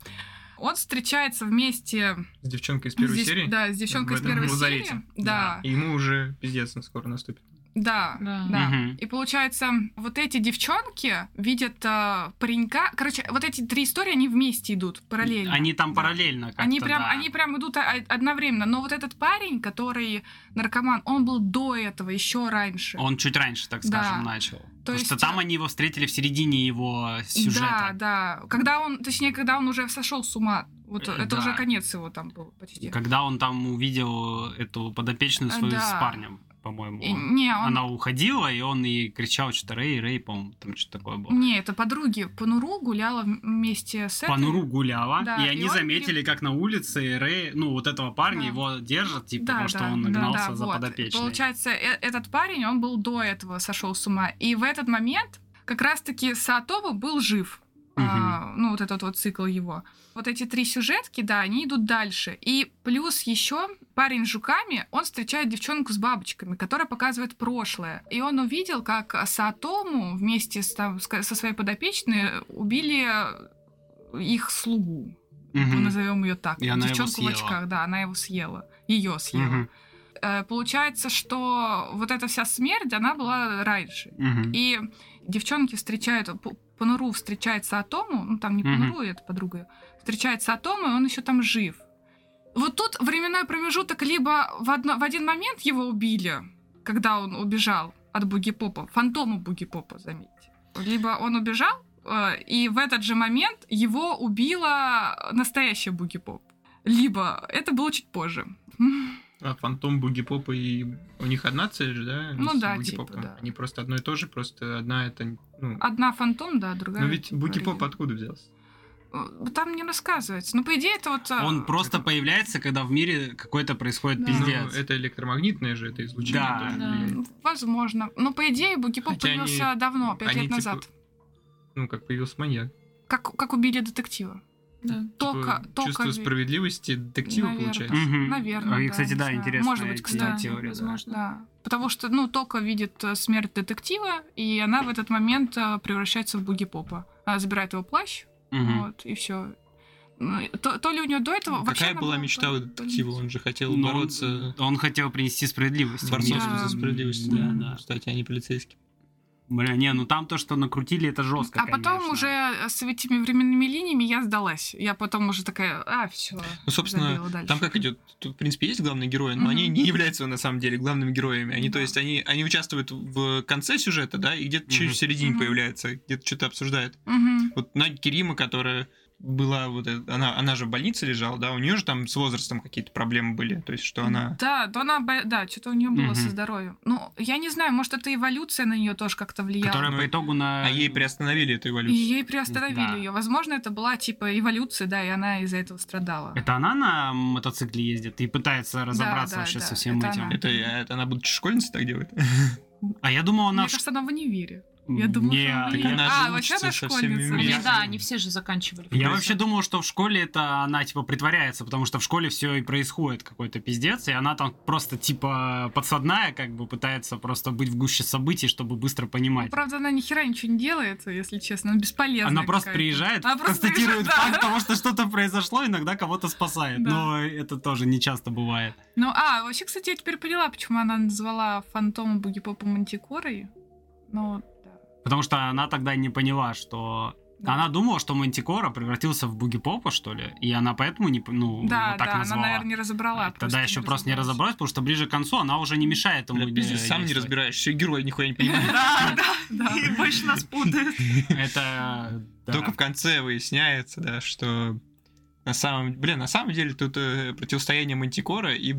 [SPEAKER 2] он встречается вместе
[SPEAKER 3] С девчонкой из первой
[SPEAKER 2] здесь-
[SPEAKER 3] серии.
[SPEAKER 2] Да, с девчонкой
[SPEAKER 3] В
[SPEAKER 2] из
[SPEAKER 3] этом
[SPEAKER 2] первой
[SPEAKER 3] лазарете.
[SPEAKER 2] серии. Да,
[SPEAKER 3] И ему уже пиздец он скоро наступит.
[SPEAKER 2] да,
[SPEAKER 4] Да.
[SPEAKER 2] да.
[SPEAKER 1] Мгм.
[SPEAKER 2] И получается, вот эти девчонки видят э, паренька. Короче, вот эти три истории, они вместе идут параллельно.
[SPEAKER 1] Они там
[SPEAKER 2] Да.
[SPEAKER 1] параллельно как-то,
[SPEAKER 2] Они прям,
[SPEAKER 1] да.
[SPEAKER 2] они прям идут о- одновременно. Но вот этот парень, который наркоман, он был до этого, еще раньше.
[SPEAKER 1] Он чуть раньше, так
[SPEAKER 2] Да.
[SPEAKER 1] скажем, начал. Потому
[SPEAKER 2] есть-
[SPEAKER 1] что там они его встретили в середине его
[SPEAKER 2] Да,
[SPEAKER 1] сюжета.
[SPEAKER 2] да. Когда он, точнее, когда он уже сошел с ума. Вот
[SPEAKER 1] Э,
[SPEAKER 2] это
[SPEAKER 1] да.
[SPEAKER 2] уже конец его там был почти.
[SPEAKER 1] Когда он там увидел эту подопечную
[SPEAKER 2] Э,
[SPEAKER 1] свою
[SPEAKER 2] да.
[SPEAKER 1] с парнем, по-моему.
[SPEAKER 2] И-
[SPEAKER 1] он-
[SPEAKER 2] не, он-
[SPEAKER 1] Она уходила, и он и кричал что-то Рэй, Рэй, по-моему, там что-то такое было.
[SPEAKER 2] Не, это подруги. Пануру гуляла вместе с этой.
[SPEAKER 1] Пануру гуляла,
[SPEAKER 2] Да,
[SPEAKER 1] и
[SPEAKER 2] и
[SPEAKER 1] они
[SPEAKER 2] он
[SPEAKER 1] заметили, как на улице Рэй, ну, вот этого парня,
[SPEAKER 2] Да.
[SPEAKER 1] его держат, типа,
[SPEAKER 2] Да,
[SPEAKER 1] потому что
[SPEAKER 2] да,
[SPEAKER 1] он
[SPEAKER 2] да,
[SPEAKER 1] гнался
[SPEAKER 2] да,
[SPEAKER 1] за
[SPEAKER 2] вот.
[SPEAKER 1] подопечной.
[SPEAKER 2] Получается, э- этот парень, он был до этого сошел с ума. И в этот момент как раз-таки Саатова был жив. А, ну, вот этот вот цикл его. Вот эти три сюжетки, да, они идут дальше. И плюс еще парень с жуками, он встречает девчонку с бабочками, которая показывает прошлое. И он увидел, как Саатому вместе с, там, с ко- со своей подопечной убили их слугу.
[SPEAKER 1] Мгм.
[SPEAKER 2] Назовем ее так.
[SPEAKER 1] И она его
[SPEAKER 2] Девчонку в
[SPEAKER 1] съела.
[SPEAKER 2] очках, да, она его съела. Ее съела.
[SPEAKER 1] Мгм.
[SPEAKER 2] Э, Получается, что вот эта вся смерть, она была раньше.
[SPEAKER 1] Мгм.
[SPEAKER 2] И девчонки встречают, П- Пануру встречается Атому, ну там не
[SPEAKER 1] Мгм.
[SPEAKER 2] Пануру, это подруга, встречается Атому, и он еще там жив. Вот тут временной промежуток либо в, одно- в один момент его убили, когда он убежал от Буги-Попа, фантома Буги-Попа, заметьте. Либо он убежал, э, и в этот же момент его убила настоящая Буги-Поп. Либо это было чуть позже.
[SPEAKER 3] А фантом Буги Попа и у них одна цель же, да?
[SPEAKER 2] Ну
[SPEAKER 3] Миссия
[SPEAKER 2] да,
[SPEAKER 3] Буги
[SPEAKER 2] типа,
[SPEAKER 3] Попа?
[SPEAKER 2] да.
[SPEAKER 3] Они просто одно и то же, просто одна это... Ну,
[SPEAKER 2] Одна фантом, да, другая.
[SPEAKER 3] ну ведь
[SPEAKER 2] типа,
[SPEAKER 3] Буги Поп
[SPEAKER 2] оригинал.
[SPEAKER 3] откуда взялся?
[SPEAKER 2] Э, Там не рассказывается. Ну, по идее, это вот... э,
[SPEAKER 1] Он просто появляется, когда в мире какой-то происходит
[SPEAKER 2] Да.
[SPEAKER 1] пиздец.
[SPEAKER 3] Ну, это электромагнитное же, это излучение.
[SPEAKER 1] Да.
[SPEAKER 3] тоже
[SPEAKER 4] Да.
[SPEAKER 3] влияет.
[SPEAKER 2] м, Возможно. Ну, по идее, Бугипоп
[SPEAKER 3] Хотя они-
[SPEAKER 2] появился давно, пять
[SPEAKER 3] они
[SPEAKER 2] лет
[SPEAKER 3] типа-
[SPEAKER 2] назад.
[SPEAKER 3] Ну, как появился маньяк.
[SPEAKER 2] Как, как убили детектива.
[SPEAKER 4] Да.
[SPEAKER 2] Только...
[SPEAKER 3] Типа, чувство
[SPEAKER 2] только ви-
[SPEAKER 3] справедливости детектива
[SPEAKER 2] Наверно.
[SPEAKER 3] получается.
[SPEAKER 1] Мгм.
[SPEAKER 2] Наверное,
[SPEAKER 1] А, и,
[SPEAKER 2] да,
[SPEAKER 1] кстати,
[SPEAKER 2] не
[SPEAKER 1] да,
[SPEAKER 2] знаю.
[SPEAKER 1] интересная
[SPEAKER 2] Может быть,
[SPEAKER 1] те-
[SPEAKER 2] кстати,
[SPEAKER 1] теория. да.
[SPEAKER 4] возможно.
[SPEAKER 2] Да. Потому что, ну, Тока видит э, смерть детектива, и она в этот момент э, превращается в Бугипопа. Она забирает его плащ,
[SPEAKER 1] Мгм.
[SPEAKER 2] вот, и все. То, то ли у нее до этого... Ну, вообще
[SPEAKER 3] Какая
[SPEAKER 2] она
[SPEAKER 3] была
[SPEAKER 2] была-
[SPEAKER 3] мечта у
[SPEAKER 2] то ли-
[SPEAKER 3] детектива? Он же хотел
[SPEAKER 1] Но он-
[SPEAKER 3] бороться
[SPEAKER 1] Он, хотел принести справедливость.
[SPEAKER 3] с
[SPEAKER 1] в
[SPEAKER 3] борцом
[SPEAKER 1] мир.
[SPEAKER 2] Да.
[SPEAKER 3] за справедливость. ну,
[SPEAKER 1] Да, да.
[SPEAKER 3] Кстати, они полицейские.
[SPEAKER 1] Бля, не, ну там то, что накрутили, это жестко,
[SPEAKER 2] а потом
[SPEAKER 1] конечно.
[SPEAKER 2] уже с этими временными линиями я сдалась. Я потом уже такая, а, все.
[SPEAKER 3] Ну, собственно, Там как идет, тут, в принципе, есть главные герои, но
[SPEAKER 2] Мгм.
[SPEAKER 3] они не являются на самом деле главными героями. Они, то
[SPEAKER 2] Да.
[SPEAKER 3] есть, они, они участвуют в конце сюжета, да, и где-то через
[SPEAKER 1] Мгм.
[SPEAKER 3] середине
[SPEAKER 2] Мгм.
[SPEAKER 3] появляются, где-то что-то обсуждают.
[SPEAKER 2] Мгм.
[SPEAKER 3] Вот Надя Керима, которая была вот эта- она, она же в больнице лежала, да, у нее же там с возрастом какие-то проблемы были, то есть, что она...
[SPEAKER 2] Да, то она, бо- да, что-то у нее было
[SPEAKER 1] Мгм.
[SPEAKER 2] со здоровьем. Ну, я не знаю, может, это эволюция на нее тоже как-то влияла.
[SPEAKER 1] Которая по итогу на...
[SPEAKER 3] А ей приостановили эту
[SPEAKER 2] И
[SPEAKER 3] эволюцию.
[SPEAKER 2] ей приостановили
[SPEAKER 1] Да.
[SPEAKER 2] ее. Возможно, это была типа эволюция, да, и она из-за этого страдала.
[SPEAKER 1] Это она на мотоцикле ездит и пытается разобраться
[SPEAKER 2] да,
[SPEAKER 1] вообще
[SPEAKER 2] да,
[SPEAKER 1] со всем
[SPEAKER 2] это
[SPEAKER 1] этим.
[SPEAKER 2] она.
[SPEAKER 3] Это, это она, будучи школьницей, так делает?
[SPEAKER 1] А я думал, она...
[SPEAKER 2] Мне
[SPEAKER 1] в
[SPEAKER 2] кажется, она в универе. Я думала,
[SPEAKER 1] Не,
[SPEAKER 2] что она
[SPEAKER 1] я-
[SPEAKER 2] в универе.
[SPEAKER 3] она же
[SPEAKER 2] А, вообще
[SPEAKER 3] учится
[SPEAKER 2] она
[SPEAKER 3] со всеми
[SPEAKER 2] школьница.
[SPEAKER 4] Они,
[SPEAKER 1] Я-
[SPEAKER 4] Да, они все Ну, же заканчивали.
[SPEAKER 1] Я
[SPEAKER 3] Интересно.
[SPEAKER 1] вообще думал, что в школе это она типа притворяется, потому что в школе все и происходит какой-то пиздец, и она там просто типа подсадная, как бы пытается просто быть в гуще событий, чтобы быстро
[SPEAKER 2] Ну,
[SPEAKER 1] понимать.
[SPEAKER 2] правда, она ни хера ничего не делает, если честно, она бесполезная.
[SPEAKER 1] Она просто
[SPEAKER 2] какая-то.
[SPEAKER 1] приезжает,
[SPEAKER 2] Она просто
[SPEAKER 1] констатирует
[SPEAKER 2] приезжает,
[SPEAKER 1] факт
[SPEAKER 2] да.
[SPEAKER 1] того, что что-то произошло, иногда кого-то спасает.
[SPEAKER 2] Да.
[SPEAKER 1] Но это тоже не часто бывает.
[SPEAKER 2] Ну, а, вообще, кстати, я теперь поняла, почему она назвала фантома Буги Попа Мантикорой. Ну, да.
[SPEAKER 1] Потому что она тогда не поняла, что...
[SPEAKER 2] Да.
[SPEAKER 1] Она думала, что Мантикора превратился в Буги-Попа, что ли, и она поэтому не, п- ну,
[SPEAKER 2] да,
[SPEAKER 1] его так
[SPEAKER 2] да,
[SPEAKER 1] назвала.
[SPEAKER 2] она, наверное, не разобрала. просто
[SPEAKER 1] Тогда еще просто не
[SPEAKER 2] разобралась.
[SPEAKER 1] разобралась, потому что ближе к концу она уже не мешает ему. э,
[SPEAKER 3] Бля, пиздец, сам не
[SPEAKER 1] действовать.
[SPEAKER 3] разбираешься, и герои нихуя не понимают.
[SPEAKER 4] Да, да. *laughs*
[SPEAKER 2] Да.
[SPEAKER 4] И больше нас путают.
[SPEAKER 2] *laughs*
[SPEAKER 1] Это... *laughs* да.
[SPEAKER 3] Только в конце выясняется, да, что на самом деле, на самом деле тут э, противостояние Мантикора и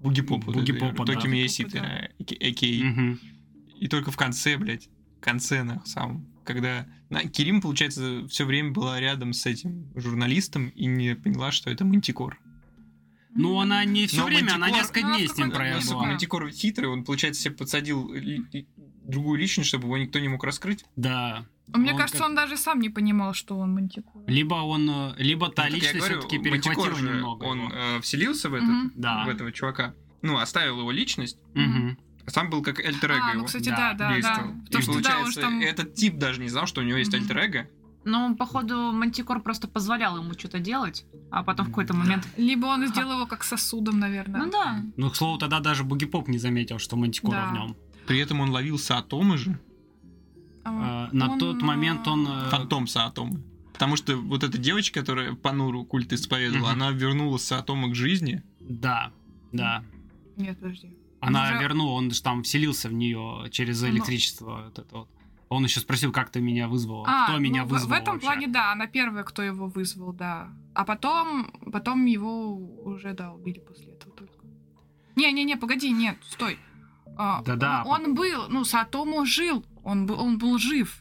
[SPEAKER 3] Бугипопа.
[SPEAKER 1] Бугипопа, да.
[SPEAKER 3] Токи
[SPEAKER 2] Бугипопа, да.
[SPEAKER 3] э, а,
[SPEAKER 1] Мгм.
[SPEAKER 3] И только в конце, блядь, в конце, на самом, когда... На, Керим, получается, все время была рядом с этим журналистом и не поняла, что это Мантикор.
[SPEAKER 1] Ну, она не все
[SPEAKER 3] Но
[SPEAKER 1] время, она
[SPEAKER 3] Мантикор-
[SPEAKER 1] несколько
[SPEAKER 2] Ну, она
[SPEAKER 1] дней
[SPEAKER 2] в
[SPEAKER 1] с ним
[SPEAKER 2] какой-то
[SPEAKER 3] Ну,
[SPEAKER 2] мере,
[SPEAKER 1] провела.
[SPEAKER 3] сука,
[SPEAKER 2] да.
[SPEAKER 3] Мантикор хитрый, он, получается, себе подсадил ли- ли- другую личность, чтобы его никто не мог раскрыть.
[SPEAKER 1] Да.
[SPEAKER 2] А Мне
[SPEAKER 1] Он
[SPEAKER 2] кажется,
[SPEAKER 1] как-
[SPEAKER 2] он даже сам не понимал, что он мантикор.
[SPEAKER 1] Либо он, э, либо та
[SPEAKER 3] Ну, так я
[SPEAKER 1] личность
[SPEAKER 3] говорю,
[SPEAKER 1] все-таки
[SPEAKER 3] Мантикор
[SPEAKER 1] перехватила
[SPEAKER 3] же,
[SPEAKER 1] немного.
[SPEAKER 3] Он
[SPEAKER 1] его.
[SPEAKER 3] э, вселился
[SPEAKER 1] Типа
[SPEAKER 3] в этот,
[SPEAKER 2] Мгм.
[SPEAKER 1] Да.
[SPEAKER 3] в этого чувака. Ну, оставил его личность,
[SPEAKER 1] Мгм.
[SPEAKER 3] а сам был как альтер
[SPEAKER 2] А, ну,
[SPEAKER 3] его.
[SPEAKER 2] кстати,
[SPEAKER 1] Да,
[SPEAKER 2] да, да, да.
[SPEAKER 3] действовал.
[SPEAKER 2] Потому
[SPEAKER 3] и
[SPEAKER 2] что, да, уж
[SPEAKER 3] получается,
[SPEAKER 2] там...
[SPEAKER 3] этот тип даже не знал, что у него есть
[SPEAKER 2] Мгм.
[SPEAKER 3] альтер-эго.
[SPEAKER 4] *laughs* Ну, походу, Мантикор просто позволял ему что-то делать, а потом в какой-то момент...
[SPEAKER 2] Либо он сделал его как сосудом, наверное.
[SPEAKER 4] Ну да.
[SPEAKER 1] Ну, к слову, тогда даже Бугипоп не заметил, что Мантикора
[SPEAKER 2] Да.
[SPEAKER 1] в нем.
[SPEAKER 3] При этом он ловил Саатомы же.
[SPEAKER 2] А,
[SPEAKER 1] Э, на
[SPEAKER 2] Он,
[SPEAKER 1] тот
[SPEAKER 2] э,
[SPEAKER 1] момент он... э,
[SPEAKER 3] Фантом Саатомы. Потому что вот эта девочка, которая Пануру культ исповедовала,
[SPEAKER 1] Мгм.
[SPEAKER 3] она вернула Саатома к жизни.
[SPEAKER 1] Да, да.
[SPEAKER 2] Нет, подожди.
[SPEAKER 1] Она
[SPEAKER 2] Уже-
[SPEAKER 1] вернула, он же там вселился в нее через
[SPEAKER 2] Ну.
[SPEAKER 1] электричество. вот это вот. Он еще спросил, как ты меня вызвала,
[SPEAKER 2] А,
[SPEAKER 1] кто меня
[SPEAKER 2] ну, в-
[SPEAKER 1] вызвал
[SPEAKER 2] В этом
[SPEAKER 1] вообще?
[SPEAKER 2] плане, да, она первая, кто его вызвал, да. А потом, потом его уже, да, убили после этого только. Не-не-не, погоди, нет, стой. А,
[SPEAKER 1] Да-да,
[SPEAKER 2] он, он был, ну, Сатому жил, он был, он был жив.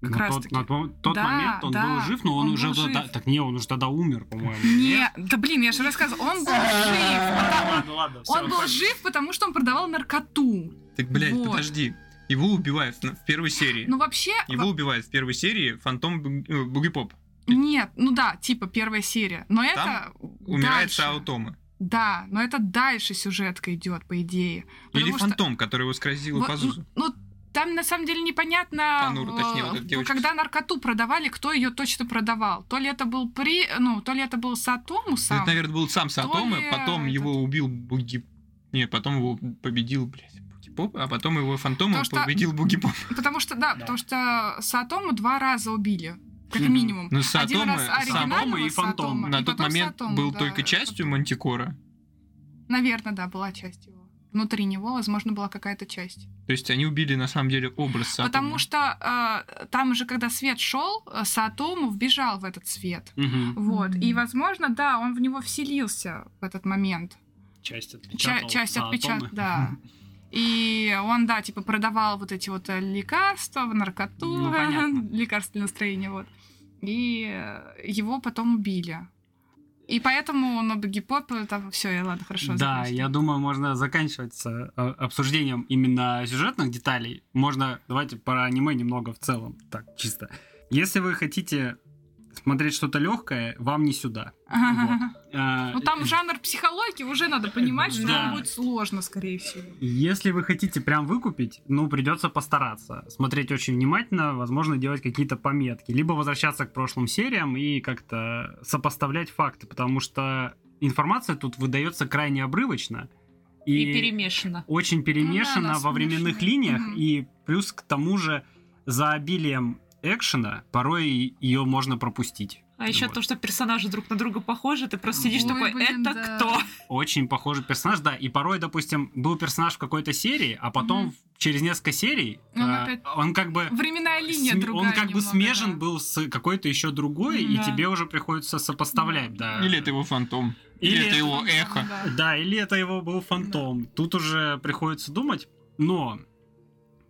[SPEAKER 2] как
[SPEAKER 1] На
[SPEAKER 2] раз
[SPEAKER 1] тот,
[SPEAKER 2] таки.
[SPEAKER 1] на то- тот
[SPEAKER 2] Да,
[SPEAKER 1] момент он
[SPEAKER 2] да,
[SPEAKER 1] был жив, но он,
[SPEAKER 2] он
[SPEAKER 1] уже
[SPEAKER 2] был
[SPEAKER 1] тогда-
[SPEAKER 2] жив.
[SPEAKER 1] Так не, он уже тогда умер, по-моему.
[SPEAKER 2] Не, да блин, я же рассказывала, он был жив.
[SPEAKER 1] Ладно, Ну ладно, всё,
[SPEAKER 2] Он был жив, потому что он продавал наркоту.
[SPEAKER 3] Так, блядь,
[SPEAKER 2] Вот.
[SPEAKER 3] подожди. Его убивают на- в первой серии.
[SPEAKER 2] Ну вообще,
[SPEAKER 3] Его убивают в первой серии Фантом Буг- э, Бугипоп.
[SPEAKER 2] Нет, ну да, типа первая серия. Но это
[SPEAKER 3] Умирает
[SPEAKER 2] дальше.
[SPEAKER 3] Саатома.
[SPEAKER 2] Да, но это дальше сюжетка идет, по идее.
[SPEAKER 3] Или
[SPEAKER 2] Потому что-
[SPEAKER 3] Фантом, который его скразил
[SPEAKER 2] Вот,
[SPEAKER 3] Пазузу.
[SPEAKER 2] Ну, там на самом деле непонятно,
[SPEAKER 3] Пануру, точнее, вот эта
[SPEAKER 2] в-
[SPEAKER 3] девочка.
[SPEAKER 2] когда наркоту продавали, кто ее точно продавал. То ли это был при, ну, то ли это был Сатому сам.
[SPEAKER 3] Ну, Это, наверное, был сам Саатома,
[SPEAKER 2] ли
[SPEAKER 3] потом
[SPEAKER 2] этот-
[SPEAKER 3] его убил Буги... Не, потом его победил, блядь, Бугипоп, а потом его Фантома
[SPEAKER 2] Потому что-
[SPEAKER 3] победил Бугипоп.
[SPEAKER 2] Потому что да,
[SPEAKER 1] Да.
[SPEAKER 2] потому что Сатому два раза убили, как
[SPEAKER 1] Мгм.
[SPEAKER 2] минимум.
[SPEAKER 3] Ну,
[SPEAKER 2] Один
[SPEAKER 3] Саатома...
[SPEAKER 2] раз
[SPEAKER 1] Сатома
[SPEAKER 2] оригинального
[SPEAKER 1] и Фантома.
[SPEAKER 2] Сатома,
[SPEAKER 3] на
[SPEAKER 2] и
[SPEAKER 3] тот
[SPEAKER 2] потом
[SPEAKER 3] момент
[SPEAKER 2] Сатома,
[SPEAKER 3] был
[SPEAKER 2] да.
[SPEAKER 3] только частью Мантикора.
[SPEAKER 2] Наверное, да, была часть его. Внутри него, возможно, была какая-то часть.
[SPEAKER 3] То есть они убили на самом деле образ Сатома.
[SPEAKER 2] Потому что э, там же, когда свет шел, э, Сатому вбежал в этот свет.
[SPEAKER 1] Мгм.
[SPEAKER 2] Вот. И,
[SPEAKER 4] Мгм.
[SPEAKER 2] возможно, да, он в него вселился в этот момент.
[SPEAKER 1] Часть
[SPEAKER 2] Ча-
[SPEAKER 1] отпечатал.
[SPEAKER 2] часть
[SPEAKER 1] за
[SPEAKER 2] отпечатка,
[SPEAKER 1] атомы.
[SPEAKER 2] да. И он, да, типа продавал вот эти вот э, лекарства, наркоту, *laughs*
[SPEAKER 1] Ну, понятно.
[SPEAKER 2] лекарственное настроение, вот. И э, его потом убили. И поэтому на Бугипоп там все, я ладно, хорошо.
[SPEAKER 1] Да,
[SPEAKER 2] закончила.
[SPEAKER 1] я думаю, можно заканчивать с э, обсуждением именно сюжетных деталей. Можно, давайте про аниме немного в целом, так, чисто. Если вы хотите смотреть что-то легкое, вам не сюда. вот. Э,
[SPEAKER 2] *laughs* Ну
[SPEAKER 1] *laughs*
[SPEAKER 2] там жанр психологии уже надо понимать, что
[SPEAKER 1] Да.
[SPEAKER 2] там будет сложно, скорее всего.
[SPEAKER 1] Если вы хотите прям выкупить, ну, придется постараться. Смотреть очень внимательно, возможно, делать какие-то пометки. Либо возвращаться к прошлым сериям и как-то сопоставлять факты, потому что информация тут выдается крайне обрывочно.
[SPEAKER 4] И перемешано.
[SPEAKER 1] очень
[SPEAKER 2] Ну да,
[SPEAKER 1] перемешано
[SPEAKER 2] она
[SPEAKER 1] во временных
[SPEAKER 2] смешанная.
[SPEAKER 1] линиях,
[SPEAKER 2] Мгм.
[SPEAKER 1] и плюс к тому же за обилием экшена порой ее можно пропустить.
[SPEAKER 4] А еще
[SPEAKER 1] Вот.
[SPEAKER 4] то, что персонажи друг на друга похожи, ты просто сидишь
[SPEAKER 2] Ой,
[SPEAKER 4] такой,
[SPEAKER 2] блин,
[SPEAKER 4] это
[SPEAKER 2] да.
[SPEAKER 4] кто?
[SPEAKER 1] Очень похожий персонаж, да, и порой, допустим, был персонаж в какой-то серии, а потом
[SPEAKER 2] Мгм.
[SPEAKER 1] через несколько серий
[SPEAKER 2] Он
[SPEAKER 1] э,
[SPEAKER 2] опять-
[SPEAKER 1] он как бы
[SPEAKER 2] Временная линия
[SPEAKER 1] сме-
[SPEAKER 2] другая.
[SPEAKER 1] он как бы
[SPEAKER 2] немного,
[SPEAKER 1] смежен
[SPEAKER 2] да.
[SPEAKER 1] был с какой-то еще другой, и
[SPEAKER 4] Да.
[SPEAKER 1] тебе уже приходится сопоставлять, да.
[SPEAKER 3] Или это его фантом. Или,
[SPEAKER 1] Или
[SPEAKER 3] это
[SPEAKER 1] это
[SPEAKER 3] его
[SPEAKER 2] Ну,
[SPEAKER 3] эхо.
[SPEAKER 2] да.
[SPEAKER 1] Да, или это его был фантом. Тут уже приходится думать, но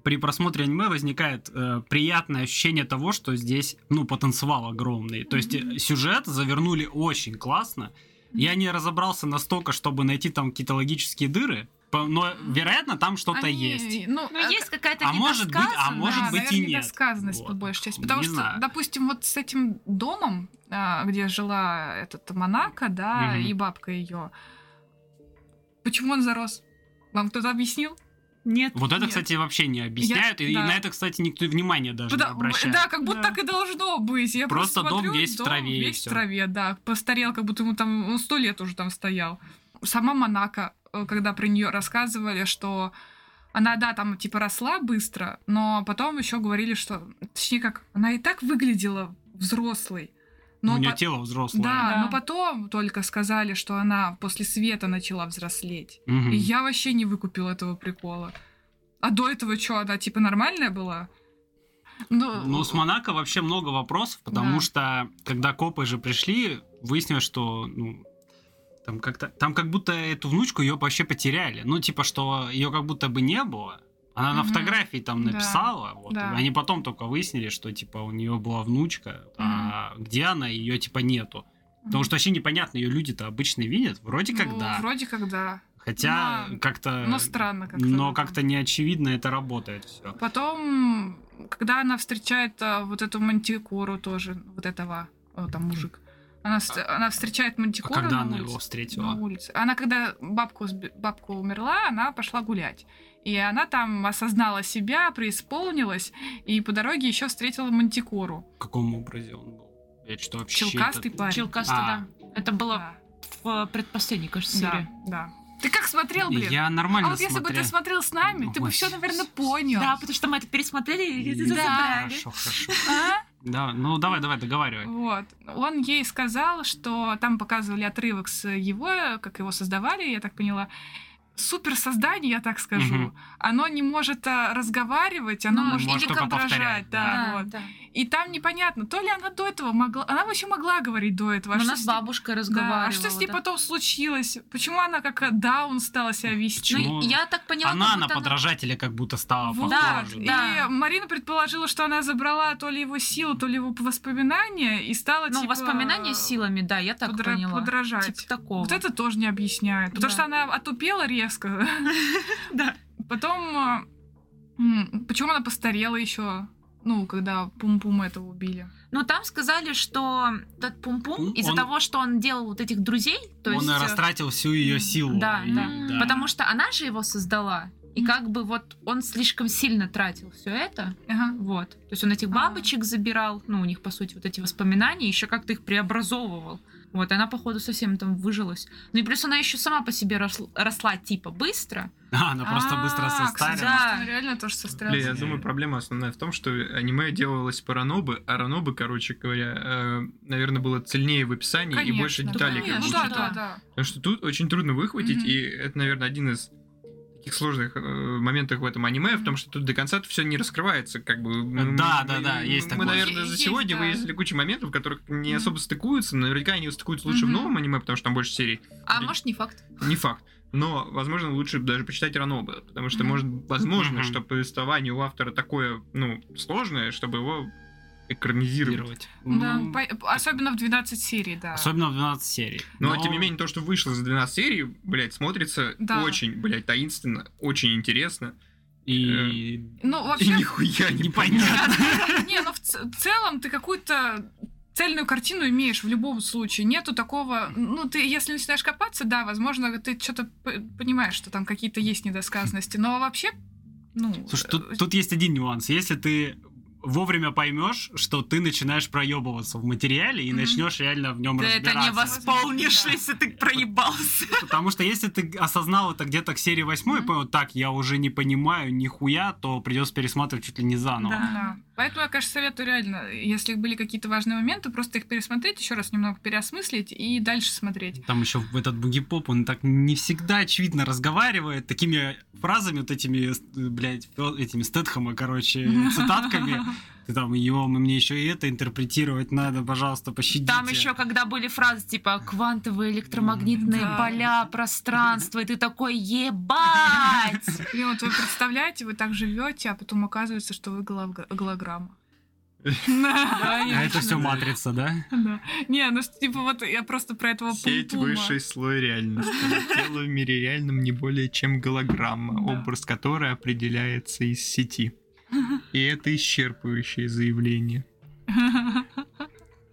[SPEAKER 1] при просмотре аниме возникает э, приятное ощущение того, что здесь, ну, потенциал огромный. То есть э, сюжет завернули очень классно. Я не разобрался настолько, чтобы найти там какие-то логические дыры, по- но, вероятно, там что-то
[SPEAKER 2] Они-
[SPEAKER 1] есть.
[SPEAKER 2] Ну,
[SPEAKER 4] Ну, есть какая-то
[SPEAKER 1] а может быть- а
[SPEAKER 4] недосказанность.
[SPEAKER 1] может
[SPEAKER 2] да,
[SPEAKER 1] быть, и
[SPEAKER 2] наверное,
[SPEAKER 1] нет.
[SPEAKER 2] недосказанность по
[SPEAKER 1] Вот.
[SPEAKER 2] большей части. Потому
[SPEAKER 1] Не
[SPEAKER 2] что,
[SPEAKER 1] знаю.
[SPEAKER 2] допустим, вот с этим домом, а, где жила этот Монако, да,
[SPEAKER 1] Мгм.
[SPEAKER 2] и бабка ее. Почему он зарос? Вам кто-то объяснил?
[SPEAKER 4] Нет.
[SPEAKER 1] Вот это,
[SPEAKER 2] Нет.
[SPEAKER 1] кстати, вообще не объясняют, и, и
[SPEAKER 2] да.
[SPEAKER 1] на это, кстати, никто и внимания даже не
[SPEAKER 2] Да,
[SPEAKER 1] обращает.
[SPEAKER 2] да, как будто
[SPEAKER 4] Да.
[SPEAKER 2] так и должно быть. Я
[SPEAKER 1] Просто
[SPEAKER 2] просто,
[SPEAKER 1] дом
[SPEAKER 2] смотрю,
[SPEAKER 1] весь в траве и
[SPEAKER 2] Весь
[SPEAKER 1] всё.
[SPEAKER 2] в траве, да. Постарел, как будто ему там он сто лет уже там стоял. Сама Монако, э, когда про нее рассказывали, что она, да, там типа росла быстро, но потом еще говорили, что точнее как она и так выглядела взрослой.
[SPEAKER 1] Ну, у нее
[SPEAKER 2] по-
[SPEAKER 1] тело взрослое.
[SPEAKER 2] да,
[SPEAKER 4] Да.
[SPEAKER 2] но потом только сказали, что она после света начала взрослеть.
[SPEAKER 1] Мгм.
[SPEAKER 2] И я вообще не выкупила этого прикола. А до этого что, она типа нормальная была? Ну,
[SPEAKER 1] Ну, с Монако вообще много вопросов, потому
[SPEAKER 2] Да.
[SPEAKER 1] что, когда копы же пришли, выяснилось, что ну, там как-то там как будто эту внучку ее вообще потеряли. Ну, типа, что ее как будто бы не было. Она на
[SPEAKER 2] Мгм.
[SPEAKER 1] фотографии там
[SPEAKER 2] Да.
[SPEAKER 1] написала, вот.
[SPEAKER 2] Да.
[SPEAKER 1] Они потом только выяснили, что типа у нее была внучка, а где она, ее типа нету. Потому что вообще непонятно, ее люди-то обычно видят, вроде
[SPEAKER 2] Ну,
[SPEAKER 1] как да.
[SPEAKER 2] Вроде как да.
[SPEAKER 1] Хотя
[SPEAKER 2] Да.
[SPEAKER 1] как-то.
[SPEAKER 2] Но странно как-то.
[SPEAKER 1] Но
[SPEAKER 2] да.
[SPEAKER 1] как-то не очевидно это работает все.
[SPEAKER 2] Потом, когда она встречает а, вот эту мантикору тоже, вот этого, о, там мужик. Она, вст- она встречает
[SPEAKER 1] А
[SPEAKER 2] мантикору
[SPEAKER 1] когда
[SPEAKER 2] на
[SPEAKER 1] она
[SPEAKER 2] улице.
[SPEAKER 1] его
[SPEAKER 2] на
[SPEAKER 1] встретила?
[SPEAKER 2] улице. Она, когда бабку, сби- бабка умерла, она пошла гулять. И она там осознала себя, преисполнилась, и по дороге еще встретила мантикору.
[SPEAKER 1] В каком образе он был? Я что вообще
[SPEAKER 2] Челкастый
[SPEAKER 1] это-
[SPEAKER 2] парень.
[SPEAKER 4] Челкаста,
[SPEAKER 1] А.
[SPEAKER 4] да. Это было
[SPEAKER 2] Да,
[SPEAKER 4] в э, предпоследней, кажется, серии.
[SPEAKER 2] да, да. Ты как смотрел, блин?
[SPEAKER 1] Я нормально
[SPEAKER 2] а вот если бы
[SPEAKER 1] смотрел.
[SPEAKER 2] ты смотрел с нами, ты бы
[SPEAKER 1] Ой,
[SPEAKER 2] все,
[SPEAKER 1] с-
[SPEAKER 2] наверное,
[SPEAKER 1] с-
[SPEAKER 2] понял.
[SPEAKER 4] Да, потому что мы это пересмотрели и
[SPEAKER 1] Да.
[SPEAKER 4] разобрали.
[SPEAKER 1] Хорошо, хорошо.
[SPEAKER 2] А?
[SPEAKER 1] Да, ну давай, давай, договаривай.
[SPEAKER 2] Вот. Он ей сказал, что там показывали отрывок с его, как его создавали, я так поняла. Супер создание, я так скажу.
[SPEAKER 1] Мгм.
[SPEAKER 2] Оно не может а, разговаривать, оно
[SPEAKER 4] Ну,
[SPEAKER 2] может,
[SPEAKER 1] может
[SPEAKER 2] или
[SPEAKER 1] только повторять,
[SPEAKER 2] раздражать, да.
[SPEAKER 4] Да, Ну,
[SPEAKER 2] вот.
[SPEAKER 4] да.
[SPEAKER 2] И там непонятно, то ли она до этого могла, она вообще могла говорить до этого. а
[SPEAKER 4] Но
[SPEAKER 2] что
[SPEAKER 4] она с
[SPEAKER 2] с-
[SPEAKER 4] бабушкой
[SPEAKER 2] да,
[SPEAKER 4] разговаривала.
[SPEAKER 2] а что с ней
[SPEAKER 4] да.
[SPEAKER 2] потом случилось? Почему она как а, даун стала себя вести?
[SPEAKER 1] Почему?
[SPEAKER 4] Ну, я так поняла,
[SPEAKER 1] Она
[SPEAKER 4] как
[SPEAKER 1] на
[SPEAKER 4] будто она-
[SPEAKER 1] подражателя как будто
[SPEAKER 3] А,
[SPEAKER 1] стала
[SPEAKER 2] Вот.
[SPEAKER 1] похожа.
[SPEAKER 4] да.
[SPEAKER 2] И Марина предположила, что она забрала то ли его силу, то ли его воспоминания и стала
[SPEAKER 4] Ну,
[SPEAKER 2] типа,
[SPEAKER 4] воспоминания силами, да, я так
[SPEAKER 2] подра-
[SPEAKER 4] поняла.
[SPEAKER 2] подражать.
[SPEAKER 4] Типа такого.
[SPEAKER 2] Вот это тоже не объясняет. Потому
[SPEAKER 4] Да.
[SPEAKER 2] что она отупела резко. *laughs*
[SPEAKER 4] Да.
[SPEAKER 2] Потом, а, м, почему она постарела еще? Ну, когда Пум-Пума этого убили.
[SPEAKER 4] Ну, там сказали, что этот Пум-Пум,
[SPEAKER 1] Пум,
[SPEAKER 4] из-за
[SPEAKER 1] он-
[SPEAKER 4] того, что он делал вот этих друзей, то
[SPEAKER 1] Он
[SPEAKER 4] есть...
[SPEAKER 1] и
[SPEAKER 4] э,
[SPEAKER 1] растратил всю ее силу.
[SPEAKER 4] Да,
[SPEAKER 1] и-
[SPEAKER 4] да.
[SPEAKER 2] да.
[SPEAKER 4] Потому что она же его создала. И
[SPEAKER 2] Мгм.
[SPEAKER 4] как бы вот он слишком сильно тратил все это.
[SPEAKER 2] Ага.
[SPEAKER 4] Вот. То есть он этих
[SPEAKER 2] А.
[SPEAKER 4] бабочек забирал, ну, у них, по сути, вот эти воспоминания, еще как-то их преобразовывал. Вот, она, походу, совсем там выжилась. Ну и плюс она еще сама по себе росла, росла, типа быстро.
[SPEAKER 1] А, *laughs* Она просто быстро
[SPEAKER 2] А, кстати,
[SPEAKER 1] состарилась.
[SPEAKER 4] да.
[SPEAKER 2] может, она реально тоже состряла.
[SPEAKER 3] Блин, я думаю, проблема основная в том, что аниме делалось по ранобы, а ранобы, короче говоря, э, наверное, было цельнее в описании и
[SPEAKER 2] Конечно.
[SPEAKER 3] больше деталей.
[SPEAKER 2] Конечно, Ну
[SPEAKER 3] как
[SPEAKER 4] будто.
[SPEAKER 3] бы.
[SPEAKER 2] да,
[SPEAKER 4] Да.
[SPEAKER 2] да, да.
[SPEAKER 3] Потому что тут очень трудно выхватить,
[SPEAKER 2] Мгм.
[SPEAKER 3] и это, наверное, один из таких сложных э, моментов в этом аниме, в том, что тут до конца все не раскрывается, как бы. Мы-
[SPEAKER 1] Да,
[SPEAKER 3] мы-
[SPEAKER 1] да, да,
[SPEAKER 3] мы-
[SPEAKER 1] есть
[SPEAKER 3] Мы,
[SPEAKER 1] такое.
[SPEAKER 3] наверное, за
[SPEAKER 2] Есть,
[SPEAKER 3] сегодня
[SPEAKER 2] да.
[SPEAKER 3] выяснили кучу моментов, которые не
[SPEAKER 2] Мгм.
[SPEAKER 3] особо стыкуются, но наверняка они стыкуются лучше в
[SPEAKER 2] Мгм.
[SPEAKER 3] новом аниме, потому что там больше серий.
[SPEAKER 4] А
[SPEAKER 3] Блин.
[SPEAKER 4] может, не факт.
[SPEAKER 3] Не факт. Но, возможно, лучше даже почитать Ранобе, потому что,
[SPEAKER 2] Мгм.
[SPEAKER 3] может, возможно,
[SPEAKER 1] Мгм.
[SPEAKER 3] что повествование у автора такое, ну, сложное, чтобы его экранизировать.
[SPEAKER 2] Да,
[SPEAKER 1] Ну,
[SPEAKER 2] по- Особенно в 12 серий, да.
[SPEAKER 1] Особенно в 12 серий.
[SPEAKER 3] Но, тем не менее, то, что вышло за 12 серий, блядь, смотрится
[SPEAKER 2] Да.
[SPEAKER 3] очень, блядь, таинственно, очень интересно.
[SPEAKER 1] И...
[SPEAKER 2] Ну,
[SPEAKER 1] *laughs*
[SPEAKER 3] И
[SPEAKER 2] вообще,
[SPEAKER 3] нихуя *laughs* не понятно.
[SPEAKER 1] Непонятно.
[SPEAKER 2] Не, ну в, ц- в целом ты какую-то цельную картину имеешь в любом случае. Нету такого... Ну, ты, если начинаешь копаться, да, возможно, ты что-то п- понимаешь, что там какие-то есть недосказанности. Но вообще, ну...
[SPEAKER 4] Э,
[SPEAKER 1] Слушай, тут, тут есть один нюанс. Если ты вовремя поймешь, что ты начинаешь проебываться в материале и
[SPEAKER 4] Мгм.
[SPEAKER 1] начнешь реально в нем
[SPEAKER 4] Ты это
[SPEAKER 2] А,
[SPEAKER 1] разбираться.
[SPEAKER 4] не восполнишь,
[SPEAKER 2] Да.
[SPEAKER 4] если ты проебался.
[SPEAKER 1] Потому что если ты осознал это где-то к серии 8 и
[SPEAKER 4] Мгм.
[SPEAKER 1] понял, так, я уже не понимаю нихуя, то придется пересматривать чуть ли не заново.
[SPEAKER 4] Да.
[SPEAKER 2] Да. Поэтому я, конечно, советую реально, если были какие-то важные моменты, просто их пересмотреть, еще раз немного переосмыслить и дальше смотреть.
[SPEAKER 1] Там еще в этот бугипоп, он так не всегда очевидно разговаривает такими фразами, вот этими, э, блядь, э, этими стетхома,
[SPEAKER 4] *laughs*
[SPEAKER 1] короче, цитатками. Ты там, его, мне еще и это интерпретировать надо, пожалуйста, пощадите.
[SPEAKER 4] Там еще, когда были фразы типа квантовые электромагнитные
[SPEAKER 2] Да.
[SPEAKER 4] поля, пространство, и ты такой ебать!
[SPEAKER 2] *laughs* И вот вы представляете, вы так живете, а потом оказывается, что вы гологра- голограмма. Да,
[SPEAKER 1] А это
[SPEAKER 4] *laughs*
[SPEAKER 2] я-
[SPEAKER 1] все матрица, да?
[SPEAKER 2] да. Не, ну что, типа вот я просто про этого
[SPEAKER 3] Сеть
[SPEAKER 2] пум-пума.
[SPEAKER 3] высший слой *laughs* реальности. Тело в мире реальном не более чем голограмма,
[SPEAKER 2] Да.
[SPEAKER 3] образ которой определяется из
[SPEAKER 2] *laughs*
[SPEAKER 3] сети. И это исчерпывающее заявление.
[SPEAKER 2] *laughs*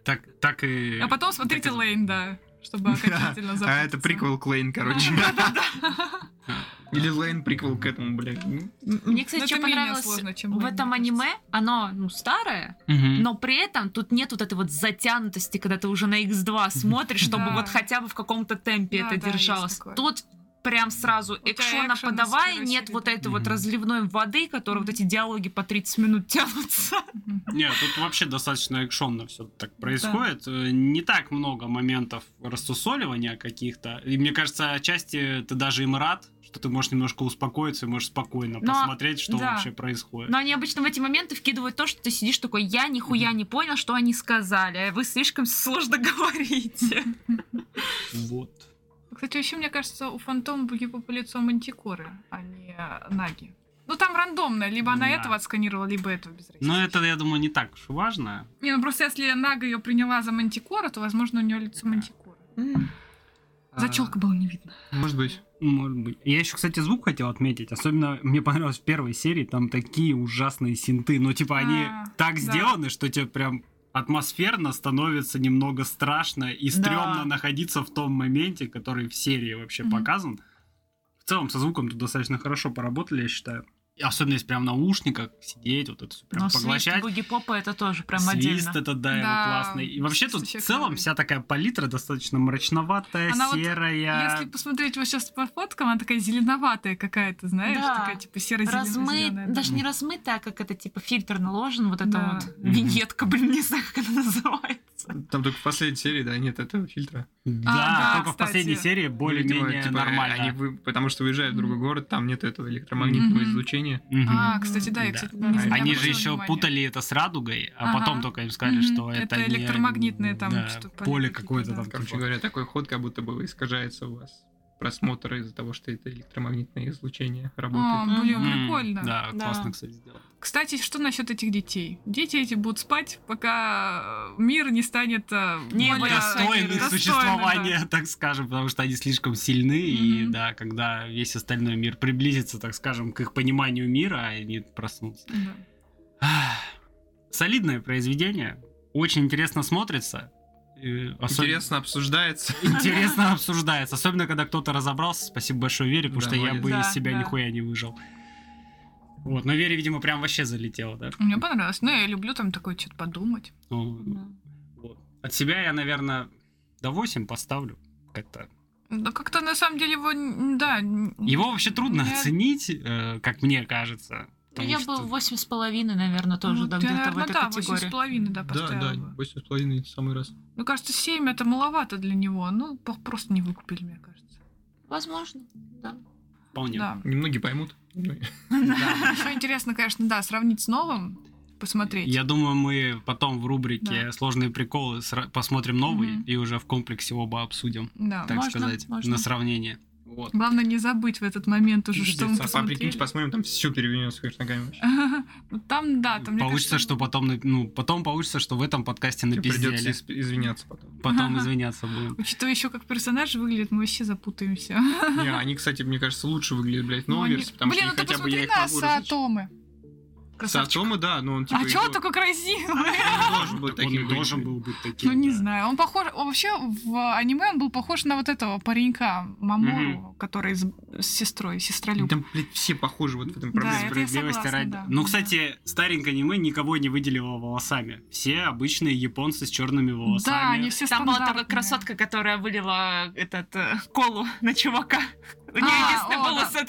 [SPEAKER 1] Так, так и...
[SPEAKER 2] А потом смотрите
[SPEAKER 1] это-
[SPEAKER 2] Лейн, да,
[SPEAKER 1] *laughs*
[SPEAKER 2] чтобы окончательно запутаться.
[SPEAKER 3] А это приквел к Лейн, короче.
[SPEAKER 2] *laughs*
[SPEAKER 3] Или Лейн приквел к этому, блядь. Ну,
[SPEAKER 4] Мне,
[SPEAKER 2] Но
[SPEAKER 4] кстати,
[SPEAKER 2] это
[SPEAKER 4] что
[SPEAKER 2] менее
[SPEAKER 4] понравилось
[SPEAKER 2] сложно, чем
[SPEAKER 4] в
[SPEAKER 2] Лейн,
[SPEAKER 4] этом
[SPEAKER 2] мне кажется.
[SPEAKER 4] аниме, оно, ну, старое,
[SPEAKER 1] Мгм.
[SPEAKER 4] но при этом тут нет вот этой вот затянутости, когда ты уже на X2 смотришь, чтобы
[SPEAKER 2] Да.
[SPEAKER 4] вот хотя бы в каком-то темпе
[SPEAKER 2] Да,
[SPEAKER 4] это
[SPEAKER 2] да, есть
[SPEAKER 4] держалось.
[SPEAKER 2] такое.
[SPEAKER 4] Тут прям сразу
[SPEAKER 2] тебя
[SPEAKER 4] экшона
[SPEAKER 2] экшен с
[SPEAKER 4] подавай,
[SPEAKER 2] первой
[SPEAKER 4] нет
[SPEAKER 2] серии,
[SPEAKER 4] вот
[SPEAKER 2] да.
[SPEAKER 4] этой вот
[SPEAKER 1] Мгм.
[SPEAKER 4] разливной воды, которой вот эти диалоги по 30 минут
[SPEAKER 1] *laughs*
[SPEAKER 4] тянутся.
[SPEAKER 2] Мгм.
[SPEAKER 1] Не, тут вообще достаточно экшонно все так происходит. Э, Не так много моментов рассусоливания каких-то. И мне кажется, отчасти ты даже им рад, что ты можешь немножко успокоиться и можешь спокойно
[SPEAKER 4] Но-
[SPEAKER 1] посмотреть, что
[SPEAKER 4] да.
[SPEAKER 1] вообще происходит.
[SPEAKER 4] Но они обычно в эти моменты вкидывают то, что ты сидишь такой, я нихуя не понял, что они сказали, а вы слишком сложно говорите.
[SPEAKER 1] Вот.
[SPEAKER 2] Кстати, вообще, мне кажется, у фантома Бугипо по лицу мантикоры, а не Наги. Ну, там рандомно. Либо она
[SPEAKER 1] Да.
[SPEAKER 2] этого отсканировала, либо этого без разницы.
[SPEAKER 1] Но это, я думаю, не так уж и важно.
[SPEAKER 2] Не, ну просто если Нага ее приняла за мантикора, то, возможно, у нее лицо мантикора.
[SPEAKER 1] А,
[SPEAKER 2] Зачелка была не видно.
[SPEAKER 3] Может быть.
[SPEAKER 1] Может быть. Я еще, кстати, звук хотел отметить. Особенно мне понравилось в первой серии. Там такие ужасные синты. Ну, типа, они
[SPEAKER 2] А,
[SPEAKER 1] так
[SPEAKER 2] да.
[SPEAKER 1] сделаны, что тебе прям атмосферно становится немного страшно и
[SPEAKER 4] Да.
[SPEAKER 1] стрёмно находиться в том моменте, который в серии вообще
[SPEAKER 2] Мгм.
[SPEAKER 1] показан. В целом, со звуком тут достаточно хорошо поработали, я считаю. И особенно если прям в наушниках сидеть, вот это всё прям
[SPEAKER 2] Ну,
[SPEAKER 4] Но
[SPEAKER 1] поглощать.
[SPEAKER 4] свист буги-попа это тоже прям
[SPEAKER 1] Свист
[SPEAKER 4] отдельно.
[SPEAKER 1] это, да, его
[SPEAKER 2] Да,
[SPEAKER 1] классный. И вообще тут в
[SPEAKER 2] вообще
[SPEAKER 1] целом
[SPEAKER 2] классный.
[SPEAKER 1] вся такая палитра достаточно мрачноватая,
[SPEAKER 2] Она вот,
[SPEAKER 1] серая.
[SPEAKER 2] Если посмотреть вот сейчас по фоткам, она такая зеленоватая какая-то, знаешь?
[SPEAKER 4] Да.
[SPEAKER 2] Такая, типа, серо-зеленая.
[SPEAKER 4] Размыт, даже не
[SPEAKER 1] Мгм.
[SPEAKER 4] размытая, а как это типа фильтр наложен, вот эта
[SPEAKER 2] Да.
[SPEAKER 4] вот
[SPEAKER 1] Мгм.
[SPEAKER 4] виньетка, блин, не знаю, как она называется.
[SPEAKER 3] Там только в последней серии, да, нет этого фильтра.
[SPEAKER 1] Да,
[SPEAKER 2] А, да,
[SPEAKER 1] только в
[SPEAKER 2] кстати.
[SPEAKER 1] последней серии
[SPEAKER 3] Видимо,
[SPEAKER 1] более-менее
[SPEAKER 3] типа,
[SPEAKER 1] нормально.
[SPEAKER 3] они вы- Потому что выезжают в другой
[SPEAKER 2] Мгм.
[SPEAKER 3] город, там нет этого электромагнитного
[SPEAKER 2] Мгм.
[SPEAKER 3] излучения.
[SPEAKER 1] Мгм.
[SPEAKER 2] А, кстати, да, я,
[SPEAKER 1] Да.
[SPEAKER 2] кстати, не
[SPEAKER 3] Они
[SPEAKER 2] обратила
[SPEAKER 1] Они же еще
[SPEAKER 2] внимания.
[SPEAKER 1] путали это с радугой, а
[SPEAKER 2] Ага.
[SPEAKER 1] потом только им сказали,
[SPEAKER 2] Мгм.
[SPEAKER 1] что это,
[SPEAKER 2] Это
[SPEAKER 1] не-
[SPEAKER 2] электромагнитное там
[SPEAKER 1] да,
[SPEAKER 2] что-то
[SPEAKER 1] поле
[SPEAKER 2] поле
[SPEAKER 1] какое-то
[SPEAKER 2] какие-то,
[SPEAKER 1] там.
[SPEAKER 2] да.
[SPEAKER 3] Короче
[SPEAKER 1] типа.
[SPEAKER 3] говоря, такой ход как будто бы искажается у вас просмотр из-за того, что это электромагнитное излучение
[SPEAKER 2] А,
[SPEAKER 3] работает.
[SPEAKER 2] блин,
[SPEAKER 1] М,
[SPEAKER 2] прикольно.
[SPEAKER 1] Да,
[SPEAKER 4] Да.
[SPEAKER 1] классно, кстати, сделано.
[SPEAKER 2] Кстати, что насчет этих детей? Дети эти будут спать, пока э, мир не станет э,
[SPEAKER 4] Не,
[SPEAKER 2] более
[SPEAKER 4] более
[SPEAKER 1] Достойны
[SPEAKER 4] достойны,
[SPEAKER 2] да.
[SPEAKER 1] существования, так скажем, потому что они слишком сильны, и
[SPEAKER 2] Мгм.
[SPEAKER 1] да, когда весь остальной мир приблизится, так скажем, к их пониманию мира, они проснутся.
[SPEAKER 2] Да.
[SPEAKER 1] Ах. Солидное произведение, очень интересно смотрится. э, особенно-
[SPEAKER 3] Интересно обсуждается.
[SPEAKER 1] Интересно обсуждается, особенно когда кто-то разобрался. Спасибо большое Вере, потому
[SPEAKER 3] Да,
[SPEAKER 1] что я
[SPEAKER 3] молодец.
[SPEAKER 1] бы
[SPEAKER 4] Да,
[SPEAKER 1] из себя
[SPEAKER 4] да.
[SPEAKER 1] нихуя не выжил. Вот, но Вере, видимо, прям вообще залетело, да?
[SPEAKER 2] Мне понравилось. Ну, я люблю там такое что-то подумать.
[SPEAKER 1] Ну, вот. От себя я, наверное, до 8 поставлю. Как-то.
[SPEAKER 2] Да как-то на самом деле его, н- да... н-
[SPEAKER 1] Его вообще трудно
[SPEAKER 2] я-
[SPEAKER 1] оценить, э, как мне кажется.
[SPEAKER 7] А
[SPEAKER 4] Ну,
[SPEAKER 1] потому
[SPEAKER 4] я
[SPEAKER 1] что-
[SPEAKER 4] бы восемь с половиной, наверное, тоже,
[SPEAKER 2] Ну,
[SPEAKER 4] да,
[SPEAKER 2] я,
[SPEAKER 4] где-то в
[SPEAKER 2] наверное,
[SPEAKER 4] этой
[SPEAKER 2] да, восемь с
[SPEAKER 4] категории.
[SPEAKER 2] половиной, да,
[SPEAKER 3] Да, да,
[SPEAKER 2] поставила бы.
[SPEAKER 3] восемь с половиной в самый раз.
[SPEAKER 2] Ну, кажется, 7 это маловато для него. Ну, по- просто не выкупили, мне кажется.
[SPEAKER 4] Возможно, да.
[SPEAKER 1] вполне.
[SPEAKER 2] Да.
[SPEAKER 3] Немногие поймут. Ну,
[SPEAKER 1] Да.
[SPEAKER 2] Еще интересно, конечно, да, сравнить с новым, посмотреть.
[SPEAKER 1] Я думаю, мы потом в рубрике
[SPEAKER 2] Да.
[SPEAKER 1] «Сложные приколы» сра- посмотрим новый
[SPEAKER 2] Мгм.
[SPEAKER 1] и уже в комплексе оба обсудим,
[SPEAKER 2] Да.
[SPEAKER 1] так
[SPEAKER 4] Можно,
[SPEAKER 1] сказать,
[SPEAKER 4] можно.
[SPEAKER 1] на сравнение. Вот.
[SPEAKER 2] Главное не забыть в этот
[SPEAKER 3] *laughs*
[SPEAKER 2] момент уже, что
[SPEAKER 3] А
[SPEAKER 2] мы
[SPEAKER 3] прикиньте,
[SPEAKER 2] посмотрели.
[SPEAKER 3] посмотрим, там все перевернется вверх ногами вообще.
[SPEAKER 2] *laughs* Ну, Там, да, там, мне
[SPEAKER 1] получится,
[SPEAKER 2] кажется,
[SPEAKER 1] что потом, на- ну, потом получится, что в этом подкасте
[SPEAKER 3] Тебе Придется
[SPEAKER 1] напиздели.
[SPEAKER 3] исп- извиняться потом.
[SPEAKER 1] *laughs* Потом извиняться будем.
[SPEAKER 2] Учитывая еще, как персонажи выглядят, мы вообще запутаемся.
[SPEAKER 3] Не, они, кстати, мне кажется, лучше выглядят, блядь, в
[SPEAKER 2] Ну,
[SPEAKER 3] новой
[SPEAKER 2] они-
[SPEAKER 3] версии, потому
[SPEAKER 2] Блин,
[SPEAKER 3] что
[SPEAKER 2] ну ты
[SPEAKER 3] хотя бы
[SPEAKER 2] посмотри
[SPEAKER 3] я их
[SPEAKER 2] на
[SPEAKER 3] могу различить.
[SPEAKER 2] Саатомы. Красавчик.
[SPEAKER 3] Сатома, да, но он типа...
[SPEAKER 2] а
[SPEAKER 3] и
[SPEAKER 2] чё он
[SPEAKER 3] то-
[SPEAKER 2] такой красивый?
[SPEAKER 3] Он должен был
[SPEAKER 1] Так он
[SPEAKER 3] таким
[SPEAKER 1] и должен
[SPEAKER 3] быть.
[SPEAKER 1] был быть таким.
[SPEAKER 2] Ну, не
[SPEAKER 1] да.
[SPEAKER 2] знаю, он похож... он Вообще, в аниме он был похож на вот этого паренька, Мамору, который с, с сестрой, сестролюб.
[SPEAKER 3] Там, блядь, все похожи вот в этом
[SPEAKER 2] Да,
[SPEAKER 3] проблеме.
[SPEAKER 2] это я
[SPEAKER 1] Справедливости
[SPEAKER 2] согласна,
[SPEAKER 1] ради.
[SPEAKER 2] да.
[SPEAKER 1] Ну, кстати, старенькое аниме никого не выделило волосами. Все обычные японцы с черными волосами.
[SPEAKER 2] Да, они все
[SPEAKER 7] Там была такая
[SPEAKER 2] стандартные.
[SPEAKER 7] красотка, которая вылила этот э, колу на чувака. У нее
[SPEAKER 2] А,
[SPEAKER 7] единственные
[SPEAKER 2] о, да.
[SPEAKER 7] волосы
[SPEAKER 2] У нее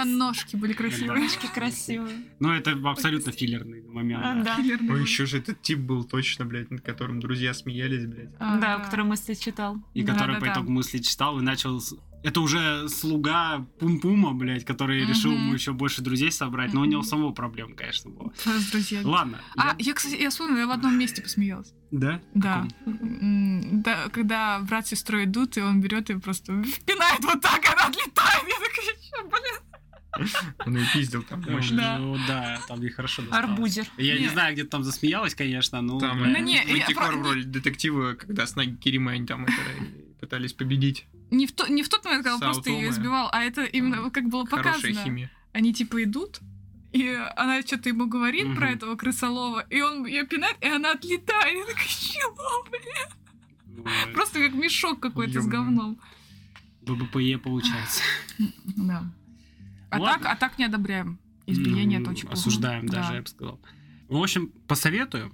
[SPEAKER 7] отличались.
[SPEAKER 2] ножки были красивые.
[SPEAKER 7] *laughs* Ножки красивые.
[SPEAKER 1] Ну, это абсолютно филлерный момент.
[SPEAKER 7] А,
[SPEAKER 1] да.
[SPEAKER 7] Да,
[SPEAKER 3] Ну,
[SPEAKER 2] Филлерные.
[SPEAKER 3] еще же этот тип был точно, блядь, над которым друзья смеялись, блядь.
[SPEAKER 2] А,
[SPEAKER 7] да, который мысли читал.
[SPEAKER 1] И
[SPEAKER 2] Да,
[SPEAKER 1] который
[SPEAKER 2] да,
[SPEAKER 1] по
[SPEAKER 2] да.
[SPEAKER 1] итогу мысли читал и начал... с- Это уже слуга Пум-Пума, блядь, который
[SPEAKER 2] Мгм.
[SPEAKER 1] решил ему еще больше друзей собрать. Но у него
[SPEAKER 2] Мгм.
[SPEAKER 1] самого проблем, конечно, было.
[SPEAKER 2] с друзьями.
[SPEAKER 1] Ладно.
[SPEAKER 2] А,
[SPEAKER 1] я-
[SPEAKER 2] я, кстати, я вспомнила, я в одном месте посмеялась.
[SPEAKER 1] Да?
[SPEAKER 2] Да. М, да. Когда брат с сестрой идут, и он берет и просто впинает вот так, и она отлетает. Я такая, «Чё, блин?
[SPEAKER 3] Он ее пиздил там
[SPEAKER 1] Каком?
[SPEAKER 3] мощно.
[SPEAKER 2] Да.
[SPEAKER 1] Ну, да, там нехорошо досталось.
[SPEAKER 4] Арбузер.
[SPEAKER 1] Я не
[SPEAKER 2] Нет.
[SPEAKER 1] знаю, где ты там засмеялась, конечно, но...
[SPEAKER 3] Там
[SPEAKER 1] блядь,
[SPEAKER 2] Ну, не, я
[SPEAKER 3] Мантикор
[SPEAKER 2] про-
[SPEAKER 3] в роли детектива, когда с Наги Кирима они там это, э, пытались победить.
[SPEAKER 2] Не в, то- не в тот момент, когда он
[SPEAKER 3] Сао
[SPEAKER 2] просто ее
[SPEAKER 3] Томе.
[SPEAKER 2] избивал, а это именно
[SPEAKER 3] Там
[SPEAKER 2] как было
[SPEAKER 3] Хорошая
[SPEAKER 2] показано.
[SPEAKER 3] химия.
[SPEAKER 2] Они типа идут, и она что-то ему говорит про
[SPEAKER 1] Мгм.
[SPEAKER 2] этого крысолова, и он ее пинает, и она отлетает. Я такая, чего,
[SPEAKER 1] ну,
[SPEAKER 2] блин? Просто как мешок какой-то с
[SPEAKER 3] Ё-моё.
[SPEAKER 2] говном.
[SPEAKER 1] ББПЕ
[SPEAKER 2] *laughs*
[SPEAKER 1] получается.
[SPEAKER 2] Да. А
[SPEAKER 1] Ладно.
[SPEAKER 2] так, а так не одобряем. Избиение
[SPEAKER 1] Ну,
[SPEAKER 2] это очень плохо.
[SPEAKER 1] Осуждаем даже, я бы сказал. В общем, посоветую.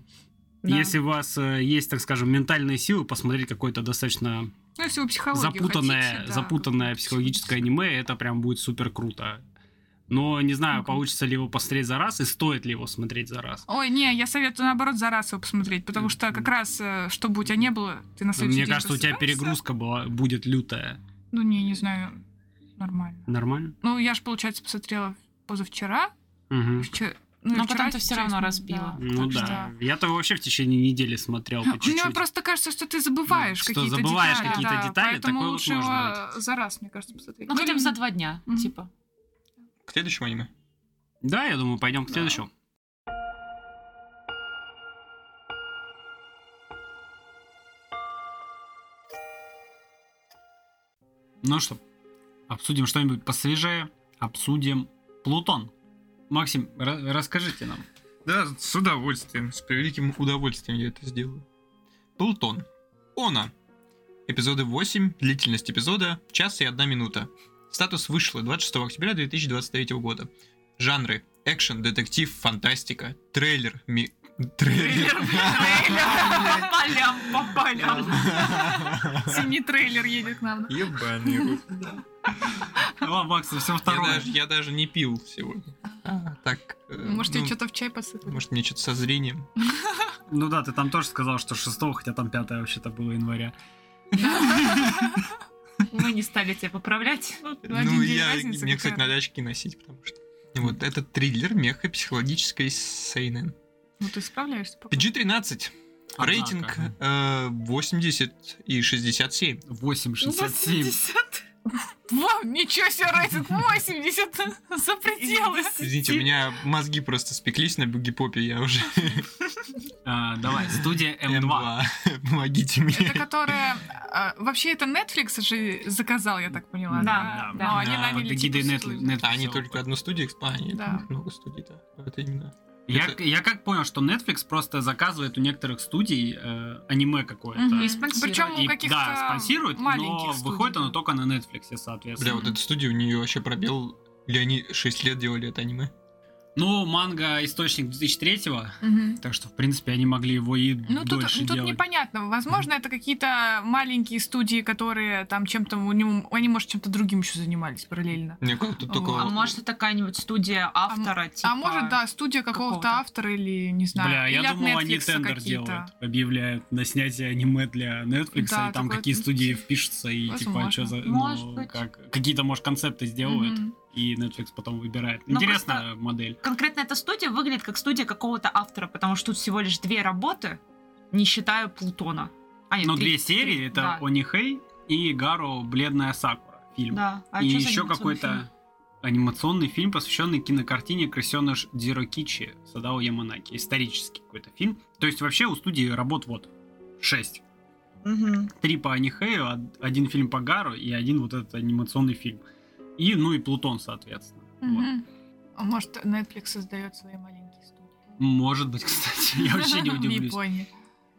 [SPEAKER 2] Да.
[SPEAKER 1] Если у вас э, есть, так скажем, ментальные силы, посмотреть какое-то достаточно
[SPEAKER 2] Ну, если вы психологию
[SPEAKER 1] запутанное,
[SPEAKER 2] хотите, да,
[SPEAKER 1] запутанное
[SPEAKER 2] как-то
[SPEAKER 1] психологическое аниме, это прям будет супер круто. Но не знаю,
[SPEAKER 2] Мгм.
[SPEAKER 1] получится ли его посмотреть за раз и стоит ли его смотреть за раз.
[SPEAKER 2] Ой, не, я советую наоборот за раз его посмотреть, потому что как раз, э, что бы у тебя не было, ты на следующий
[SPEAKER 1] Мне
[SPEAKER 2] день
[SPEAKER 1] кажется, у тебя
[SPEAKER 2] просыпаешься.
[SPEAKER 1] перегрузка была, будет лютая.
[SPEAKER 2] Ну, не, не знаю, нормально.
[SPEAKER 1] Нормально?
[SPEAKER 2] Ну, я же, получается, посмотрела позавчера.
[SPEAKER 1] Мгм.
[SPEAKER 2] вчера-
[SPEAKER 4] Но
[SPEAKER 2] и вчера,
[SPEAKER 4] потом ты всё равно
[SPEAKER 2] честно,
[SPEAKER 4] разбила.
[SPEAKER 1] Ну
[SPEAKER 2] так что-
[SPEAKER 1] да. Я-то вообще в течение недели смотрел
[SPEAKER 2] *gasps*
[SPEAKER 1] по чуть-чуть.
[SPEAKER 2] Мне просто кажется, что ты забываешь
[SPEAKER 1] Что
[SPEAKER 2] какие-то
[SPEAKER 1] забываешь
[SPEAKER 2] детали.
[SPEAKER 1] какие-то
[SPEAKER 2] да,
[SPEAKER 1] детали,
[SPEAKER 2] поэтому
[SPEAKER 1] такое вот
[SPEAKER 2] лучше
[SPEAKER 1] может
[SPEAKER 2] его за раз, мне кажется, посмотреть.
[SPEAKER 4] Ну,
[SPEAKER 2] Ну,
[SPEAKER 4] хотя бы
[SPEAKER 2] или-
[SPEAKER 4] за два дня,
[SPEAKER 2] Мгм.
[SPEAKER 4] типа.
[SPEAKER 3] К следующему аниме.
[SPEAKER 1] Да, я думаю, пойдем к
[SPEAKER 3] Да.
[SPEAKER 1] следующему. Ну что, обсудим что-нибудь посвежее. Обсудим Плутон. Максим, ра- расскажите нам.
[SPEAKER 3] Да, с удовольствием, с превеликим удовольствием я это сделаю. Плутон. Она. Эпизоды 8, длительность эпизода, час и одна минута. Статус вышло 26 октября 2023 года. Жанры. Экшен, детектив, фантастика, трейлер, ми... Трейлер.
[SPEAKER 4] Полям, по полям.
[SPEAKER 2] Синий трейлер едет к нам. да?
[SPEAKER 3] *laughs* Ебаный рот.
[SPEAKER 1] Ладно, Макс, все
[SPEAKER 3] Я
[SPEAKER 1] второе.
[SPEAKER 3] даже, я даже не пил сегодня. Так. э,
[SPEAKER 2] Может, тебе
[SPEAKER 3] ну,
[SPEAKER 2] что-то в чай посыпать?
[SPEAKER 3] Может, мне что-то со зрением.
[SPEAKER 1] Ну да, ты там тоже сказал, что 6, хотя там 5 вообще-то было января.
[SPEAKER 4] Мы не стали тебя поправлять.
[SPEAKER 2] один
[SPEAKER 3] Ну,
[SPEAKER 2] день
[SPEAKER 3] я,
[SPEAKER 2] разницы,
[SPEAKER 3] мне,
[SPEAKER 2] какая
[SPEAKER 3] кстати, надо очки носить, потому что... Вот, это триллер меха психологической сейнен.
[SPEAKER 2] Ну, ты справляешься пока.
[SPEAKER 3] PG-13.
[SPEAKER 1] Однако.
[SPEAKER 3] Рейтинг э, 80 и 67.
[SPEAKER 1] 8,67.
[SPEAKER 2] Вау, ничего себе, рейтинг 80 *laughs* за пределы.
[SPEAKER 3] Извините, у меня мозги просто спеклись на буги попе, я уже
[SPEAKER 1] А, давай, студия М2.
[SPEAKER 3] М2. Помогите мне.
[SPEAKER 2] Это которая... а, Вообще, это Netflix же заказал, я так поняла.
[SPEAKER 4] Да, да.
[SPEAKER 2] Но они
[SPEAKER 3] Да,
[SPEAKER 2] наняли
[SPEAKER 1] под эгидой
[SPEAKER 2] типа,
[SPEAKER 1] Netflix.
[SPEAKER 2] студию.
[SPEAKER 3] А они
[SPEAKER 1] всё.
[SPEAKER 3] только одну студию экспонировали?
[SPEAKER 2] Да.
[SPEAKER 3] Много студий, да. Вот именно.
[SPEAKER 1] Я,
[SPEAKER 3] Это-
[SPEAKER 1] я как понял, что Netflix просто заказывает у некоторых студий э, аниме какое-то.
[SPEAKER 2] Мгм.
[SPEAKER 4] И спонсирует.
[SPEAKER 2] Причем у
[SPEAKER 1] И,
[SPEAKER 2] каких-то
[SPEAKER 1] да, спонсирует, но
[SPEAKER 2] маленьких студий,
[SPEAKER 1] выходит
[SPEAKER 2] да.
[SPEAKER 1] оно только на Netflix, соответственно.
[SPEAKER 3] Бля, вот эта студия, у нее вообще пробел. Или они 6 лет делали это аниме?
[SPEAKER 1] Ну, манга источник 2003-го,
[SPEAKER 2] Мгм.
[SPEAKER 1] так что, в принципе, они могли его и
[SPEAKER 2] Ну, тут,
[SPEAKER 1] дольше
[SPEAKER 2] ну, тут
[SPEAKER 1] делать.
[SPEAKER 2] непонятно. Возможно, это какие-то маленькие студии, которые там чем-то... у него- Они, может, чем-то другим еще занимались параллельно.
[SPEAKER 3] Мне кажется, тут только...
[SPEAKER 4] А может, это какая-нибудь студия автора, типа...
[SPEAKER 2] а может, да, студия какого-то,
[SPEAKER 4] какого-то.
[SPEAKER 2] автора или, не знаю,
[SPEAKER 1] Бля,
[SPEAKER 2] или
[SPEAKER 1] я
[SPEAKER 2] от
[SPEAKER 1] думал, они
[SPEAKER 2] Netflixа
[SPEAKER 1] тендер
[SPEAKER 2] какие-то.
[SPEAKER 1] делают, объявляют на снятие аниме для Netflix,
[SPEAKER 2] Да,
[SPEAKER 1] и там
[SPEAKER 2] такое-
[SPEAKER 1] какие студии впишутся, и типа,
[SPEAKER 2] Возможно.
[SPEAKER 1] что за...
[SPEAKER 4] Может
[SPEAKER 1] ну,
[SPEAKER 4] быть.
[SPEAKER 1] как- Какие-то, может, концепты сделают,
[SPEAKER 2] Мгм.
[SPEAKER 1] и Netflix потом выбирает.
[SPEAKER 4] Но
[SPEAKER 1] Интересная модель.
[SPEAKER 4] Конкретно эта студия выглядит как студия какого-то автора, потому что тут всего лишь две работы, не считая Плутона. А, нет,
[SPEAKER 1] Ну,
[SPEAKER 4] три-
[SPEAKER 1] две серии,
[SPEAKER 4] три,
[SPEAKER 1] это
[SPEAKER 4] да.
[SPEAKER 1] Онихей и Гаро Бледная Сакура фильм.
[SPEAKER 4] Да. А
[SPEAKER 1] и
[SPEAKER 4] чё
[SPEAKER 1] еще
[SPEAKER 4] за анимационный
[SPEAKER 1] какой-то
[SPEAKER 4] фильм?
[SPEAKER 1] анимационный фильм, посвященный кинокартине «Крысеныш Дзирокичи» Садао Яманаки. Исторический какой-то фильм. То есть вообще у студии работ вот шесть.
[SPEAKER 4] Мгм.
[SPEAKER 1] Три по Анихею, од- один фильм по Гару и один вот этот анимационный фильм. И, ну и Плутон, соответственно. Вот.
[SPEAKER 2] Мгм. А Может, Netflix создает свои маленькие студии.
[SPEAKER 1] Может быть, *laughs* кстати. Я вообще
[SPEAKER 4] *laughs*
[SPEAKER 2] *laughs*
[SPEAKER 1] не
[SPEAKER 2] В
[SPEAKER 1] удивлюсь.
[SPEAKER 2] Японии.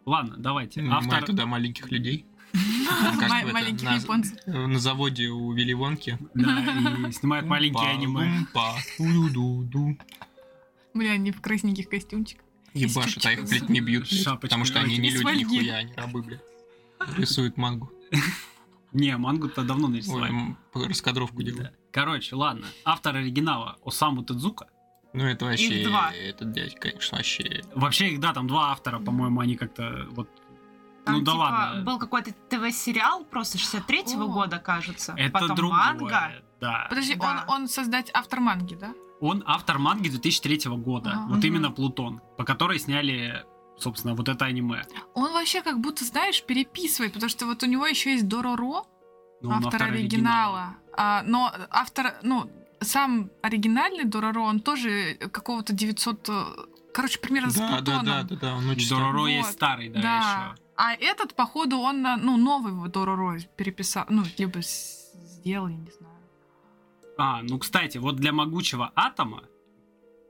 [SPEAKER 1] Ладно, давайте.
[SPEAKER 3] Автор...
[SPEAKER 1] Автор...
[SPEAKER 3] туда маленьких людей. Как
[SPEAKER 2] Ма-
[SPEAKER 3] в это,
[SPEAKER 2] Маленьких
[SPEAKER 3] на-
[SPEAKER 2] японцев.
[SPEAKER 3] На заводе у Вилли Вонки.
[SPEAKER 1] *laughs* Да, и снимает маленькие аниме.
[SPEAKER 3] Умпа, улю-ду-ду.
[SPEAKER 2] Бля, они в красненьких костюмчиках.
[SPEAKER 3] Ебашат, а их, блядь, не бьют. блядь,
[SPEAKER 1] Шапочки,
[SPEAKER 3] Потому что они не
[SPEAKER 2] из
[SPEAKER 3] люди,
[SPEAKER 2] фольги.
[SPEAKER 3] нихуя, они рабы, блядь. Рисуют мангу.
[SPEAKER 1] Не, мангу-то давно
[SPEAKER 3] Ой,
[SPEAKER 1] нарисовали.
[SPEAKER 3] м, раскадровку делают.
[SPEAKER 1] Да. Короче, ладно. Автор оригинала Осаму Тедзука.
[SPEAKER 3] Ну, это вообще...
[SPEAKER 2] Их два.
[SPEAKER 3] Этот дядь, конечно, вообще...
[SPEAKER 1] Вообще их, да, там два автора, по-моему, они как-то вот...
[SPEAKER 7] Там,
[SPEAKER 1] ну да
[SPEAKER 7] типа,
[SPEAKER 1] ладно.
[SPEAKER 7] Был какой-то ТВ-сериал просто 63-го
[SPEAKER 2] О.
[SPEAKER 7] года, кажется.
[SPEAKER 1] Это
[SPEAKER 7] Потом
[SPEAKER 1] другое.
[SPEAKER 7] манга.
[SPEAKER 3] А,
[SPEAKER 1] Да.
[SPEAKER 2] Подожди, он,
[SPEAKER 7] Да.
[SPEAKER 2] он создать автор манги, да?
[SPEAKER 1] Он автор манги 2003 года.
[SPEAKER 2] Ага.
[SPEAKER 1] вот
[SPEAKER 7] Мгм.
[SPEAKER 1] именно Плутон, по которой сняли, собственно, вот это аниме.
[SPEAKER 2] Он вообще как будто, знаешь, переписывает, потому что вот у него еще есть Дороро,
[SPEAKER 1] Ну, он
[SPEAKER 2] автор, оригинала. А, но автор, ну, сам оригинальный Дороро, он тоже какого-то 900... э, Короче, примерно с
[SPEAKER 3] Да, да,
[SPEAKER 2] Плутоном.
[SPEAKER 3] да, да, да, он очень...
[SPEAKER 1] Дороро
[SPEAKER 2] Вот.
[SPEAKER 1] есть старый, да,
[SPEAKER 2] Да.
[SPEAKER 1] еще.
[SPEAKER 2] А этот, походу, он, э, ну, новый вот Дороро переписал, ну, либо с- сделал, я не знаю.
[SPEAKER 1] А, ну, кстати, вот для могучего атома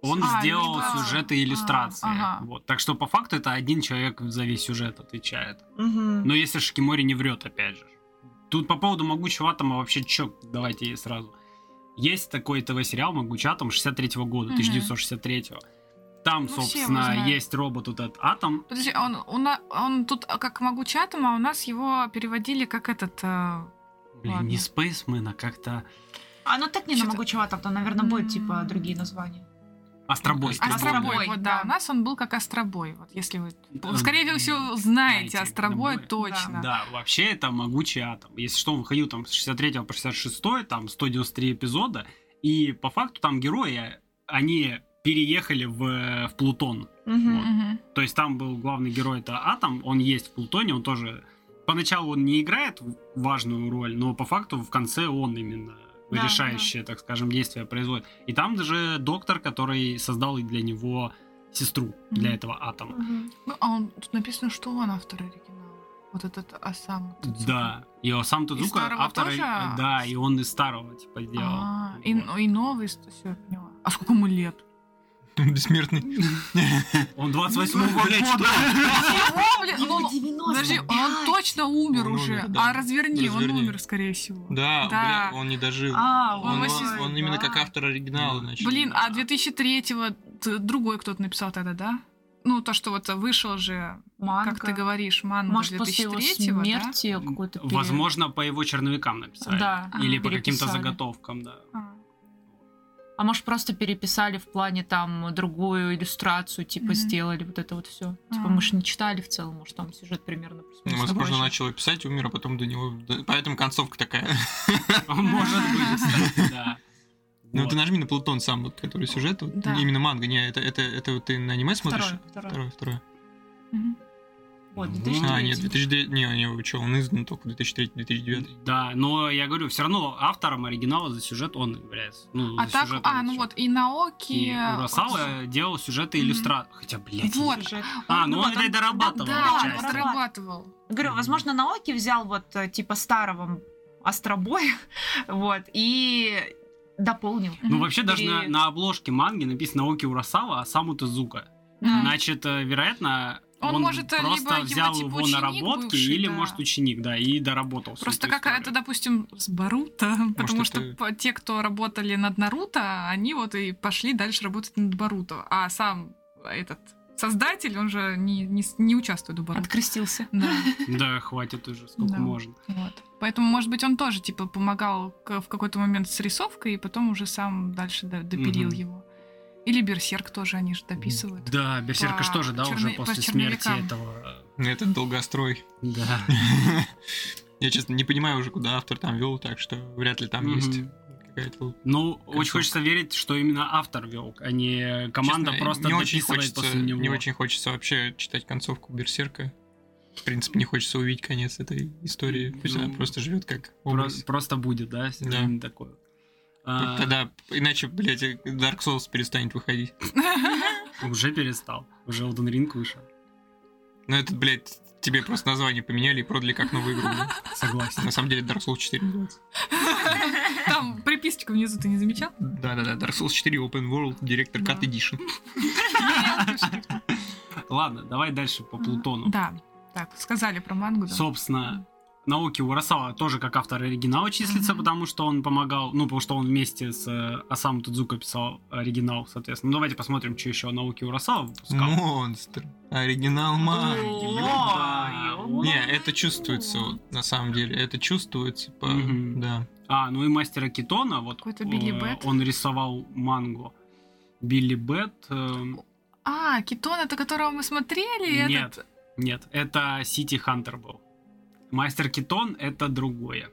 [SPEAKER 1] он
[SPEAKER 2] А,
[SPEAKER 1] сделал
[SPEAKER 2] иллюстрации.
[SPEAKER 1] сюжеты и иллюстрации.
[SPEAKER 2] А, ага.
[SPEAKER 1] Вот. Так что, по факту, это один человек за весь сюжет отвечает.
[SPEAKER 7] Мгм.
[SPEAKER 1] Но если Шикимори не врет, опять же. Тут по поводу «Могучего атома» вообще чё, давайте я сразу. Есть такой ТВ-сериал «Могучий атом» 63 года,
[SPEAKER 2] Мгм.
[SPEAKER 1] 1963 Там,
[SPEAKER 2] Ну, все его
[SPEAKER 1] собственно,
[SPEAKER 2] знают.
[SPEAKER 1] есть робот этот «Атом».
[SPEAKER 2] Подожди, а он, у на- он тут как могучий атом, а у нас его переводили как этот... э,
[SPEAKER 1] Блин,
[SPEAKER 2] Ладно.
[SPEAKER 1] не «Спейсмен», а как-то
[SPEAKER 7] А ну так не
[SPEAKER 2] Чё-то-
[SPEAKER 7] на могучего там, там, наверное, будут, типа,
[SPEAKER 2] М.
[SPEAKER 7] другие названия.
[SPEAKER 1] «Астробой».
[SPEAKER 7] Астробой.
[SPEAKER 2] Астробой, вот, да.
[SPEAKER 7] да.
[SPEAKER 2] У нас он был как Астробой, вот, если вы...
[SPEAKER 1] Да.
[SPEAKER 2] Скорее всего, знаете
[SPEAKER 1] Знаете,
[SPEAKER 2] Астробой
[SPEAKER 1] Астробой.
[SPEAKER 2] точно.
[SPEAKER 1] Да, вообще это могучий атом. Если что, он выходил там с 63 по 66, там 193 эпизода. И по факту там герои, они переехали в, э, в Плутон.
[SPEAKER 7] Мгм.
[SPEAKER 2] Мгм.
[SPEAKER 1] То есть там был главный герой, это Атом, он есть в Плутоне, он тоже... Поначалу он не играет в- важную роль, но по факту в конце он именно
[SPEAKER 7] Да,
[SPEAKER 1] решающее, так скажем, действие производит. И там даже доктор, который создал и для него сестру, для
[SPEAKER 2] Мгм.
[SPEAKER 1] этого Атома.
[SPEAKER 7] Мгм.
[SPEAKER 2] Ну, а он, тут написано, что он автор оригинала. Вот этот а Осам.
[SPEAKER 1] Да, и сам
[SPEAKER 2] И
[SPEAKER 1] Тудзука
[SPEAKER 2] старого
[SPEAKER 1] автор,
[SPEAKER 2] тоже?
[SPEAKER 1] да, и он из старого типа делал.
[SPEAKER 2] А, и,
[SPEAKER 1] Вот.
[SPEAKER 2] и новый, все, я поняла. А сколько ему лет?
[SPEAKER 3] *laughs* Бессмертный.
[SPEAKER 1] Он
[SPEAKER 2] Ну,
[SPEAKER 1] 28
[SPEAKER 3] Блядь,
[SPEAKER 1] года.
[SPEAKER 2] Чего, блин?
[SPEAKER 7] Ему
[SPEAKER 2] Ну,
[SPEAKER 7] 90.
[SPEAKER 2] Подожди, он точно умер
[SPEAKER 3] Он
[SPEAKER 2] уже.
[SPEAKER 3] умер, да.
[SPEAKER 2] А разверни, он
[SPEAKER 3] Разверни.
[SPEAKER 2] умер, скорее всего.
[SPEAKER 3] Да,
[SPEAKER 2] Да.
[SPEAKER 3] бля, он не дожил.
[SPEAKER 7] А,
[SPEAKER 3] Он,
[SPEAKER 2] Он
[SPEAKER 3] он-
[SPEAKER 2] очень-
[SPEAKER 3] он именно как автор оригинала, значит.
[SPEAKER 2] Блин, а 2003-го т- другой кто-то написал тогда, да? Ну, то, что вот вышел же, как ты говоришь, манга
[SPEAKER 4] Может, после его
[SPEAKER 2] 2003-го, да?
[SPEAKER 4] смерти какой-то пере-
[SPEAKER 1] Возможно, по его черновикам написали.
[SPEAKER 4] Да.
[SPEAKER 1] Или
[SPEAKER 4] а,
[SPEAKER 1] по каким-то
[SPEAKER 4] переписали.
[SPEAKER 1] заготовкам, да. *laughs*
[SPEAKER 2] А.
[SPEAKER 4] А может, просто переписали в плане там другую иллюстрацию, типа
[SPEAKER 2] Мгм.
[SPEAKER 4] сделали вот это вот все. Типа
[SPEAKER 2] А.
[SPEAKER 4] мы же не читали в целом, может, там сюжет примерно
[SPEAKER 3] Ну,
[SPEAKER 4] плюс-минус
[SPEAKER 3] возможно,
[SPEAKER 4] похож.
[SPEAKER 3] начал писать, умер, а потом до него... да, Поэтому концовка такая. *laughs*
[SPEAKER 1] Может быть, кстати, да.
[SPEAKER 3] Ну,
[SPEAKER 1] Вот.
[SPEAKER 3] ты нажми на Плутон сам, вот, который сюжет, вот,
[SPEAKER 2] Да.
[SPEAKER 3] именно манга, не, это, это, это вот ты на аниме смотришь?
[SPEAKER 4] Второе, второе.
[SPEAKER 3] Второе, второе.
[SPEAKER 2] Мгм.
[SPEAKER 7] Вот,
[SPEAKER 3] А, нет,
[SPEAKER 7] 2003.
[SPEAKER 3] 2009, не, не, что, он издан только 2003-2009.
[SPEAKER 1] Да, но я говорю, все равно автором оригинала за сюжет он является. Ну,
[SPEAKER 2] А
[SPEAKER 1] за
[SPEAKER 2] так,
[SPEAKER 1] сюжет
[SPEAKER 2] а,
[SPEAKER 1] он
[SPEAKER 2] ну
[SPEAKER 1] всё.
[SPEAKER 2] вот, и Наоки...
[SPEAKER 1] И Урасава делал сюжеты и
[SPEAKER 2] Мгм.
[SPEAKER 1] иллюстрации. Хотя, блядь.
[SPEAKER 2] Вот.
[SPEAKER 7] Сюжет.
[SPEAKER 1] А, ну
[SPEAKER 7] Ну,
[SPEAKER 1] он
[SPEAKER 7] потом-
[SPEAKER 1] это и дорабатывал.
[SPEAKER 2] Да,
[SPEAKER 1] отчасти.
[SPEAKER 2] он разрабатывал.
[SPEAKER 7] Говорю,
[SPEAKER 1] Мгм.
[SPEAKER 7] возможно, Наоки взял вот э, типа старого Остробоя, *laughs* вот, и дополнил.
[SPEAKER 1] Ну,
[SPEAKER 2] Мгм.
[SPEAKER 1] вообще, даже на,
[SPEAKER 7] Пере-
[SPEAKER 1] на обложке манги написано Наоки Урасава, а саму Тезука.
[SPEAKER 2] Да.
[SPEAKER 1] Значит, э, вероятно, он,
[SPEAKER 2] Он может, э,
[SPEAKER 1] просто
[SPEAKER 2] либо его,
[SPEAKER 1] взял
[SPEAKER 2] типа,
[SPEAKER 1] его
[SPEAKER 2] ученик
[SPEAKER 1] наработки,
[SPEAKER 2] бывший,
[SPEAKER 1] или,
[SPEAKER 2] да.
[SPEAKER 1] может, ученик, да, и доработал. всю
[SPEAKER 2] Просто
[SPEAKER 1] эту
[SPEAKER 2] как
[SPEAKER 1] историю.
[SPEAKER 2] это, допустим, с *laughs* Баруто, потому что
[SPEAKER 3] это-
[SPEAKER 2] по- те, кто работали над Наруто, они вот и пошли дальше работать над Баруто. А сам этот создатель, он же не, не, с- не участвует в Баруто.
[SPEAKER 4] Открестился.
[SPEAKER 2] Да,
[SPEAKER 1] Да, хватит уже, сколько
[SPEAKER 2] Да.
[SPEAKER 1] можно.
[SPEAKER 2] вот. Поэтому, может быть, он тоже, типа, помогал к- в какой-то момент с рисовкой, и потом уже сам дальше до- допилил
[SPEAKER 1] Мгм.
[SPEAKER 2] его. Или Берсерк тоже, они же дописывают.
[SPEAKER 1] Да, Берсерка
[SPEAKER 2] По
[SPEAKER 1] же тоже, да, уже
[SPEAKER 2] черно- по
[SPEAKER 1] после смерти
[SPEAKER 2] черновикам.
[SPEAKER 1] этого. э,
[SPEAKER 3] Ну, Этот долгострой. *laughs*
[SPEAKER 1] Да.
[SPEAKER 3] Я, честно, не понимаю уже, куда автор там вел, так что вряд ли там
[SPEAKER 1] Мгм.
[SPEAKER 3] есть какая-то...
[SPEAKER 1] Ну, очень
[SPEAKER 3] Концовка.
[SPEAKER 1] хочется верить, что именно автор вел, а не команда
[SPEAKER 3] Честно,
[SPEAKER 1] просто
[SPEAKER 3] не очень
[SPEAKER 1] дописывает
[SPEAKER 3] хочется,
[SPEAKER 1] после него.
[SPEAKER 3] не очень хочется вообще читать концовку Берсерка. В принципе, не хочется увидеть конец этой истории. Пусть она
[SPEAKER 1] Ну,
[SPEAKER 3] просто живет как
[SPEAKER 1] Про-
[SPEAKER 3] образ.
[SPEAKER 1] Просто будет, да, если
[SPEAKER 3] Да.
[SPEAKER 1] именно такое. А,
[SPEAKER 3] Тогда, иначе, блядь, Dark Souls перестанет выходить.
[SPEAKER 1] Уже перестал. Уже Elden Ring вышел.
[SPEAKER 3] Ну, этот, блядь, тебе просто название поменяли и продали как новую игру. блядь.
[SPEAKER 1] Согласен.
[SPEAKER 3] На самом деле Dark Souls 4 называется.
[SPEAKER 2] Там приписочка внизу ты не замечал?
[SPEAKER 3] Да-да-да, Dark Souls 4 Open World Director Cut
[SPEAKER 2] Да.
[SPEAKER 3] Edition.
[SPEAKER 1] *laughs* Ладно, давай дальше по Плутону.
[SPEAKER 2] Да. Так, сказали про мангу. да.
[SPEAKER 1] Собственно, науки Урасава тоже как автор оригинала числится,
[SPEAKER 2] Мгм.
[SPEAKER 1] потому что он помогал, ну, потому что он вместе с э, Осаму Тадзука писал оригинал, соответственно. Ну, давайте посмотрим, что еще науки Урасава выпускал.
[SPEAKER 3] Ну. Монстр.
[SPEAKER 4] Ну,
[SPEAKER 3] Оригинал манги.
[SPEAKER 1] ёбаный.
[SPEAKER 7] О,
[SPEAKER 3] Не, это чувствуется, вот, на самом деле. Это чувствуется по...
[SPEAKER 1] Мгм.
[SPEAKER 3] Да.
[SPEAKER 1] А, ну и мастера Китона, вот
[SPEAKER 2] Какой-то Билли
[SPEAKER 1] э,
[SPEAKER 2] Бэт.
[SPEAKER 1] он рисовал мангу. Билли Бет. эм,
[SPEAKER 2] А, Китон, это которого мы смотрели?
[SPEAKER 1] Нет.
[SPEAKER 2] этот?
[SPEAKER 1] нет, это Сити Хантер был. Мастер Китон это другое.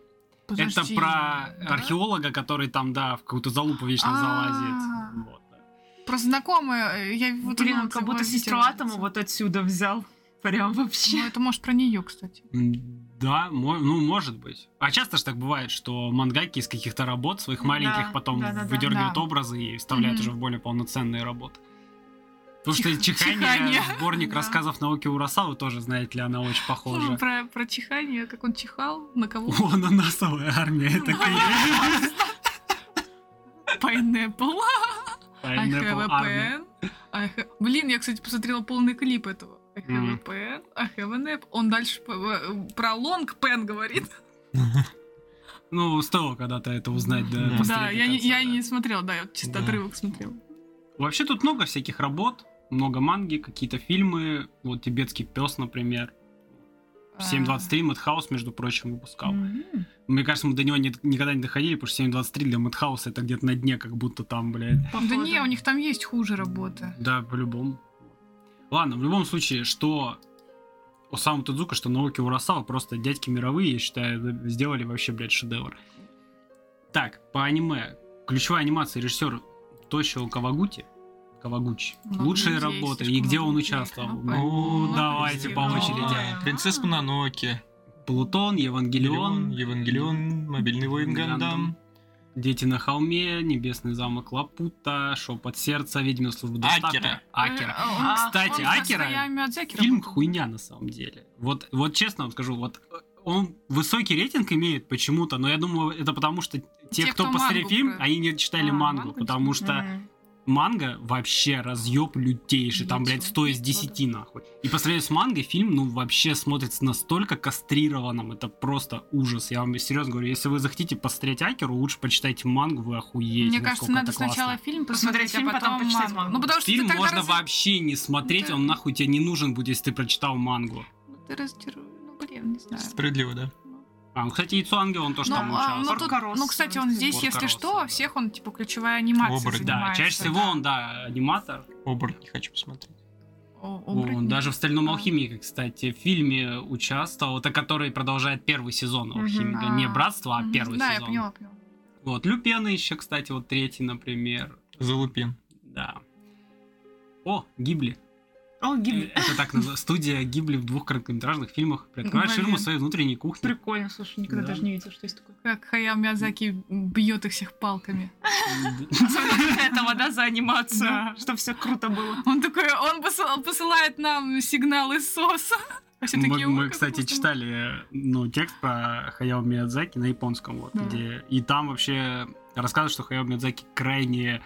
[SPEAKER 2] Подожди,
[SPEAKER 1] это про
[SPEAKER 2] да?
[SPEAKER 1] археолога, который там, да, в какую-то залупу вечно
[SPEAKER 2] А.
[SPEAKER 1] залазит. Вот, да.
[SPEAKER 2] Про знакомые. Я вот
[SPEAKER 7] Блин,
[SPEAKER 2] думала,
[SPEAKER 7] он как
[SPEAKER 2] ты
[SPEAKER 7] будто
[SPEAKER 2] его
[SPEAKER 7] сестру
[SPEAKER 2] видела.
[SPEAKER 7] Атома вот отсюда взял. Прям
[SPEAKER 2] Ну,
[SPEAKER 7] вообще.
[SPEAKER 2] это может про нее, кстати.
[SPEAKER 1] М, Да, мо- ну, может быть. А часто же так бывает, что мангаки из каких-то работ своих
[SPEAKER 7] Да,
[SPEAKER 1] маленьких потом
[SPEAKER 7] да-да-да.
[SPEAKER 1] выдергивают
[SPEAKER 2] Да.
[SPEAKER 1] образы и вставляют
[SPEAKER 2] Мгм.
[SPEAKER 1] уже в более полноценные работы. Потому
[SPEAKER 2] Чих-
[SPEAKER 1] что «Чихание»,
[SPEAKER 2] «Чихание». *laughs*
[SPEAKER 1] сборник
[SPEAKER 7] Да.
[SPEAKER 1] рассказов науки Урасавы тоже, знаете ли, она очень
[SPEAKER 2] Ну,
[SPEAKER 1] похожа.
[SPEAKER 2] Про, про чихание, как он чихал, на кого?
[SPEAKER 1] О, ананасовая армия, это
[SPEAKER 2] *laughs*
[SPEAKER 1] конечно.
[SPEAKER 2] Pineapple. I have
[SPEAKER 1] Pineapple
[SPEAKER 2] a
[SPEAKER 1] А, Army.
[SPEAKER 2] pen. I ha- Блин, я, кстати, посмотрела полный клип этого. I have a
[SPEAKER 1] Мгм.
[SPEAKER 2] pen, I have an app. Он дальше п- э, про long pen говорит.
[SPEAKER 1] Ну, стоило когда-то это узнать, да.
[SPEAKER 3] Да.
[SPEAKER 1] посмотреть
[SPEAKER 2] Да,
[SPEAKER 1] до
[SPEAKER 2] я, не-
[SPEAKER 1] конца, да.
[SPEAKER 2] я не смотрела, да, я вот чисто
[SPEAKER 3] Да.
[SPEAKER 2] отрывок смотрела.
[SPEAKER 1] Вообще тут много всяких работ, много манги, какие-то фильмы. Вот «Тибетский пес», например.
[SPEAKER 2] А.
[SPEAKER 1] В 7.23 Мэтхаус, между прочим, выпускал.
[SPEAKER 7] М.
[SPEAKER 1] Мне кажется, мы до него не- никогда не доходили, потому что 7.23 для Мэтхауса это где-то на дне, как будто там, блядь.
[SPEAKER 2] А, Да
[SPEAKER 7] Походу.
[SPEAKER 2] не, у них там есть хуже работа.
[SPEAKER 1] Да, по-любому. Ладно, в любом случае, что Осаму Тадзука, что Наоки Урасава, просто дядьки мировые, я считаю, сделали вообще, блядь, шедевр. Так, по аниме. Ключевая анимация режиссер Тощио Кавагути. Кавагучи.
[SPEAKER 2] Много
[SPEAKER 1] Лучшие
[SPEAKER 2] людей,
[SPEAKER 1] работы. И
[SPEAKER 2] слишком
[SPEAKER 1] где
[SPEAKER 2] много
[SPEAKER 1] он
[SPEAKER 2] людей.
[SPEAKER 1] участвовал?
[SPEAKER 2] Ну,
[SPEAKER 1] Ну,
[SPEAKER 2] понятно.
[SPEAKER 1] давайте по
[SPEAKER 2] Ой.
[SPEAKER 1] очереди.
[SPEAKER 3] Принцесс Мононоке.
[SPEAKER 1] Плутон,
[SPEAKER 3] Евангелион.
[SPEAKER 1] Евангелион,
[SPEAKER 3] Евангелион. Мобильный воин Гандам.
[SPEAKER 1] Дети на холме, Небесный замок Лапута, Шепот сердца, Ведьмина служба доставки.
[SPEAKER 3] Акера.
[SPEAKER 1] Акера.
[SPEAKER 2] Э, он-
[SPEAKER 1] Кстати,
[SPEAKER 2] он просто
[SPEAKER 1] Акера
[SPEAKER 2] я Миядзаки
[SPEAKER 1] Фильм
[SPEAKER 2] работал.
[SPEAKER 1] хуйня на самом деле. Вот, вот честно вам скажу, вот э, он высокий рейтинг имеет почему-то, но я думаю, это потому что те,
[SPEAKER 2] Те,
[SPEAKER 1] кто,
[SPEAKER 2] кто
[SPEAKER 1] посмотрели
[SPEAKER 2] мангу
[SPEAKER 1] фильм,
[SPEAKER 2] про-
[SPEAKER 1] они не читали
[SPEAKER 2] А,
[SPEAKER 1] мангу,
[SPEAKER 2] мангу
[SPEAKER 1] потому что
[SPEAKER 7] М.
[SPEAKER 1] манга вообще разъеб лютейший, там, блядь, 100 из 10 нахуй. И по сравнению с мангой фильм, ну, вообще смотрится настолько кастрированным, это просто ужас. Я вам серьезно говорю, если вы захотите посмотреть Акеру, лучше почитайте мангу, вы охуеете.
[SPEAKER 2] Мне
[SPEAKER 1] насколько
[SPEAKER 2] кажется, надо
[SPEAKER 1] это классно.
[SPEAKER 2] сначала фильм
[SPEAKER 7] Посмотреть
[SPEAKER 2] посмотреть,
[SPEAKER 7] фильм,
[SPEAKER 2] а
[SPEAKER 7] потом
[SPEAKER 2] потом
[SPEAKER 7] почитать
[SPEAKER 2] мангу.
[SPEAKER 7] мангу.
[SPEAKER 2] Ну, потому что
[SPEAKER 1] Фильм
[SPEAKER 2] ты тогда
[SPEAKER 1] можно
[SPEAKER 2] раз-
[SPEAKER 1] вообще не смотреть,
[SPEAKER 2] Да.
[SPEAKER 1] он нахуй тебе не нужен будет, если ты прочитал мангу.
[SPEAKER 2] Ну, Ты разочаруешь. Ну, блин, не знаю.
[SPEAKER 3] Справедливо, да.
[SPEAKER 1] А, ну, кстати, яйцо ангела, он тоже
[SPEAKER 2] Ну,
[SPEAKER 1] там
[SPEAKER 2] а, ну,
[SPEAKER 1] участвовал.
[SPEAKER 2] тут-
[SPEAKER 7] Поркорос,
[SPEAKER 2] ну, кстати, он здесь,
[SPEAKER 1] Поркорос,
[SPEAKER 2] если что,
[SPEAKER 1] да.
[SPEAKER 2] всех он, типа, ключевая анимация
[SPEAKER 3] Оборот, да,
[SPEAKER 1] Да,
[SPEAKER 2] занимается.
[SPEAKER 1] чаще всего он, да, аниматор.
[SPEAKER 3] Оборот не хочу посмотреть.
[SPEAKER 2] О, оборотни.
[SPEAKER 1] Ну, Он даже в «Стальном
[SPEAKER 2] А.
[SPEAKER 1] алхимике», кстати, в фильме участвовал. Это который продолжает первый сезон
[SPEAKER 7] Мгм.
[SPEAKER 1] алхимика. Не
[SPEAKER 2] А.
[SPEAKER 1] «Братство», а
[SPEAKER 2] Мгм.
[SPEAKER 1] первый
[SPEAKER 2] Да, я
[SPEAKER 1] сезон.
[SPEAKER 2] поняла, поняла.
[SPEAKER 1] Вот, Люпена еще, кстати, вот третий, например.
[SPEAKER 3] Залупин.
[SPEAKER 1] Да. О, Гибли.
[SPEAKER 7] О,
[SPEAKER 1] Э,
[SPEAKER 7] гиб-
[SPEAKER 1] Это так называется. Студия Гибли в двух короткометражных фильмах приоткрывает
[SPEAKER 2] Блин.
[SPEAKER 1] ширму своей внутренней кухни.
[SPEAKER 7] Прикольно, слушай, никогда
[SPEAKER 1] Да.
[SPEAKER 7] даже не видел, что есть такое.
[SPEAKER 2] Как Хаяо Миядзаки бьет их всех палками. *laughs*
[SPEAKER 1] Э.
[SPEAKER 7] Этого, да, *laughs* за *laughs* анимацию, чтобы все круто было.
[SPEAKER 2] Он такой, он посыл- посылает нам сигналы СОС. *laughs* А все
[SPEAKER 1] Мы,
[SPEAKER 2] такие,
[SPEAKER 1] мы,
[SPEAKER 2] «Ой, как
[SPEAKER 1] кстати,
[SPEAKER 2] вкусно».
[SPEAKER 1] читали ну, текст про Хаяо Миядзаки на японском, вот,
[SPEAKER 2] Да.
[SPEAKER 1] где и там вообще рассказывают, что Хаяо Миядзаки крайне,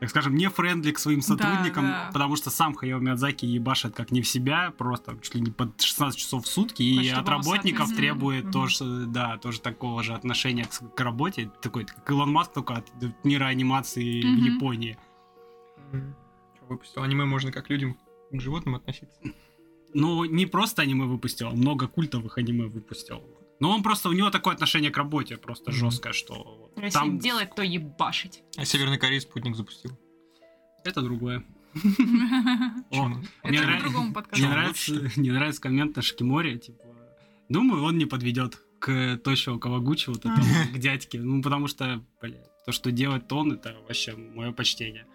[SPEAKER 1] так скажем, не френдли к своим сотрудникам,
[SPEAKER 2] да.
[SPEAKER 1] потому что сам Хаяо Миядзаки ебашит как не в себя, просто чуть ли не под 16 часов в сутки, и
[SPEAKER 7] Хочет,
[SPEAKER 1] от
[SPEAKER 7] чтобы его
[SPEAKER 1] работников
[SPEAKER 2] соответствовали.
[SPEAKER 1] требует
[SPEAKER 7] Мгм.
[SPEAKER 1] тоже, да, тоже такого же отношения к, к работе, такой, как Илон Маск, только от мира анимации в
[SPEAKER 2] Мгм.
[SPEAKER 1] Японии.
[SPEAKER 3] Чё, Выпустил аниме, можно как людям к животным относиться.
[SPEAKER 1] Ну, не просто аниме выпустил, а много культовых аниме выпустил. Но он просто, у него такое отношение к работе просто
[SPEAKER 3] Мгм.
[SPEAKER 1] жесткое, что вот
[SPEAKER 7] Если
[SPEAKER 1] там...
[SPEAKER 7] делать, то ебашить.
[SPEAKER 3] А Северный Корей спутник запустил.
[SPEAKER 1] Это другое. О,
[SPEAKER 3] Чё,
[SPEAKER 2] Это
[SPEAKER 1] нрав-
[SPEAKER 2] к другому
[SPEAKER 1] мне,
[SPEAKER 2] подкасту.
[SPEAKER 3] Чё?
[SPEAKER 1] нравится, *laughs*
[SPEAKER 3] лучше,
[SPEAKER 1] мне нравится коммент на Шкиморе, типа, думаю, он не подведет к тощего Кавагучи, вот этому,
[SPEAKER 3] А.
[SPEAKER 1] к дядьке. Ну, потому что, блин, то, что делает он, это вообще мое почтение.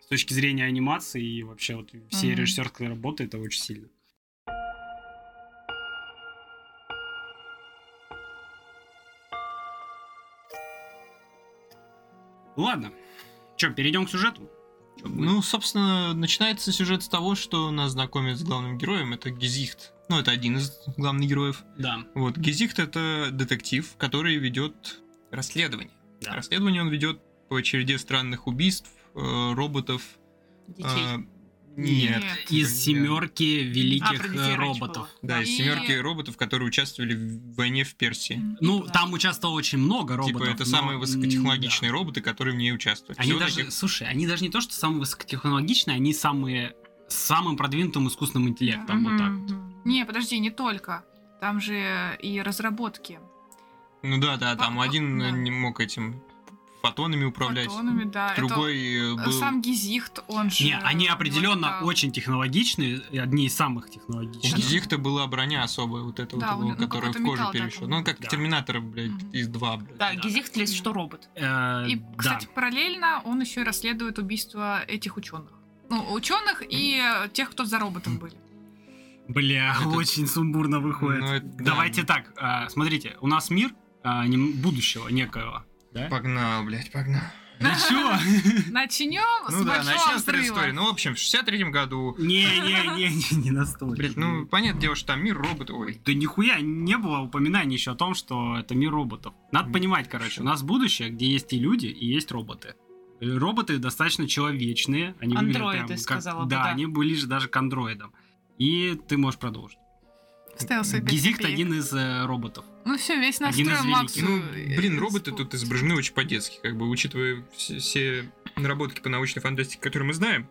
[SPEAKER 1] С точки зрения анимации и вообще вот всей
[SPEAKER 7] Мгм.
[SPEAKER 1] режиссерской работы, это очень сильно. Ладно. Че, перейдем к сюжету? Чё будет?
[SPEAKER 3] Ну, собственно, начинается сюжет с того, что нас знакомят с главным героем. Это Гезихт. Ну, это один из главных героев.
[SPEAKER 1] да.
[SPEAKER 3] Вот, Гезихт это детектив, который ведет расследование.
[SPEAKER 1] Да.
[SPEAKER 3] Расследование он ведет по череде странных убийств, э, роботов.
[SPEAKER 4] Детей.
[SPEAKER 3] а, нет.
[SPEAKER 2] Нет.
[SPEAKER 3] Э,
[SPEAKER 1] Из семерки
[SPEAKER 7] А,
[SPEAKER 1] великих
[SPEAKER 7] про
[SPEAKER 1] э,
[SPEAKER 7] детей раньше было.
[SPEAKER 1] роботов.
[SPEAKER 3] Да, из
[SPEAKER 2] И-
[SPEAKER 3] семерки роботов, которые участвовали в войне в Персии.
[SPEAKER 1] Ну, там участвовало очень много роботов.
[SPEAKER 3] типа, это
[SPEAKER 1] но-
[SPEAKER 3] самые высокотехнологичные
[SPEAKER 1] М,
[SPEAKER 3] роботы, которые в ней
[SPEAKER 1] да.
[SPEAKER 3] участвуют.
[SPEAKER 1] Они
[SPEAKER 3] Всего
[SPEAKER 1] даже,
[SPEAKER 3] таких-
[SPEAKER 1] слушай, они даже не то, что самые высокотехнологичные, они самые с самым продвинутым искусственным
[SPEAKER 4] Э,
[SPEAKER 1] интеллектом. Вот так.
[SPEAKER 2] Не, подожди, не только. Там же и разработки.
[SPEAKER 3] Ну да, да, там
[SPEAKER 2] Фотон,
[SPEAKER 3] один
[SPEAKER 2] да.
[SPEAKER 3] э, не мог этим фотонами управлять,
[SPEAKER 2] Фотонами, да.
[SPEAKER 3] другой э,
[SPEAKER 2] А, Это
[SPEAKER 3] был...
[SPEAKER 2] Сам Гизихт, он же...
[SPEAKER 1] Не, они определенно
[SPEAKER 2] вот,
[SPEAKER 1] очень технологичные, и одни из самых
[SPEAKER 3] У
[SPEAKER 1] технологичных.
[SPEAKER 3] Гизихта была броня особая, вот эта
[SPEAKER 2] Да,
[SPEAKER 3] вот,
[SPEAKER 2] у
[SPEAKER 3] его,
[SPEAKER 2] него
[SPEAKER 3] которая
[SPEAKER 2] какой-то
[SPEAKER 3] в кожу
[SPEAKER 2] металл, да,
[SPEAKER 3] перешла.
[SPEAKER 2] там.
[SPEAKER 3] Ну, он как
[SPEAKER 1] Да.
[SPEAKER 3] Терминатора, блядь,
[SPEAKER 2] Мгм.
[SPEAKER 3] из 2, блядь.
[SPEAKER 4] Да, Гизихт, если что, робот.
[SPEAKER 1] Э,
[SPEAKER 2] И,
[SPEAKER 1] да.
[SPEAKER 2] кстати, параллельно он еще и расследует убийство этих ученых. Ну, ученых и э, тех, кто за роботом были.
[SPEAKER 1] Бля, *laughs*
[SPEAKER 3] Это-
[SPEAKER 1] очень сумбурно выходит.
[SPEAKER 3] Ну, это да.
[SPEAKER 1] Давайте так, а, смотрите, у нас мир а, не- будущего
[SPEAKER 3] *laughs*
[SPEAKER 1] некоего.
[SPEAKER 3] Погнал, блядь, погнал.
[SPEAKER 1] Ну чё? *laughs*
[SPEAKER 2] Начнем с
[SPEAKER 3] Ну да,
[SPEAKER 2] большого
[SPEAKER 3] начнем с этой
[SPEAKER 2] взрыва.
[SPEAKER 3] истории. Ну, в общем, в 63-м году...
[SPEAKER 1] Не-не-не, не настолько.
[SPEAKER 3] Блядь, ну, понятное дело, что там мир роботов. Ой,
[SPEAKER 1] Да нихуя, не было упоминаний еще о том, что это мир роботов. Надо
[SPEAKER 3] М,
[SPEAKER 1] понимать, короче, у нас будущее, где есть и люди, и есть роботы. Э, Роботы достаточно человечные. Они выглядят
[SPEAKER 4] Андроиды,
[SPEAKER 1] прям как-
[SPEAKER 4] сказала бы,
[SPEAKER 1] Да,
[SPEAKER 4] да.
[SPEAKER 1] они ближе даже к андроидам. И ты можешь продолжить.
[SPEAKER 2] Стелс и пять
[SPEAKER 1] Гизикт
[SPEAKER 2] копеек.
[SPEAKER 1] один из э, роботов.
[SPEAKER 2] Ну все, весь
[SPEAKER 1] один из
[SPEAKER 2] настрой
[SPEAKER 1] великих.
[SPEAKER 2] Максу.
[SPEAKER 3] Ну,
[SPEAKER 2] э,
[SPEAKER 3] блин,
[SPEAKER 2] э,
[SPEAKER 3] роботы
[SPEAKER 2] испу-
[SPEAKER 3] тут изображены очень по-детски, как бы, учитывая все, все наработки по научной фантастике, которые мы знаем.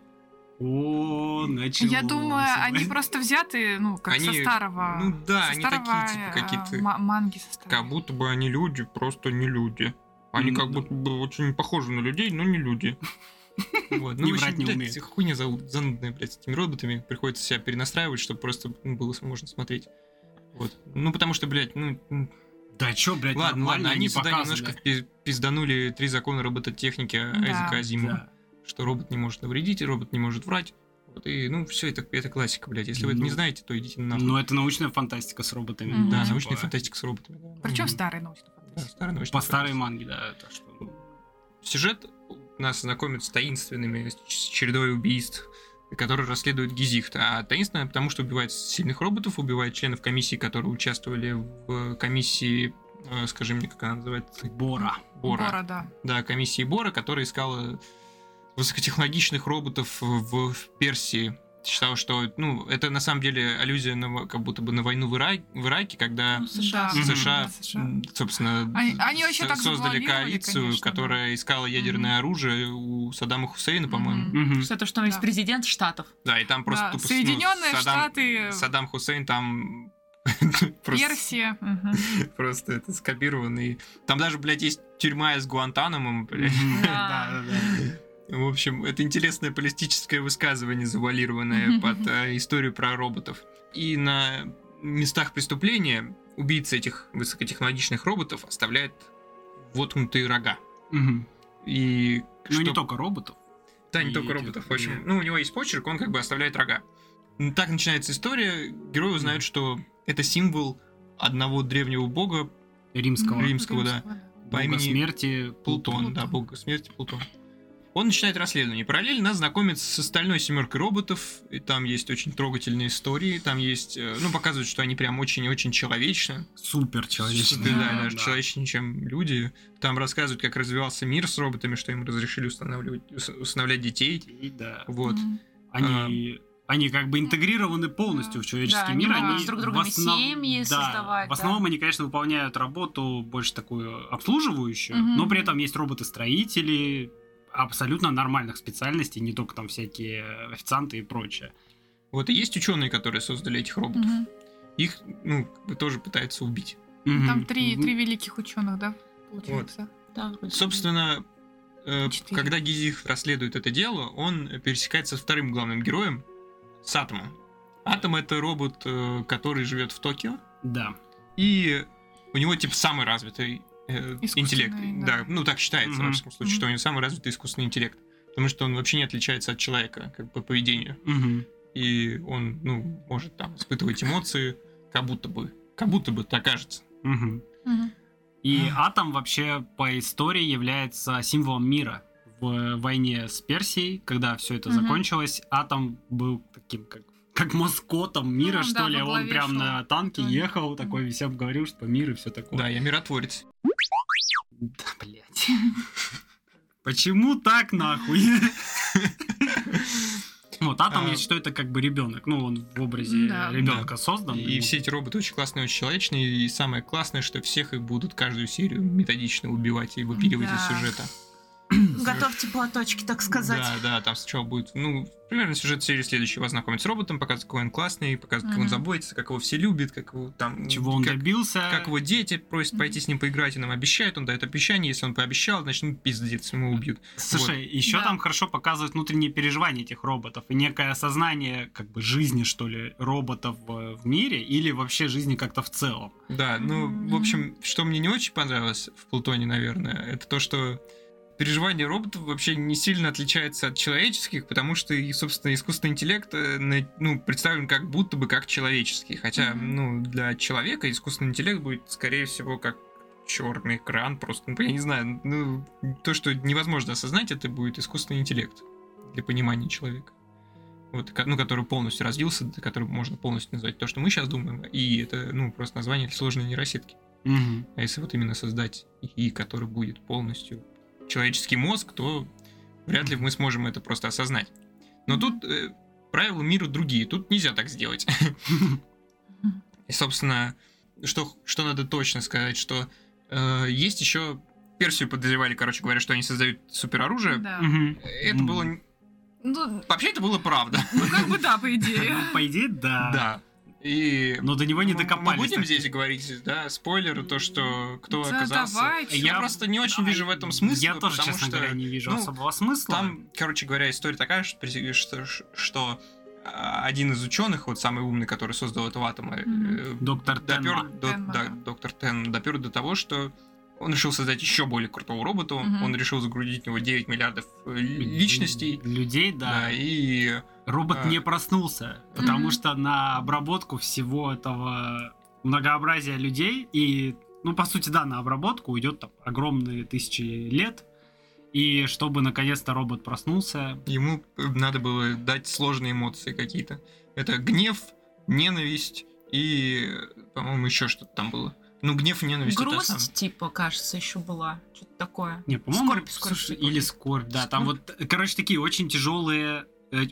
[SPEAKER 1] О, началось.
[SPEAKER 2] Я думаю, они просто взяты, ну, как со
[SPEAKER 3] Они-
[SPEAKER 2] старого...
[SPEAKER 3] ну да,
[SPEAKER 2] со
[SPEAKER 3] они такие,
[SPEAKER 2] старого,
[SPEAKER 3] типа,
[SPEAKER 2] э,
[SPEAKER 3] какие-то-
[SPEAKER 2] ма- Манги со старого.
[SPEAKER 3] Как будто бы они люди, просто не люди. Они
[SPEAKER 1] Ну
[SPEAKER 3] как
[SPEAKER 1] да.
[SPEAKER 3] будто бы очень похожи на людей, но
[SPEAKER 1] *laughs*
[SPEAKER 3] не люди. Вот, ну,
[SPEAKER 1] Не
[SPEAKER 3] в общем,
[SPEAKER 1] врать не
[SPEAKER 3] блядь,
[SPEAKER 1] умеют.
[SPEAKER 3] Хуйня зал- занудная, блядь, с этими роботами. Приходится себя перенастраивать, чтобы просто ну, было можно смотреть. Вот. Ну, потому что, блядь, ну... м,
[SPEAKER 1] *laughs* Да чё, блядь,
[SPEAKER 3] ладно,
[SPEAKER 1] нормально,
[SPEAKER 3] ладно, они сюда
[SPEAKER 1] показаны.
[SPEAKER 3] немножко впи- пизданули три закона робототехники
[SPEAKER 2] Да.
[SPEAKER 3] Айзека Азимова.
[SPEAKER 1] Да.
[SPEAKER 3] что робот не может навредить, и робот не может врать. Вот, и, ну, все, это, это классика, блядь. Если вы это не
[SPEAKER 1] Ну.
[SPEAKER 3] знаете, то идите нахуй.
[SPEAKER 1] Но это научная фантастика с роботами.
[SPEAKER 2] Мгм.
[SPEAKER 3] да,
[SPEAKER 1] Типа,
[SPEAKER 3] научная фантастика с роботами. да.
[SPEAKER 2] Причем
[SPEAKER 1] Мгм.
[SPEAKER 2] старый научный
[SPEAKER 3] Да,
[SPEAKER 2] фантастика.
[SPEAKER 3] старая научная
[SPEAKER 1] По старой
[SPEAKER 3] фантастика.
[SPEAKER 1] манге, да. так что, ну,
[SPEAKER 3] Сюжет нас знакомит с таинственными, с ч- с чередой убийств, которые расследует Гизихт. А таинственное потому, что убивает сильных роботов, убивает членов комиссии, которые участвовали в э, комиссии, э, скажи мне, как она называется?
[SPEAKER 1] Бора.
[SPEAKER 3] Бора.
[SPEAKER 2] Бора, да.
[SPEAKER 3] Да, комиссии Бора, которая искала высокотехнологичных роботов в, в Персии. Считала, что, ну, это на самом деле аллюзия на, во- как будто бы на войну в, Ира- в Ираке, когда
[SPEAKER 2] США.
[SPEAKER 4] а
[SPEAKER 1] Мгм.
[SPEAKER 3] США,
[SPEAKER 2] США.
[SPEAKER 3] м, собственно,
[SPEAKER 2] Они- они вообще так
[SPEAKER 3] создали
[SPEAKER 2] завуалировали,
[SPEAKER 3] коалицию,
[SPEAKER 2] конечно, да.
[SPEAKER 3] которая искала ядерное оружие у Саддама Хусейна, по-моему.
[SPEAKER 2] Мгм.
[SPEAKER 1] Мгм.
[SPEAKER 4] Это что, он есть
[SPEAKER 2] Да.
[SPEAKER 4] президент Штатов.
[SPEAKER 3] Да, и там просто
[SPEAKER 2] Да,
[SPEAKER 3] тупо... ну,
[SPEAKER 2] Соединенные
[SPEAKER 3] Саддам-
[SPEAKER 2] Штаты, э,
[SPEAKER 3] Саддам Хусейн там... *laughs* просто-
[SPEAKER 2] Персия.
[SPEAKER 4] Мгм.
[SPEAKER 3] Просто это скопированный. Там даже, блядь, есть тюрьма из Гуантанамом, блядь.
[SPEAKER 1] Мгм.
[SPEAKER 4] Да.
[SPEAKER 1] *laughs* Да, да, да.
[SPEAKER 3] В общем, это интересное политическое высказывание, завуалированное под э, историю про роботов. И на местах преступления убийца этих высокотехнологичных роботов оставляет воткнутые рога.
[SPEAKER 1] Мгм.
[SPEAKER 3] И
[SPEAKER 1] Ну, не
[SPEAKER 3] чтоб-
[SPEAKER 1] только роботов.
[SPEAKER 3] Да, не
[SPEAKER 1] и
[SPEAKER 3] только
[SPEAKER 1] этих,
[SPEAKER 3] роботов. В общем,
[SPEAKER 1] и-
[SPEAKER 3] ну, у него есть почерк, он как бы оставляет рога. Ну, Так начинается история. Герои узнают, что это символ одного древнего бога
[SPEAKER 1] Римского.
[SPEAKER 3] Рим- Римского, да. по
[SPEAKER 1] Бога
[SPEAKER 3] имени
[SPEAKER 1] смерти
[SPEAKER 3] Плутон,
[SPEAKER 1] Плутон.
[SPEAKER 3] да, бог смерти Плутон. Он начинает расследование. Параллельно нас знакомится с остальной семеркой роботов. И там есть очень трогательные истории. Там есть, э, ну, показывают, что они прям очень-очень человечны.
[SPEAKER 1] Супер
[SPEAKER 3] Да,
[SPEAKER 1] человечный.
[SPEAKER 3] да, даже человечнее, чем люди. Там рассказывают, как развивался мир с роботами, что им разрешили устанавливать, ус- усыновлять детей.
[SPEAKER 1] Да.
[SPEAKER 3] Вот. а.
[SPEAKER 2] Мгм.
[SPEAKER 1] Они... Они как бы интегрированы полностью в человеческий
[SPEAKER 4] Да, они
[SPEAKER 1] мир.
[SPEAKER 4] могут
[SPEAKER 1] они
[SPEAKER 4] с друг другом
[SPEAKER 1] в основ-
[SPEAKER 4] семьи
[SPEAKER 1] да,
[SPEAKER 4] создавать,
[SPEAKER 1] В основном они, конечно, выполняют работу больше такую обслуживающую,
[SPEAKER 2] Мгм.
[SPEAKER 1] но при этом есть роботы-строители абсолютно нормальных специальностей, не только там всякие официанты и прочее.
[SPEAKER 3] Вот и есть ученые, которые создали этих роботов.
[SPEAKER 2] Мгм.
[SPEAKER 3] Их, ну, как бы тоже пытаются убить.
[SPEAKER 2] Там
[SPEAKER 1] Мгм.
[SPEAKER 2] три,
[SPEAKER 1] Мгм.
[SPEAKER 2] три великих ученых, да, получается.
[SPEAKER 4] Да, вроде
[SPEAKER 3] Собственно, э,
[SPEAKER 2] Четыре.
[SPEAKER 3] когда Гизих расследует это дело, он пересекается со вторым главным героем, с Атомом. Атом это робот, э, который живет в Токио,
[SPEAKER 1] Да.
[SPEAKER 3] и у него типа самый развитый э,
[SPEAKER 2] Искусственный,
[SPEAKER 3] интеллект. Да.
[SPEAKER 2] да.
[SPEAKER 3] ну так считается, во
[SPEAKER 1] Мгм.
[SPEAKER 3] всяком случае, что у него самый развитый искусственный интеллект. Потому что он вообще не отличается от человека как по поведению.
[SPEAKER 1] Мгм.
[SPEAKER 3] И он, ну, может там испытывать эмоции, как будто бы. Как будто бы, так кажется.
[SPEAKER 1] Мгм.
[SPEAKER 2] Мгм.
[SPEAKER 1] И
[SPEAKER 3] Мгм.
[SPEAKER 1] атом вообще по истории является символом мира. В войне с Персией, когда все это
[SPEAKER 4] Мгм.
[SPEAKER 1] закончилось, атом был таким как как маскотом мира,
[SPEAKER 2] Ну,
[SPEAKER 1] что
[SPEAKER 2] да,
[SPEAKER 1] ли,
[SPEAKER 2] во
[SPEAKER 1] он
[SPEAKER 2] главе
[SPEAKER 1] прям
[SPEAKER 2] шёл.
[SPEAKER 1] на танке
[SPEAKER 2] Да.
[SPEAKER 1] ехал, такой всем говорил, что мир и все такое.
[SPEAKER 3] Да, я миротворец.
[SPEAKER 1] Да, блядь.
[SPEAKER 2] *laughs*
[SPEAKER 7] есть.
[SPEAKER 1] Почему так нахуй? Вот, а там
[SPEAKER 3] А.
[SPEAKER 1] есть, что это как бы ребенок. Ну, он в образе
[SPEAKER 4] Да.
[SPEAKER 1] ребенка создан.
[SPEAKER 3] И
[SPEAKER 1] ему
[SPEAKER 3] все эти роботы очень классные, очень человечные. И самое классное, что всех их будут каждую серию методично убивать и выпиливать из
[SPEAKER 7] Да.
[SPEAKER 3] сюжета.
[SPEAKER 7] *clears throat* Готовьте платочки, так сказать.
[SPEAKER 3] Да, да, там сначала будет, ну, примерно сюжет серии следующий. Вас знакомят с роботом, показывают, какой он классный, показывают, как он
[SPEAKER 4] Мгм.
[SPEAKER 3] заботится, как его все любят, как его там...
[SPEAKER 1] Чего он
[SPEAKER 3] как,
[SPEAKER 1] добился?
[SPEAKER 3] как его дети просят пойти с ним поиграть, и нам обещают, он дает обещание, если он пообещал, значит, ну, пиздец, ему убьют.
[SPEAKER 1] Слушай, еще
[SPEAKER 2] Да.
[SPEAKER 1] там хорошо показывают внутренние переживания этих роботов и некое осознание как бы жизни, что ли, роботов э, в мире или вообще жизни как-то в целом.
[SPEAKER 3] Да, ну, в общем, что мне не очень понравилось в Плутоне, наверное, это то, что переживание роботов вообще не сильно отличается от человеческих, потому что, и, собственно, искусственный интеллект э, на- ну, представлен как будто бы как человеческий. Хотя,
[SPEAKER 4] Мгм.
[SPEAKER 3] ну, для человека искусственный интеллект будет, скорее всего, как черный экран просто. Ну, я не знаю, ну, то, что невозможно осознать, это будет искусственный интеллект для понимания человека. Вот, ко- ну, который полностью развился, который можно полностью назвать то, что мы сейчас думаем. И это, ну, просто название сложной нейросетки. А если вот именно создать ИИ, который будет полностью человеческий мозг, то вряд ли мы сможем это просто осознать. Но тут э, правила мира другие, тут нельзя так
[SPEAKER 2] *laughs*
[SPEAKER 3] сделать. И, собственно, что, что надо точно сказать, что э, есть еще... Персию подозревали, короче говоря, что они создают супероружие.
[SPEAKER 2] Да.
[SPEAKER 1] Мгм.
[SPEAKER 3] Это было... н-
[SPEAKER 2] Ну,
[SPEAKER 3] Вообще это было правда.
[SPEAKER 2] ну, как бы да, по идее.
[SPEAKER 1] Ну, По идее, да.
[SPEAKER 3] Да. И...
[SPEAKER 1] Но до него не
[SPEAKER 3] мы- мы
[SPEAKER 1] докопались.
[SPEAKER 3] будем
[SPEAKER 1] так.
[SPEAKER 3] здесь говорить, да, спойлеры, то, что кто
[SPEAKER 2] Да,
[SPEAKER 3] оказался... А
[SPEAKER 2] давай, чё.
[SPEAKER 3] Я просто не очень
[SPEAKER 1] Да,
[SPEAKER 3] вижу в этом смысла,
[SPEAKER 1] Я тоже,
[SPEAKER 3] потому
[SPEAKER 1] честно
[SPEAKER 3] что...
[SPEAKER 1] говоря, не вижу
[SPEAKER 3] ну,
[SPEAKER 1] особого смысла.
[SPEAKER 3] Там, короче говоря, история такая, что, при- что, что, а, один из ученых, вот самый умный, который создал этого атома, э,
[SPEAKER 4] Мгм.
[SPEAKER 1] доктор а,
[SPEAKER 3] допер,
[SPEAKER 1] Тенма.
[SPEAKER 3] до-
[SPEAKER 2] Тенма,
[SPEAKER 3] да,
[SPEAKER 2] да.
[SPEAKER 3] доктор Тен допер до того, что он решил создать еще более крутого робота,
[SPEAKER 2] Мгм.
[SPEAKER 3] он решил загрузить в него 9 миллиардов э, личностей,
[SPEAKER 1] Людей, да.
[SPEAKER 3] да, и
[SPEAKER 1] Робот
[SPEAKER 3] А.
[SPEAKER 1] не проснулся, потому
[SPEAKER 4] Мгм.
[SPEAKER 1] что на обработку всего этого многообразия людей и, ну, по сути, да, на обработку уйдет там огромные тысячи лет. И чтобы наконец-то робот проснулся,
[SPEAKER 3] ему э, надо было дать сложные эмоции какие-то. Это гнев, ненависть и, э, по-моему, еще что-то там было. Ну, гнев, ненависть, это самое.
[SPEAKER 4] Грусть, типа, кажется, еще была. Что-то такое.
[SPEAKER 1] не, по-моему,
[SPEAKER 4] Скорбь, скорбь,
[SPEAKER 1] слушай,
[SPEAKER 4] скорбь.
[SPEAKER 1] или скорбь, да, там вот, э, короче, такие очень тяжелые, э,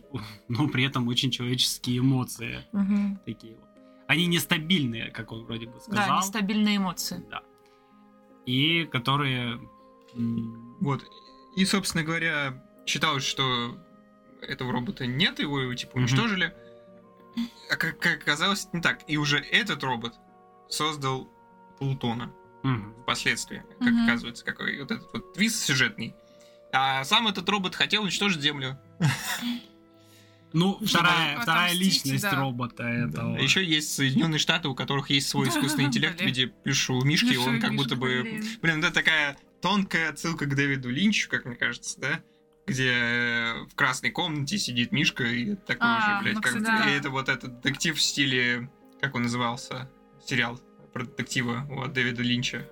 [SPEAKER 1] но при этом очень человеческие эмоции такие. вот. Они нестабильные, как он вроде бы сказал.
[SPEAKER 4] Да, нестабильные эмоции.
[SPEAKER 1] Да. И которые... м,
[SPEAKER 3] Вот. И, собственно говоря, считалось, что этого робота нет, его, его, типа
[SPEAKER 1] Мгм.
[SPEAKER 3] уничтожили. А как, как оказалось, не так. И уже этот робот создал Плутона
[SPEAKER 1] мгм.
[SPEAKER 3] впоследствии, как
[SPEAKER 4] Мгм.
[SPEAKER 3] оказывается, какой вот этот вот твист сюжетный. А сам этот робот хотел уничтожить Землю.
[SPEAKER 1] Ну, вторая,
[SPEAKER 2] Чтобы
[SPEAKER 1] вторая
[SPEAKER 2] отомстить,
[SPEAKER 1] личность
[SPEAKER 2] да.
[SPEAKER 1] робота этого.
[SPEAKER 3] Еще А есть Соединенные Штаты, у которых есть свой искусственный интеллект в
[SPEAKER 2] Блин.
[SPEAKER 3] виде плюшевого мишки, и он
[SPEAKER 2] Плюшевый
[SPEAKER 3] как
[SPEAKER 2] мишка,
[SPEAKER 3] будто бы Блин, это такая тонкая отсылка к Дэвиду Линчу, как мне кажется, да? Где э, в красной комнате сидит Мишка и это такой
[SPEAKER 4] А,
[SPEAKER 3] же, блядь,
[SPEAKER 4] ну,
[SPEAKER 3] как-
[SPEAKER 4] кстати, да.
[SPEAKER 3] И это вот этот детектив в стиле, как он назывался, сериал про детектива от Дэвида Линча.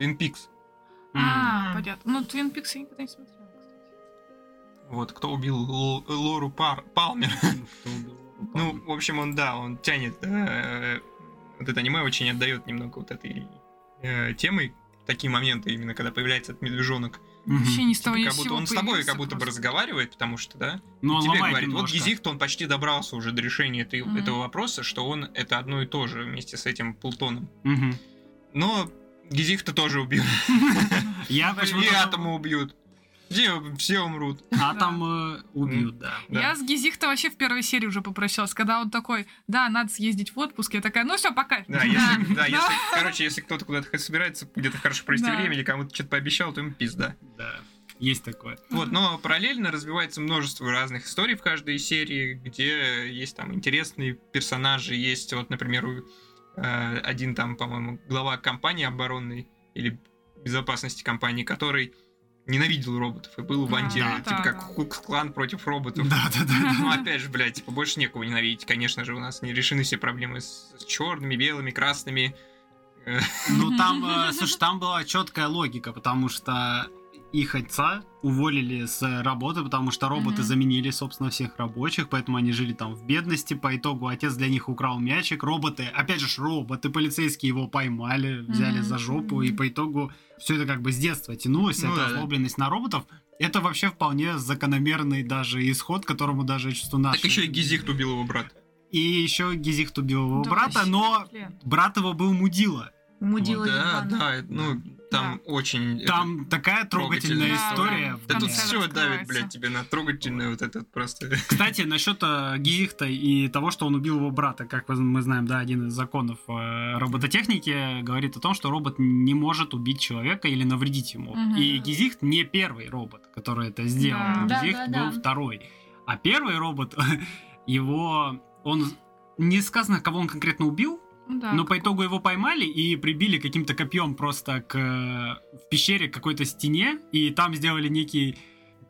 [SPEAKER 3] Twin Peaks.
[SPEAKER 1] М.
[SPEAKER 4] А,
[SPEAKER 2] Понятно. Ну, Твин Пикс я никогда не смотрела, кстати.
[SPEAKER 3] Вот, кто убил Ло- Лору Пар- Палмер.
[SPEAKER 1] Кто убил?
[SPEAKER 3] Ну, в общем, он, да, он тянет. э, Вот это аниме очень отдает немного вот этой э, темой. Такие моменты, именно когда появляется этот медвежонок.
[SPEAKER 1] Мгм.
[SPEAKER 2] Вообще ни с того
[SPEAKER 3] Типа,
[SPEAKER 2] ни
[SPEAKER 3] как
[SPEAKER 2] с
[SPEAKER 3] будто
[SPEAKER 2] сего
[SPEAKER 3] он с тобой
[SPEAKER 2] появился
[SPEAKER 3] как будто бы
[SPEAKER 2] просто.
[SPEAKER 3] разговаривает, потому что, да,
[SPEAKER 1] Ну, он
[SPEAKER 3] тебе
[SPEAKER 1] ломает
[SPEAKER 3] говорит, вот
[SPEAKER 1] немножко.
[SPEAKER 3] Гизихт, он почти добрался уже до решения этой-
[SPEAKER 4] Мгм.
[SPEAKER 3] этого вопроса, что он это одно и то же вместе с этим Плутоном.
[SPEAKER 1] Мгм.
[SPEAKER 3] Но Гизихта тоже убьют.
[SPEAKER 1] Я Ну, почему
[SPEAKER 3] И Атома убьют. Все, все умрут.
[SPEAKER 1] Атом э, убьют, да.
[SPEAKER 3] Да.
[SPEAKER 2] Я с Гизихта вообще в первой серии уже попрощалась, когда он такой, да, надо съездить в отпуск, я такая, ну все, пока. Ну,
[SPEAKER 3] Да, если,
[SPEAKER 1] *laughs*
[SPEAKER 3] да, если, короче, если кто-то куда-то собирается, где-то хорошо провести
[SPEAKER 2] Да.
[SPEAKER 3] время или кому-то что-то пообещал, то им пизда.
[SPEAKER 1] Да. Есть такое.
[SPEAKER 3] Вот, но параллельно развивается множество разных историй в каждой серии, где есть там интересные персонажи, есть вот, например, у, э, один там, по-моему, глава компании оборонной или безопасности компании, который ненавидел роботов и был в
[SPEAKER 2] А,
[SPEAKER 3] анти,
[SPEAKER 1] да,
[SPEAKER 3] типа
[SPEAKER 2] да,
[SPEAKER 3] как
[SPEAKER 2] да.
[SPEAKER 3] Клан против роботов.
[SPEAKER 1] Да, да, да.
[SPEAKER 2] *laughs*
[SPEAKER 3] Ну опять же, блядь, типа больше некого ненавидеть. Конечно же, у нас не решены все проблемы с, черными, белыми, красными.
[SPEAKER 1] Ну там, э, слушай, там была четкая логика, потому что их отца уволили с работы, потому что роботы
[SPEAKER 4] Мгм.
[SPEAKER 1] заменили, собственно, всех рабочих, поэтому они жили там в бедности. По итогу отец для них украл мячик. Роботы, опять же, ж роботы, полицейские его поймали, взяли
[SPEAKER 4] Мгм.
[SPEAKER 1] за жопу, и по итогу все это как бы с детства тянулось,
[SPEAKER 3] Ну
[SPEAKER 1] эта
[SPEAKER 3] да.
[SPEAKER 1] озлобленность на роботов. Это вообще вполне закономерный даже исход, которому даже чувствую наши...
[SPEAKER 3] Так еще и Гизихт убил его брат.
[SPEAKER 1] И еще Гизихт убил его
[SPEAKER 2] Да
[SPEAKER 1] брата,
[SPEAKER 2] вообще.
[SPEAKER 1] но брат его был мудила.
[SPEAKER 7] Мудила
[SPEAKER 3] Вот, да,
[SPEAKER 7] ебаная.
[SPEAKER 3] да, ну там очень. это-
[SPEAKER 1] Там такая трогательная
[SPEAKER 3] трогательная
[SPEAKER 1] история.
[SPEAKER 3] Да тут
[SPEAKER 2] конце
[SPEAKER 3] все давит,
[SPEAKER 2] раскрывается.
[SPEAKER 3] блядь, тебе на трогательное вот этот просто. *laughs*
[SPEAKER 1] Кстати, насчет э, Гизихта и того, что он убил его брата, как вы- мы знаем, да, один из законов э, робототехники говорит о том, что робот не может убить человека или навредить ему.
[SPEAKER 4] Мгм.
[SPEAKER 1] И Гизихт не первый робот, который это сделал.
[SPEAKER 2] Да.
[SPEAKER 4] Да,
[SPEAKER 1] Гизихт
[SPEAKER 4] да, да.
[SPEAKER 1] был второй. А первый робот, *laughs* его, он не сказано, кого он конкретно убил,
[SPEAKER 2] Ну Да,
[SPEAKER 1] но по
[SPEAKER 2] какой-
[SPEAKER 1] итогу его поймали и прибили каким-то копьем просто к э, в пещере к какой-то стене, и там сделали некий.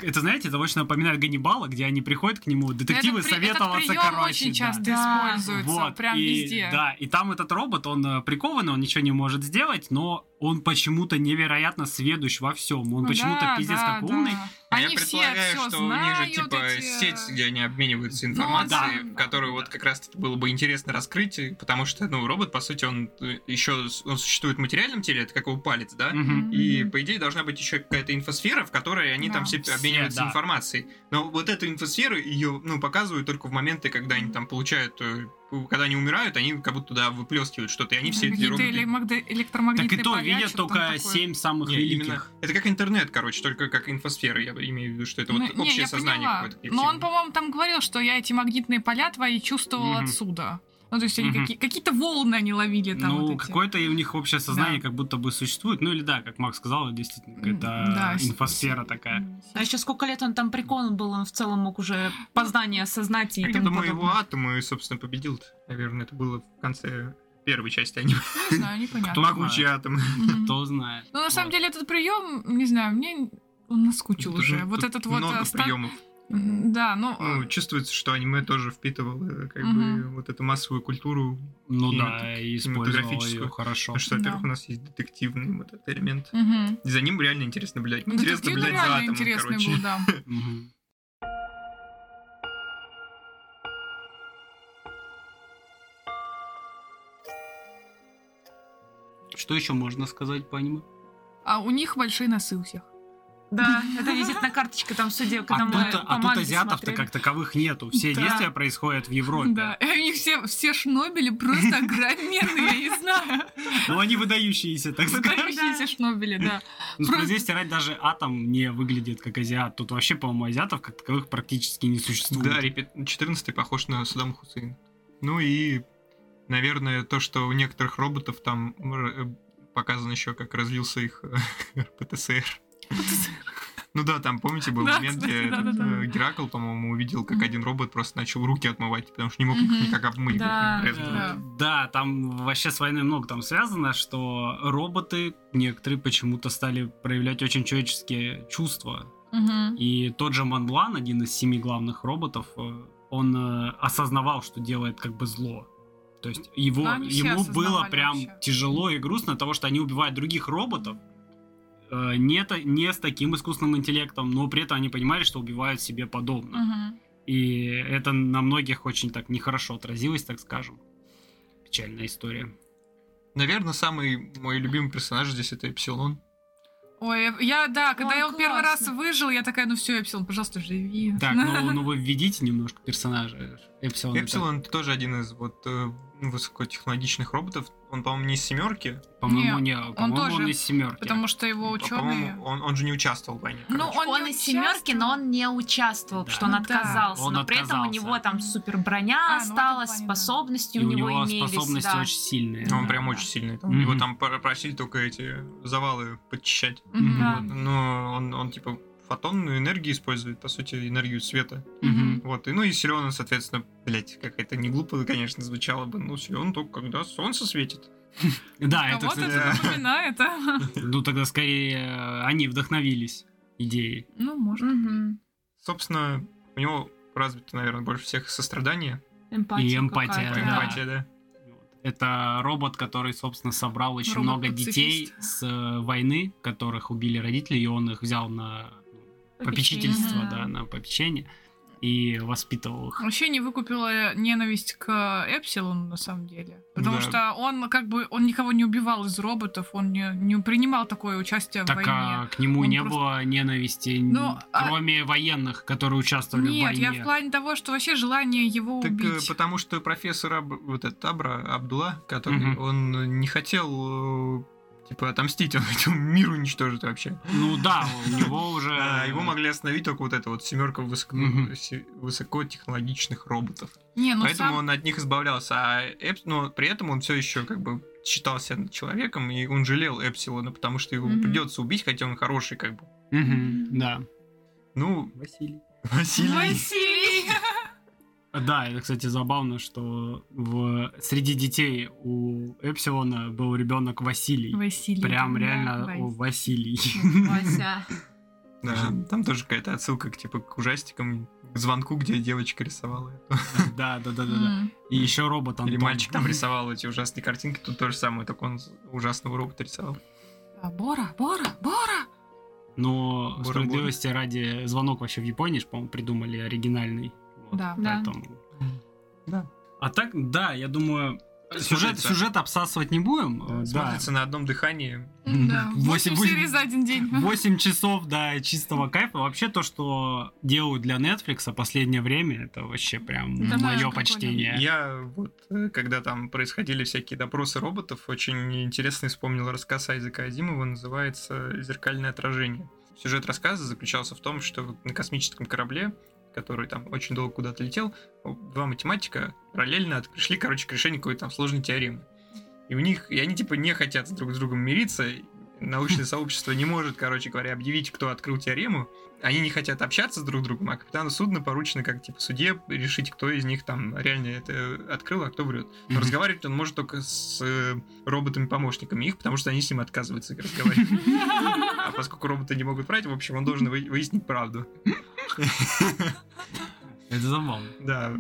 [SPEAKER 1] Это, знаете, это очень напоминает Ганнибала, где они приходят к нему, детективы
[SPEAKER 2] Этот при- этот
[SPEAKER 1] советоваться,
[SPEAKER 2] приём
[SPEAKER 1] короче.
[SPEAKER 2] очень
[SPEAKER 1] да.
[SPEAKER 2] часто
[SPEAKER 4] Да.
[SPEAKER 2] используется,
[SPEAKER 1] Вот,
[SPEAKER 2] прям
[SPEAKER 1] и,
[SPEAKER 2] везде.
[SPEAKER 1] Да, и там этот робот, он э, прикованный, он ничего не может сделать, но он почему-то невероятно сведущ во всем. Он почему-то
[SPEAKER 2] Ну Да,
[SPEAKER 1] пиздец
[SPEAKER 2] да,
[SPEAKER 1] как
[SPEAKER 2] да.
[SPEAKER 1] умный.
[SPEAKER 3] А
[SPEAKER 2] Они
[SPEAKER 3] я
[SPEAKER 2] все
[SPEAKER 3] предполагаю,
[SPEAKER 2] всё
[SPEAKER 3] что
[SPEAKER 2] знают,
[SPEAKER 3] у них же типа
[SPEAKER 2] эти,
[SPEAKER 3] сеть, где они обмениваются
[SPEAKER 2] да.
[SPEAKER 3] информацией,
[SPEAKER 2] Да.
[SPEAKER 3] которую вот как раз было бы интересно раскрыть, и- потому что, ну, робот, по сути, он еще он существует в материальном теле, это как его палец, да?
[SPEAKER 1] Мгм.
[SPEAKER 3] И,
[SPEAKER 4] Мгм.
[SPEAKER 3] по идее, должна быть еще какая-то инфосфера, в которой они там
[SPEAKER 2] Да.
[SPEAKER 3] все
[SPEAKER 1] Все,
[SPEAKER 3] обмениваются
[SPEAKER 1] да.
[SPEAKER 3] информацией. Но вот эту инфосферу ее, ну, показывают только в моменты, когда они там получают, э, когда они умирают, они как будто туда выплескивают что-то, и они все эти
[SPEAKER 2] Какие-то
[SPEAKER 3] роботы...
[SPEAKER 2] элемагде-
[SPEAKER 1] Так и
[SPEAKER 2] электромагнитные
[SPEAKER 1] то, видят
[SPEAKER 2] поля, что-то там
[SPEAKER 1] только
[SPEAKER 2] такое.
[SPEAKER 1] семь самых
[SPEAKER 3] Не,
[SPEAKER 1] великих.
[SPEAKER 3] именно- это как интернет, короче, только как инфосфера, я имею в виду, что это
[SPEAKER 2] Ну,
[SPEAKER 3] вот
[SPEAKER 2] не,
[SPEAKER 3] общее
[SPEAKER 2] я
[SPEAKER 3] сознание
[SPEAKER 2] поняла.
[SPEAKER 3] какое-то.
[SPEAKER 2] Но он,
[SPEAKER 3] коллективное.
[SPEAKER 2] по-моему, там говорил, что я эти магнитные поля твои чувствовал
[SPEAKER 1] Мгм.
[SPEAKER 2] отсюда. Ну, то есть они
[SPEAKER 1] Мгм.
[SPEAKER 2] какие- какие-то волны они ловили там.
[SPEAKER 1] ну,
[SPEAKER 2] вот эти.
[SPEAKER 1] какое-то и у них общее сознание
[SPEAKER 2] Да.
[SPEAKER 1] как будто бы существует. Ну или да, как Макс сказал, действительно,
[SPEAKER 2] М,
[SPEAKER 1] какая-то
[SPEAKER 2] да, с-
[SPEAKER 1] инфосфера такая.
[SPEAKER 4] А еще сколько лет он там прикован был, он в целом мог уже познание осознать и
[SPEAKER 3] Я
[SPEAKER 4] тому
[SPEAKER 3] думаю,
[SPEAKER 4] подобное.
[SPEAKER 3] его атомы, собственно, победил. Наверное, это было в конце первой части а аниме.
[SPEAKER 2] Ну, Не знаю, непонятно.
[SPEAKER 1] Кто
[SPEAKER 3] Могучие атомы.
[SPEAKER 1] *laughs*
[SPEAKER 2] Мгм.
[SPEAKER 1] Кто знает.
[SPEAKER 2] Ну, на самом
[SPEAKER 1] Вот.
[SPEAKER 2] деле, этот прием, не знаю, мне он наскучил
[SPEAKER 3] Тут
[SPEAKER 2] уже.
[SPEAKER 3] же-
[SPEAKER 2] Вот
[SPEAKER 3] тут
[SPEAKER 2] этот вот...
[SPEAKER 3] много
[SPEAKER 2] э, стан-
[SPEAKER 3] приемов.
[SPEAKER 2] М, Да, ну...
[SPEAKER 3] Ну,
[SPEAKER 2] э,
[SPEAKER 3] чувствуется, что аниме тоже впитывало э, как
[SPEAKER 2] Мгм.
[SPEAKER 3] бы вот эту массовую культуру.
[SPEAKER 1] Ну
[SPEAKER 3] Кинемат-
[SPEAKER 1] да, и использовал ее
[SPEAKER 3] кинематографическую.
[SPEAKER 1] хорошо.
[SPEAKER 3] Потому что, во-первых,
[SPEAKER 2] Да.
[SPEAKER 3] у нас есть детективный вот этот элемент.
[SPEAKER 2] мгм. Ну,
[SPEAKER 3] И за ним реально интересно блядь. Интересно,
[SPEAKER 2] Детектив
[SPEAKER 3] блядь, за
[SPEAKER 2] реально
[SPEAKER 3] атомом,
[SPEAKER 2] интересный
[SPEAKER 3] короче.
[SPEAKER 2] был, да.
[SPEAKER 1] Мгм. Что еще можно сказать по аниме?
[SPEAKER 2] А у них большие носы у всех.
[SPEAKER 4] Да, это визит на карточке, там в суде, когда
[SPEAKER 1] А
[SPEAKER 4] мы
[SPEAKER 1] тут, а тут
[SPEAKER 4] по-манге
[SPEAKER 1] азиатов-то
[SPEAKER 4] смотрели.
[SPEAKER 1] как таковых нету. Все
[SPEAKER 2] Да.
[SPEAKER 1] действия происходят в Европе.
[SPEAKER 2] Да, и они все, все шнобели просто огроменные, я
[SPEAKER 3] *laughs*
[SPEAKER 2] не знаю.
[SPEAKER 1] Но Ну, они выдающиеся, так сказать.
[SPEAKER 2] Выдающиеся шнобели, да.
[SPEAKER 1] Ну,
[SPEAKER 2] Просто-
[SPEAKER 1] справедливости стирать даже атом не выглядит как азиат. Тут вообще, по-моему, азиатов как таковых практически не существует.
[SPEAKER 3] Да, репет... 14 похож на Саддам Хусейн. Ну и, наверное, то, что у некоторых роботов там р- э, показано еще, как развился их э, *laughs* ПТСР. Ну да, там, помните, был
[SPEAKER 2] Да,
[SPEAKER 3] момент,
[SPEAKER 2] кстати,
[SPEAKER 3] где этот,
[SPEAKER 2] да-да-да.
[SPEAKER 3] э, Геракл, по-моему, увидел, как
[SPEAKER 2] Мгм.
[SPEAKER 3] один робот просто начал руки отмывать, потому что не мог их
[SPEAKER 2] Мгм.
[SPEAKER 3] никак обмыть.
[SPEAKER 4] Да,
[SPEAKER 3] Для этого.
[SPEAKER 1] Э, Да, там вообще с войной много там связано, что роботы некоторые почему-то стали проявлять очень человеческие чувства.
[SPEAKER 2] Мгм.
[SPEAKER 1] И тот же Манлан, один из семи главных роботов, э, он э, осознавал, что делает как бы зло. То есть его,
[SPEAKER 2] Да, они все
[SPEAKER 1] ему было
[SPEAKER 2] осознавали
[SPEAKER 1] прям
[SPEAKER 2] вообще.
[SPEAKER 1] тяжело и грустно от того, что они убивают других роботов, э, не, та- не с таким искусственным интеллектом, но при этом они понимали, что убивают себе подобно.
[SPEAKER 2] Мгм.
[SPEAKER 1] И это на многих очень так нехорошо отразилось, так скажем. Печальная история.
[SPEAKER 3] Наверное, самый мой любимый персонаж здесь это Эпсилон.
[SPEAKER 2] Ой, я, да, когда
[SPEAKER 4] Он
[SPEAKER 2] я его первый раз
[SPEAKER 4] классный.
[SPEAKER 2] выжил, я такая, ну все, Эпсилон, пожалуйста, живи. *laughs*
[SPEAKER 1] Так, ну, ну вы введите немножко персонажа. Эпсилон. это,
[SPEAKER 3] Эпсилон это тоже один из вот э, ну, высокотехнологичных роботов. Он, по-моему, не из семерки.
[SPEAKER 1] по-моему,
[SPEAKER 2] Не,
[SPEAKER 1] не, по-моему, он,
[SPEAKER 2] тоже,
[SPEAKER 1] из семерки.
[SPEAKER 2] Потому что
[SPEAKER 1] Ну,
[SPEAKER 2] его
[SPEAKER 3] А, По-моему,
[SPEAKER 2] ученые...
[SPEAKER 3] он, он же не участвовал в войне.
[SPEAKER 2] Ну,
[SPEAKER 3] короче.
[SPEAKER 2] он,
[SPEAKER 4] Он
[SPEAKER 2] не
[SPEAKER 4] из семерки, но он не участвовал,
[SPEAKER 1] Да.
[SPEAKER 4] потому что он
[SPEAKER 2] Ну да.
[SPEAKER 4] отказался.
[SPEAKER 1] Он
[SPEAKER 4] но при этом у
[SPEAKER 1] отказался.
[SPEAKER 4] него там супер броня
[SPEAKER 2] А, ну в этом
[SPEAKER 4] осталась,
[SPEAKER 2] плане, да.
[SPEAKER 4] способности
[SPEAKER 1] И
[SPEAKER 4] у
[SPEAKER 1] у
[SPEAKER 4] него
[SPEAKER 1] него
[SPEAKER 4] имелись.
[SPEAKER 1] способности
[SPEAKER 4] да.
[SPEAKER 1] очень сильные.
[SPEAKER 3] Ну, Он
[SPEAKER 1] да.
[SPEAKER 3] прям
[SPEAKER 4] да.
[SPEAKER 3] очень сильный. Там
[SPEAKER 1] Мгм.
[SPEAKER 3] Его там просили только эти завалы подчищать.
[SPEAKER 2] Мгм.
[SPEAKER 4] Да.
[SPEAKER 1] ну, Вот.
[SPEAKER 3] Но он, он типа фотонную энергию использует, по сути, энергию света.
[SPEAKER 1] Мгм.
[SPEAKER 3] Вот. И, ну и силен он, соответственно, блять, как это не глупо, конечно, звучало бы, но силен только когда солнце светит.
[SPEAKER 1] Да, А, это,
[SPEAKER 2] Кого-то
[SPEAKER 1] кстати,
[SPEAKER 2] это
[SPEAKER 3] да.
[SPEAKER 1] *laughs*
[SPEAKER 2] напоминает, а?
[SPEAKER 1] да. ну тогда скорее э, они вдохновились идеей.
[SPEAKER 2] Ну, может.
[SPEAKER 4] Мгм.
[SPEAKER 3] Собственно, у него развито, наверное, больше всех сострадание,
[SPEAKER 4] Эмпатия
[SPEAKER 1] И эмпатия,
[SPEAKER 4] какая-то,
[SPEAKER 1] да.
[SPEAKER 3] эмпатия, да.
[SPEAKER 1] Вот. Это робот, который, собственно, собрал очень
[SPEAKER 2] Робот-пацифист.
[SPEAKER 1] много детей с э, войны, которых убили родители, и он их взял на ну, попечительство,
[SPEAKER 4] Попечение, да.
[SPEAKER 1] да, на попечение и воспитывал их.
[SPEAKER 2] Вообще не выкупила ненависть к Эпсилону, на самом деле. Потому
[SPEAKER 3] Да.
[SPEAKER 2] что он как бы, он никого не убивал из роботов, он не, не принимал такое участие в
[SPEAKER 1] Так
[SPEAKER 2] войне.
[SPEAKER 1] а к нему
[SPEAKER 2] Он
[SPEAKER 1] не
[SPEAKER 2] просто-
[SPEAKER 1] было ненависти, н-
[SPEAKER 2] Ну, а-
[SPEAKER 1] кроме военных, которые участвовали в
[SPEAKER 2] Нет,
[SPEAKER 1] войне.
[SPEAKER 2] я в плане того, что вообще желание его
[SPEAKER 3] Так, э,
[SPEAKER 2] убить.
[SPEAKER 3] потому что профессор Аб- вот этот Абра Абдула, который
[SPEAKER 1] Мгм.
[SPEAKER 3] он э, не хотел э, типа отомстить, он *laughs* хотел мир уничтожить вообще.
[SPEAKER 1] Ну да, у него уже...
[SPEAKER 3] *laughs* А, его могли остановить только вот эта вот семерка высоко,
[SPEAKER 1] Мгм.
[SPEAKER 3] се- высокотехнологичных роботов.
[SPEAKER 2] Не, ну
[SPEAKER 3] Поэтому
[SPEAKER 2] сам-
[SPEAKER 3] он от них избавлялся. А Эп- но при этом он все еще как бы считал себя человеком, и он жалел Эпсилона, потому что его
[SPEAKER 4] Мгм.
[SPEAKER 3] придется убить, хотя он хороший, как бы.
[SPEAKER 1] Мгм, Да.
[SPEAKER 3] Ну,
[SPEAKER 1] Василий.
[SPEAKER 3] Василий.
[SPEAKER 2] Василий!
[SPEAKER 1] Да, это, кстати, забавно, что в... среди детей у Эпсилона был ребенок Василий.
[SPEAKER 2] Василий.
[SPEAKER 1] Прям
[SPEAKER 2] да,
[SPEAKER 1] реально
[SPEAKER 2] Вась.
[SPEAKER 1] о, *laughs*
[SPEAKER 2] *laughs*
[SPEAKER 1] Василий.
[SPEAKER 4] Вася.
[SPEAKER 3] Да, там тоже какая-то отсылка к типа к ужастикам, к звонку, где девочка рисовала. это.
[SPEAKER 1] Да, да, да, да. да.
[SPEAKER 2] М.
[SPEAKER 1] И еще робот
[SPEAKER 3] Или
[SPEAKER 1] Антон.
[SPEAKER 3] мальчик там рисовал эти ужасные картинки, тут то же самое, только он ужасного робота рисовал.
[SPEAKER 2] А, Бора, Бора, Бора!
[SPEAKER 1] Но
[SPEAKER 3] Бора-бора.
[SPEAKER 1] справедливости ради звонок вообще в Японии, ж, по-моему, придумали оригинальный. Вот,
[SPEAKER 2] Да.
[SPEAKER 4] Да.
[SPEAKER 1] поэтому-
[SPEAKER 3] Да.
[SPEAKER 1] А так, да, я думаю, сюжет,
[SPEAKER 3] Смотрится.
[SPEAKER 1] сюжет обсасывать не будем. э, Да.
[SPEAKER 3] Смотрится на одном дыхании.
[SPEAKER 2] Да,
[SPEAKER 1] Восемь-
[SPEAKER 2] 8
[SPEAKER 1] восемь-
[SPEAKER 2] серий за один день.
[SPEAKER 1] 8 часов до чистого кайфа. Вообще то, что делают для Netflix последнее время, это вообще прям
[SPEAKER 2] Да,
[SPEAKER 1] мое
[SPEAKER 2] прикольно.
[SPEAKER 1] почтение.
[SPEAKER 3] Я вот, э, когда там происходили всякие допросы роботов, очень интересно вспомнил рассказ Айзека Азимова, называется «Зеркальное отражение». Сюжет рассказа заключался в том, что вот на космическом корабле, который там очень долго куда-то летел, два математика параллельно от- пришли, короче, к решению какой-то там сложной теоремы. И у них, и они типа не хотят друг с другом мириться, научное сообщество не может, короче говоря, объявить, кто открыл теорему, они не хотят общаться друг с другом, а капитану судна поручено как типа суде решить, кто из них там реально это открыл, а кто врет. Но
[SPEAKER 1] Мгм.
[SPEAKER 3] разговаривать он может только с э, роботами-помощниками их, потому что они с ним отказываются разговаривать. А поскольку роботы не могут править, в общем, он должен вы- выяснить правду.
[SPEAKER 1] Это забавно.
[SPEAKER 3] Да,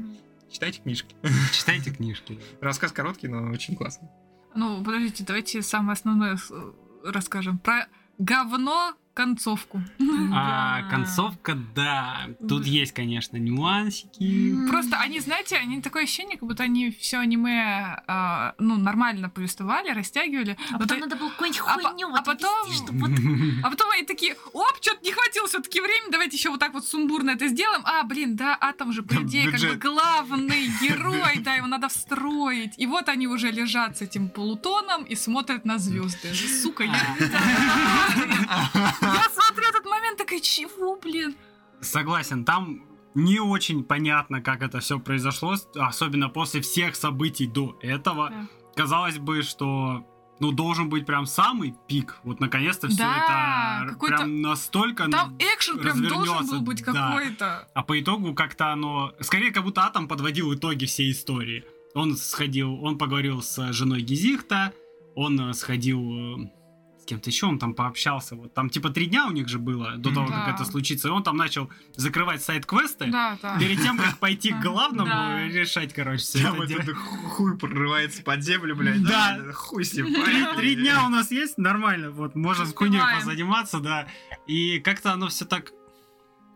[SPEAKER 3] читайте книжки.
[SPEAKER 1] Читайте книжки.
[SPEAKER 3] Рассказ короткий, но очень классный.
[SPEAKER 2] Ну, подождите, давайте самое основное э, расскажем. Про говно концовку.
[SPEAKER 1] А
[SPEAKER 4] Да.
[SPEAKER 1] концовка, да. Тут есть, конечно, нюансики.
[SPEAKER 4] М.
[SPEAKER 2] Просто они, знаете, они такое ощущение, как будто они все аниме, а, ну, нормально повествовали, растягивали.
[SPEAKER 4] А
[SPEAKER 2] но
[SPEAKER 4] потом
[SPEAKER 2] ты-
[SPEAKER 4] надо было какую-нибудь
[SPEAKER 2] А по-
[SPEAKER 4] хуйню
[SPEAKER 2] а
[SPEAKER 4] вот
[SPEAKER 2] потом-
[SPEAKER 4] ввести, чтобы вот-
[SPEAKER 2] А
[SPEAKER 1] Мгм.
[SPEAKER 2] потом они такие, оп, что-то не хватило все-таки времени, давайте еще вот так вот сумбурно это сделаем. А, блин, да, а там же, по
[SPEAKER 3] Да,
[SPEAKER 2] идее, как бы
[SPEAKER 1] *laughs*
[SPEAKER 3] бюджет.
[SPEAKER 2] главный герой, да, его надо встроить. И вот они уже лежат с этим полутоном и смотрят на звезды. Сука, я...
[SPEAKER 1] А.
[SPEAKER 2] Я смотрю этот момент, такая, чего, блин?
[SPEAKER 1] *laughs* Согласен, там не очень понятно, как это все произошло, с- особенно после всех событий до этого.
[SPEAKER 2] Да.
[SPEAKER 1] Казалось бы, что ну должен быть прям самый пик. Вот наконец-то все
[SPEAKER 2] Да,
[SPEAKER 1] это р-
[SPEAKER 2] какой-то-
[SPEAKER 1] прям настолько.
[SPEAKER 2] Там
[SPEAKER 1] ну,
[SPEAKER 2] экшен прям должен
[SPEAKER 1] развернется,
[SPEAKER 2] был быть
[SPEAKER 1] да.
[SPEAKER 2] какой-то.
[SPEAKER 1] А по итогу как-то оно... Скорее, как будто Атом подводил итоги всей истории. Он сходил, он поговорил с женой Гизихта, он э, сходил э, с кем-то еще, он там пообщался. Вот там типа три дня у них же было до
[SPEAKER 3] М.
[SPEAKER 1] того, как
[SPEAKER 2] Да.
[SPEAKER 1] это случится. И он там начал закрывать сайт-квесты.
[SPEAKER 2] Да, да.
[SPEAKER 1] Перед тем, как пойти к главному,
[SPEAKER 4] Да.
[SPEAKER 1] и решать, короче, все
[SPEAKER 3] Там
[SPEAKER 1] это дело.
[SPEAKER 3] этот хуй прорывается под землю, блядь.
[SPEAKER 1] Да.
[SPEAKER 3] Хуй с ним.
[SPEAKER 1] Три-
[SPEAKER 3] поехали.
[SPEAKER 1] Три дня у нас есть, нормально, вот, можно с хуйней
[SPEAKER 4] Успеваем.
[SPEAKER 1] позаниматься, да. И как-то оно все так...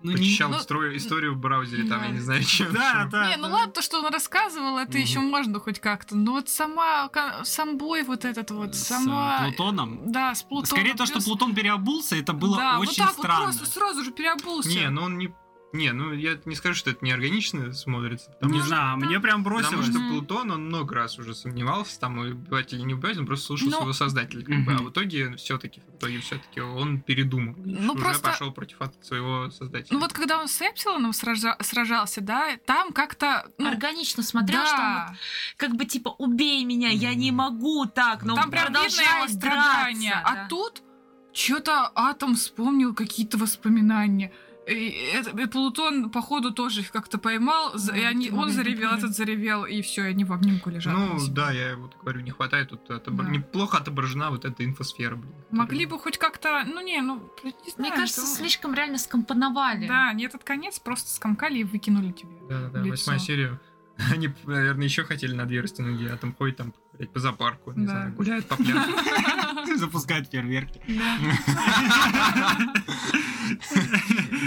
[SPEAKER 1] Ну, не-
[SPEAKER 3] Почищал
[SPEAKER 2] Ну,
[SPEAKER 3] историю- историю в браузере, там, я
[SPEAKER 2] да.
[SPEAKER 3] не знаю, чем.
[SPEAKER 1] Да, да.
[SPEAKER 2] Не,
[SPEAKER 1] да.
[SPEAKER 2] ну ладно, то, что он рассказывал, это
[SPEAKER 1] Мгм.
[SPEAKER 2] еще можно хоть как-то. Но вот сама, ка- сам бой вот этот вот,
[SPEAKER 1] С, э,
[SPEAKER 2] сама...
[SPEAKER 1] Плутоном.
[SPEAKER 2] Да, с Плутоном.
[SPEAKER 1] Скорее то, что
[SPEAKER 2] плюс-
[SPEAKER 1] Плутон переобулся, это было
[SPEAKER 2] да, вот
[SPEAKER 1] очень
[SPEAKER 2] так
[SPEAKER 1] странно.
[SPEAKER 2] вот просто сразу же переобулся.
[SPEAKER 3] Не, ну он не... Не, ну я не скажу, что это неорганично смотрится. Потому,
[SPEAKER 1] Не
[SPEAKER 3] что,
[SPEAKER 1] знаю, а мне прям
[SPEAKER 3] потому
[SPEAKER 1] бросилось.
[SPEAKER 3] что
[SPEAKER 4] Мгм.
[SPEAKER 3] Плутон, он много раз уже сомневался, там, убивать или не убивать, он просто слушал
[SPEAKER 2] Ну.
[SPEAKER 3] своего создателя. как бы, а
[SPEAKER 1] Мгм.
[SPEAKER 3] в итоге все-таки, в итоге все-таки он передумал. и
[SPEAKER 2] Ну,
[SPEAKER 3] уже
[SPEAKER 2] просто-
[SPEAKER 3] пошел против от своего создателя.
[SPEAKER 2] Ну вот когда он с Эпсилоном сража- сражался, да, там как-то... ну,
[SPEAKER 4] органично смотрел,
[SPEAKER 2] да.
[SPEAKER 4] что он вот как бы типа убей меня, я не могу так, но
[SPEAKER 1] он
[SPEAKER 2] Там прям видно его страдания. А тут что-то Атом вспомнил какие-то воспоминания. И, это- и Плутон, походу, тоже их как-то поймал. за- и
[SPEAKER 4] Да,
[SPEAKER 2] они,
[SPEAKER 4] эти
[SPEAKER 2] он
[SPEAKER 4] моменты
[SPEAKER 2] заревел,
[SPEAKER 4] были.
[SPEAKER 2] этот заревел, и все, и они в обнимку лежат.
[SPEAKER 3] Ну,
[SPEAKER 2] Спасибо.
[SPEAKER 3] да, я вот говорю, не хватает тут отобр-
[SPEAKER 2] Да.
[SPEAKER 3] неплохо отображена вот эта инфосфера. Блин,
[SPEAKER 2] Могли
[SPEAKER 3] которая-
[SPEAKER 2] бы хоть как-то... Ну, не, ну, блин, не
[SPEAKER 4] Мне
[SPEAKER 2] знаю.
[SPEAKER 4] кажется,
[SPEAKER 2] это-
[SPEAKER 4] слишком реально скомпоновали.
[SPEAKER 2] Да, они этот конец просто скомкали и выкинули тебе.
[SPEAKER 3] Да, да, да,
[SPEAKER 2] лицо.
[SPEAKER 3] восьмая серия. *laughs* Они, наверное, еще хотели на верстинги, а там ходит там блядь, по зоопарку, не
[SPEAKER 2] Да.
[SPEAKER 3] знаю, гуляют по пляжу.
[SPEAKER 1] *laughs* Запускают фейерверки.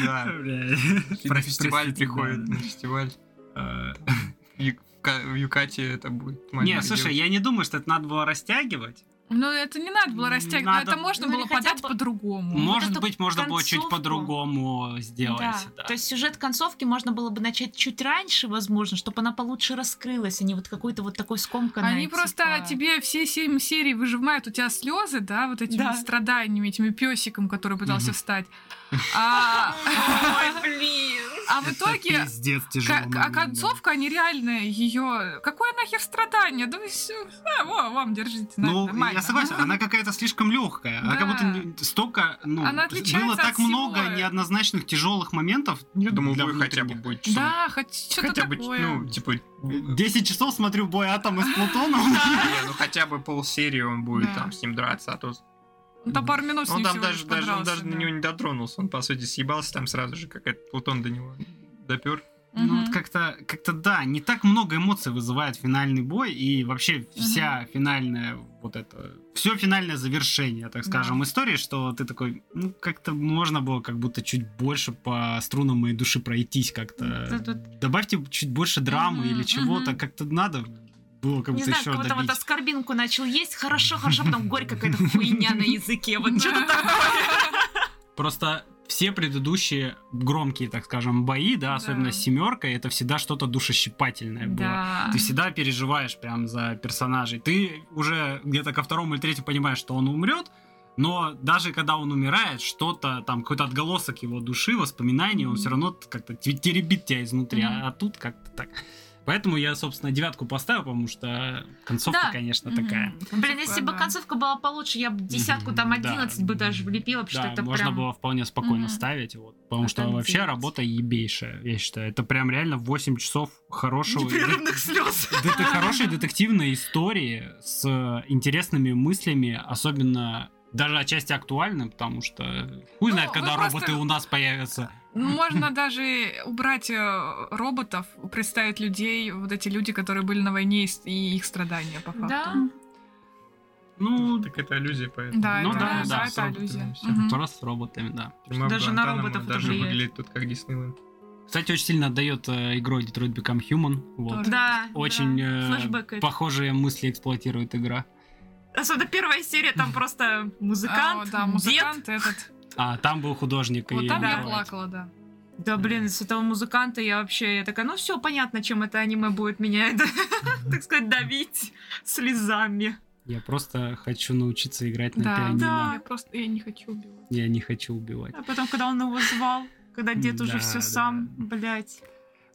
[SPEAKER 3] Да.
[SPEAKER 1] Про
[SPEAKER 3] фестиваль
[SPEAKER 1] фестиваль
[SPEAKER 3] приходит на фестиваль. В Юка- в Юкате это будет.
[SPEAKER 1] А, Не, слушай, я не думаю, что это надо было растягивать.
[SPEAKER 2] Ну, это не надо было растягивать, но
[SPEAKER 1] Надо-
[SPEAKER 2] это можно
[SPEAKER 7] Ну,
[SPEAKER 2] было
[SPEAKER 7] или хотя
[SPEAKER 2] подать
[SPEAKER 7] бы-
[SPEAKER 2] по-другому.
[SPEAKER 7] Мо-
[SPEAKER 1] Может
[SPEAKER 7] эту
[SPEAKER 1] быть, можно было чуть
[SPEAKER 7] концовку.
[SPEAKER 1] по-другому
[SPEAKER 7] Да.
[SPEAKER 1] сделать. да.
[SPEAKER 7] То есть сюжет концовки можно было бы начать чуть раньше, возможно, чтобы она получше раскрылась, а не вот какой-то вот такой скомканный.
[SPEAKER 2] Они просто
[SPEAKER 7] типа,
[SPEAKER 2] тебе все семь серий выжимают у тебя слезы, да, вот этими
[SPEAKER 7] Да.
[SPEAKER 2] страданиями, этими песиком, который пытался
[SPEAKER 1] Мгм.
[SPEAKER 2] встать. А
[SPEAKER 7] *laughs* Ой, блин!
[SPEAKER 2] а в
[SPEAKER 1] Это
[SPEAKER 2] итоге
[SPEAKER 1] пиздец тяжело.
[SPEAKER 2] Ка- А концовка, они реально ее... Какое нахер страдание? Да вы все... вам держите. на-
[SPEAKER 1] Ну,
[SPEAKER 2] нормально.
[SPEAKER 1] я согласен, она какая-то слишком легкая. Она как
[SPEAKER 2] Да.
[SPEAKER 1] будто не- столько, ну,
[SPEAKER 2] Она
[SPEAKER 1] было
[SPEAKER 2] отличается
[SPEAKER 1] так
[SPEAKER 2] от
[SPEAKER 1] много
[SPEAKER 2] всего.
[SPEAKER 1] неоднозначных тяжелых моментов.
[SPEAKER 3] Я думаю,
[SPEAKER 1] для
[SPEAKER 3] бой хотя бы
[SPEAKER 1] внутренних.
[SPEAKER 3] будет часов-
[SPEAKER 2] Да, хоть что-то
[SPEAKER 3] Хотя бы,
[SPEAKER 2] такое.
[SPEAKER 3] ну, типа... не,
[SPEAKER 1] 10 часов смотрю бой Атома с Плутоном.
[SPEAKER 3] ну хотя бы полсерии он будет
[SPEAKER 2] Да.
[SPEAKER 3] там с ним драться, а то...
[SPEAKER 2] Ну, Там пару минут с
[SPEAKER 3] Он
[SPEAKER 2] ним
[SPEAKER 3] там
[SPEAKER 2] всего лишь
[SPEAKER 3] даже, даже, он
[SPEAKER 2] подрался,
[SPEAKER 3] даже на
[SPEAKER 2] да.
[SPEAKER 3] него не дотронулся, он, по сути, съебался там сразу же, как этот Плутон до него допер.
[SPEAKER 1] Ну,
[SPEAKER 2] Мгм.
[SPEAKER 1] вот как-то, как-то да, не так много эмоций вызывает финальный бой и вообще вся финальная вот это, все финальное завершение, так
[SPEAKER 2] Да.
[SPEAKER 1] скажем, истории, что ты такой, ну, как-то можно было как будто чуть больше по струнам моей души пройтись
[SPEAKER 2] Ну,
[SPEAKER 1] как-то.
[SPEAKER 4] Да,
[SPEAKER 1] Добавьте чуть больше драмы
[SPEAKER 4] Мгм,
[SPEAKER 1] или чего-то,
[SPEAKER 4] мгм.
[SPEAKER 1] как-то надо было
[SPEAKER 7] Не
[SPEAKER 1] как будто
[SPEAKER 7] знаю,
[SPEAKER 1] еще
[SPEAKER 7] как будто вот
[SPEAKER 1] добить.
[SPEAKER 7] оскорбинку начал есть, хорошо, хорошо, потом горькая какая-то хуйня на языке, вот
[SPEAKER 2] *laughs*
[SPEAKER 7] что-то такое.
[SPEAKER 1] Просто все предыдущие громкие, так скажем, бои, да,
[SPEAKER 2] Да.
[SPEAKER 1] особенно с семеркой, это всегда что-то душещипательное было.
[SPEAKER 4] Да.
[SPEAKER 1] Ты всегда переживаешь прям за персонажей. Ты уже где-то ко второму или третьему понимаешь, что он умрет, но даже когда он умирает, что-то там, какой-то отголосок его души, воспоминаний, он
[SPEAKER 4] Мгм.
[SPEAKER 1] все равно как-то те- теребит тебя изнутри, а,
[SPEAKER 4] Мгм.
[SPEAKER 1] а тут как-то так. Поэтому я, собственно, девятку поставил, потому что концовка,
[SPEAKER 4] Да.
[SPEAKER 1] конечно,
[SPEAKER 2] Мгм.
[SPEAKER 1] такая.
[SPEAKER 7] Блин, если бы
[SPEAKER 2] да.
[SPEAKER 7] концовка была получше, я бы...
[SPEAKER 4] Десятку там
[SPEAKER 1] Мгм,
[SPEAKER 4] 11
[SPEAKER 1] да.
[SPEAKER 4] бы даже влепила, потому
[SPEAKER 1] да,
[SPEAKER 4] что это
[SPEAKER 1] можно
[SPEAKER 4] прям...
[SPEAKER 1] было вполне спокойно
[SPEAKER 4] Мгм.
[SPEAKER 1] ставить, вот, потому
[SPEAKER 4] Это
[SPEAKER 1] что вообще
[SPEAKER 4] девять.
[SPEAKER 1] работа ебейшая, я считаю. Это прям реально 8 часов хорошего...
[SPEAKER 4] *laughs*
[SPEAKER 7] непрерывных слез.
[SPEAKER 1] Да Это хорошие детективные истории с э, интересными мыслями, особенно даже отчасти актуальны, потому что хуй
[SPEAKER 2] Ну,
[SPEAKER 1] знает, когда
[SPEAKER 2] вы просто-
[SPEAKER 1] роботы у нас появятся.
[SPEAKER 2] Ну, Можно даже убрать э, роботов, представить людей, вот эти люди, которые были на войне и с- и их страдания, по факту.
[SPEAKER 4] Да.
[SPEAKER 1] Ну,
[SPEAKER 3] так это иллюзия, поэтому.
[SPEAKER 2] Да,
[SPEAKER 1] Ну
[SPEAKER 2] это,
[SPEAKER 1] да,
[SPEAKER 2] да,
[SPEAKER 1] да,
[SPEAKER 2] это
[SPEAKER 1] с роботами
[SPEAKER 2] иллюзия.
[SPEAKER 3] всё.
[SPEAKER 2] Мгм.
[SPEAKER 1] просто с роботами, да.
[SPEAKER 3] Тюрьма в
[SPEAKER 4] Даже на
[SPEAKER 3] Гуантанамо
[SPEAKER 4] роботов это
[SPEAKER 3] даже
[SPEAKER 4] влияет.
[SPEAKER 3] выглядит тут как Диснейленд.
[SPEAKER 1] Кстати, очень сильно отдает э, игрой Detroit Become Human. Вот.
[SPEAKER 2] Тоже.
[SPEAKER 4] Да.
[SPEAKER 1] Очень э,
[SPEAKER 4] Флэшбэк это.
[SPEAKER 1] похожие мысли эксплуатирует игра.
[SPEAKER 4] Особенно первая серия, там просто
[SPEAKER 2] А,
[SPEAKER 4] музыкант,
[SPEAKER 2] да,
[SPEAKER 4] дед.
[SPEAKER 2] музыкант этот.
[SPEAKER 1] А, там был художник. и
[SPEAKER 2] Вот там я
[SPEAKER 1] Detroit.
[SPEAKER 2] плакала, да.
[SPEAKER 4] Да, блин, с этого музыканта я вообще... Я такая, ну все, понятно, чем это аниме будет меня, это, *laughs* так сказать, давить слезами.
[SPEAKER 1] Я просто хочу научиться играть на
[SPEAKER 2] Да,
[SPEAKER 1] пианино.
[SPEAKER 2] Я просто я не хочу убивать.
[SPEAKER 1] Я не хочу убивать.
[SPEAKER 4] А потом, когда он его звал, когда дед
[SPEAKER 1] Да,
[SPEAKER 4] уже все
[SPEAKER 1] да.
[SPEAKER 4] сам, блять.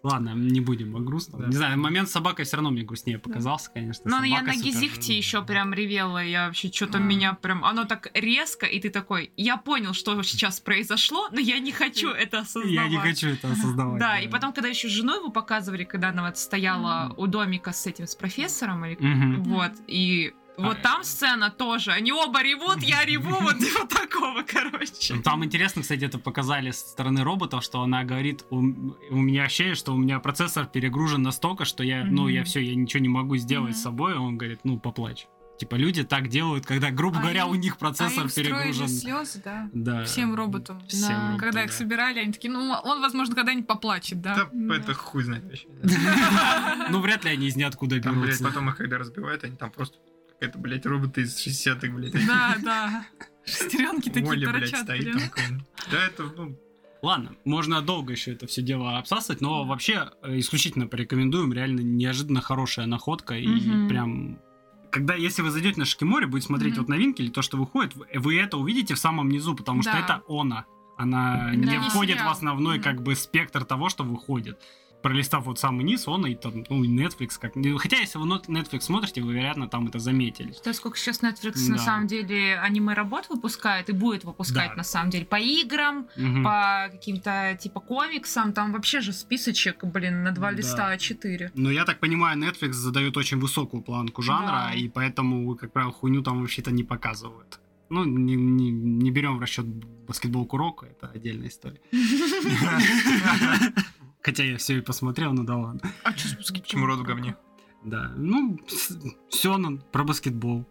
[SPEAKER 1] Ладно, не будем о грустном.
[SPEAKER 3] Да.
[SPEAKER 1] Не знаю, момент с собакой все равно мне грустнее показался, конечно.
[SPEAKER 4] Ну, я
[SPEAKER 1] Собака
[SPEAKER 4] на
[SPEAKER 1] супер-
[SPEAKER 4] Гизихте еще прям ревела, я вообще что-то
[SPEAKER 1] М.
[SPEAKER 4] меня прям... Оно так резко, и ты такой, я понял, что сейчас произошло, но я не хочу это осознавать.
[SPEAKER 1] Я не хочу это
[SPEAKER 2] *laughs*
[SPEAKER 1] осознавать.
[SPEAKER 4] Да, и потом, когда еще жену его показывали, когда она вот стояла
[SPEAKER 1] Мгм.
[SPEAKER 4] у домика с этим, с профессором, или
[SPEAKER 1] Мгм.
[SPEAKER 4] вот, и вот
[SPEAKER 1] А,
[SPEAKER 4] там сцена тоже, они оба ревут, я реву, вот
[SPEAKER 1] *laughs*
[SPEAKER 4] вот такого, короче.
[SPEAKER 1] Ну, Там интересно, кстати, это показали со стороны роботов, что она говорит, у, м- у меня ощущение, что у меня процессор перегружен настолько, что я, ну,
[SPEAKER 4] Мгм.
[SPEAKER 1] я все, я ничего не могу сделать с
[SPEAKER 2] Мгм.
[SPEAKER 1] собой, он говорит, ну, поплачь. Типа люди так делают, когда, грубо
[SPEAKER 2] А
[SPEAKER 1] говоря,
[SPEAKER 2] им-
[SPEAKER 1] у них
[SPEAKER 2] А
[SPEAKER 1] процессор
[SPEAKER 2] им
[SPEAKER 1] перегружен.
[SPEAKER 2] встроили слезы, да.
[SPEAKER 1] Да.
[SPEAKER 2] Всем роботам.
[SPEAKER 1] Всем
[SPEAKER 4] Да.
[SPEAKER 1] роботам,
[SPEAKER 2] Когда их
[SPEAKER 1] да.
[SPEAKER 2] собирали, они такие, ну, он, возможно, когда-нибудь поплачет, да?
[SPEAKER 3] Да,
[SPEAKER 4] Да.
[SPEAKER 3] это хуй знает вообще.
[SPEAKER 2] *laughs*
[SPEAKER 1] Ну, вряд ли они из ниоткуда
[SPEAKER 3] Там, блядь,
[SPEAKER 1] берутся.
[SPEAKER 3] потом их когда разбивают, они там просто какая-то, блядь, роботы из 60-х, блядь.
[SPEAKER 2] Да, да. Шестеренки такие
[SPEAKER 3] Воля, блядь,
[SPEAKER 2] торчат.
[SPEAKER 3] стоит
[SPEAKER 2] блин.
[SPEAKER 3] такой. Да, это, ну,
[SPEAKER 1] Ладно, можно долго еще это все дело обсасывать, но вообще э, исключительно порекомендуем, реально неожиданно хорошая находка и
[SPEAKER 4] Мгм.
[SPEAKER 1] прям... Когда, если вы зайдете на Шикимори, будете смотреть
[SPEAKER 2] Мгм.
[SPEAKER 1] вот новинки или то, что выходит, вы- вы это увидите в самом низу, потому что
[SPEAKER 2] Да.
[SPEAKER 1] это она. Она
[SPEAKER 2] Это
[SPEAKER 1] не
[SPEAKER 2] не
[SPEAKER 1] входит в
[SPEAKER 2] сериал.
[SPEAKER 1] основной
[SPEAKER 2] Мгм.
[SPEAKER 1] как бы спектр того, что выходит. Пролистав вот самый низ, он и там, ну, и Netflix как... ну, Хотя, если вы нот- Netflix смотрите, вы, вероятно, там это заметили.
[SPEAKER 4] То есть, сколько сейчас Netflix на
[SPEAKER 1] Да.
[SPEAKER 4] самом деле аниме работ выпускает и будет выпускать
[SPEAKER 1] Да.
[SPEAKER 4] на самом деле по играм,
[SPEAKER 1] Мгм.
[SPEAKER 4] по каким-то типа комиксам, там вообще же списочек, блин, на два
[SPEAKER 1] Да.
[SPEAKER 4] листа а А4.
[SPEAKER 1] Но Ну, я так понимаю, Netflix задает очень высокую планку жанра,
[SPEAKER 4] Да.
[SPEAKER 1] и поэтому, как правило, хуйню там вообще-то не показывают. Ну, не, не- не
[SPEAKER 4] *laughs*
[SPEAKER 1] берем в расчет баскетбол курок, это отдельная история. Хотя я все и посмотрел, ну да ладно.
[SPEAKER 3] А че Почему рот в говне?
[SPEAKER 1] Да, ну, с- Сёнэн про баскетбол.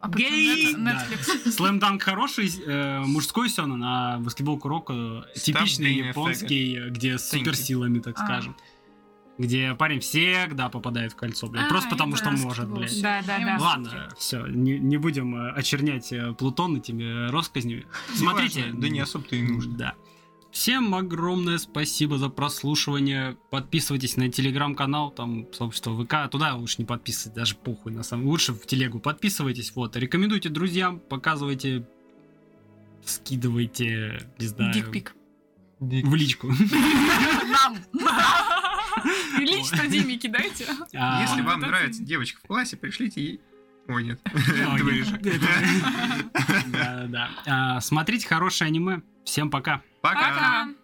[SPEAKER 2] А почему
[SPEAKER 1] Гей!
[SPEAKER 2] нет Netflix?
[SPEAKER 1] Слэмданк хороший, э, мужской Сёнэн, а баскетбол Курок э,
[SPEAKER 3] Стаб
[SPEAKER 1] типичный
[SPEAKER 3] Дэйна
[SPEAKER 1] японский, э, где с
[SPEAKER 3] Thank you.
[SPEAKER 1] суперсилами, так
[SPEAKER 2] А.
[SPEAKER 1] скажем. Где парень всегда попадает в кольцо, блядь,
[SPEAKER 4] А,
[SPEAKER 1] просто потому
[SPEAKER 4] это
[SPEAKER 1] что может,
[SPEAKER 4] баскетбол.
[SPEAKER 1] блядь.
[SPEAKER 8] Да, да, да.
[SPEAKER 1] Ладно, все, не, не будем э, очернять э, Плутон этими э, россказнями. Смотрите.
[SPEAKER 3] ну, Неважно, Да не особо-то и нужно.
[SPEAKER 1] Да. Всем огромное спасибо за прослушивание. Подписывайтесь на телеграм-канал, там сообщество ВК. Туда лучше не подписывать, даже похуй на самом Лучше в телегу подписывайтесь. Вот, рекомендуйте друзьям, показывайте, скидывайте, не знаю,
[SPEAKER 2] Дикпик.
[SPEAKER 1] в личку.
[SPEAKER 2] Нам!
[SPEAKER 8] *laughs*
[SPEAKER 2] Лично Диме кидайте.
[SPEAKER 1] А,
[SPEAKER 3] Если
[SPEAKER 2] он
[SPEAKER 3] вам
[SPEAKER 2] вот это
[SPEAKER 3] нравится
[SPEAKER 2] не-
[SPEAKER 3] девочка в классе, пришлите ей... Ой, нет.
[SPEAKER 1] Ой,
[SPEAKER 3] *laughs* Это
[SPEAKER 1] *laughs*
[SPEAKER 3] вырежу.
[SPEAKER 1] нет, это- Да-да-да. А, Смотрите хорошее аниме. Всем пока.
[SPEAKER 3] Пока.
[SPEAKER 2] Пока!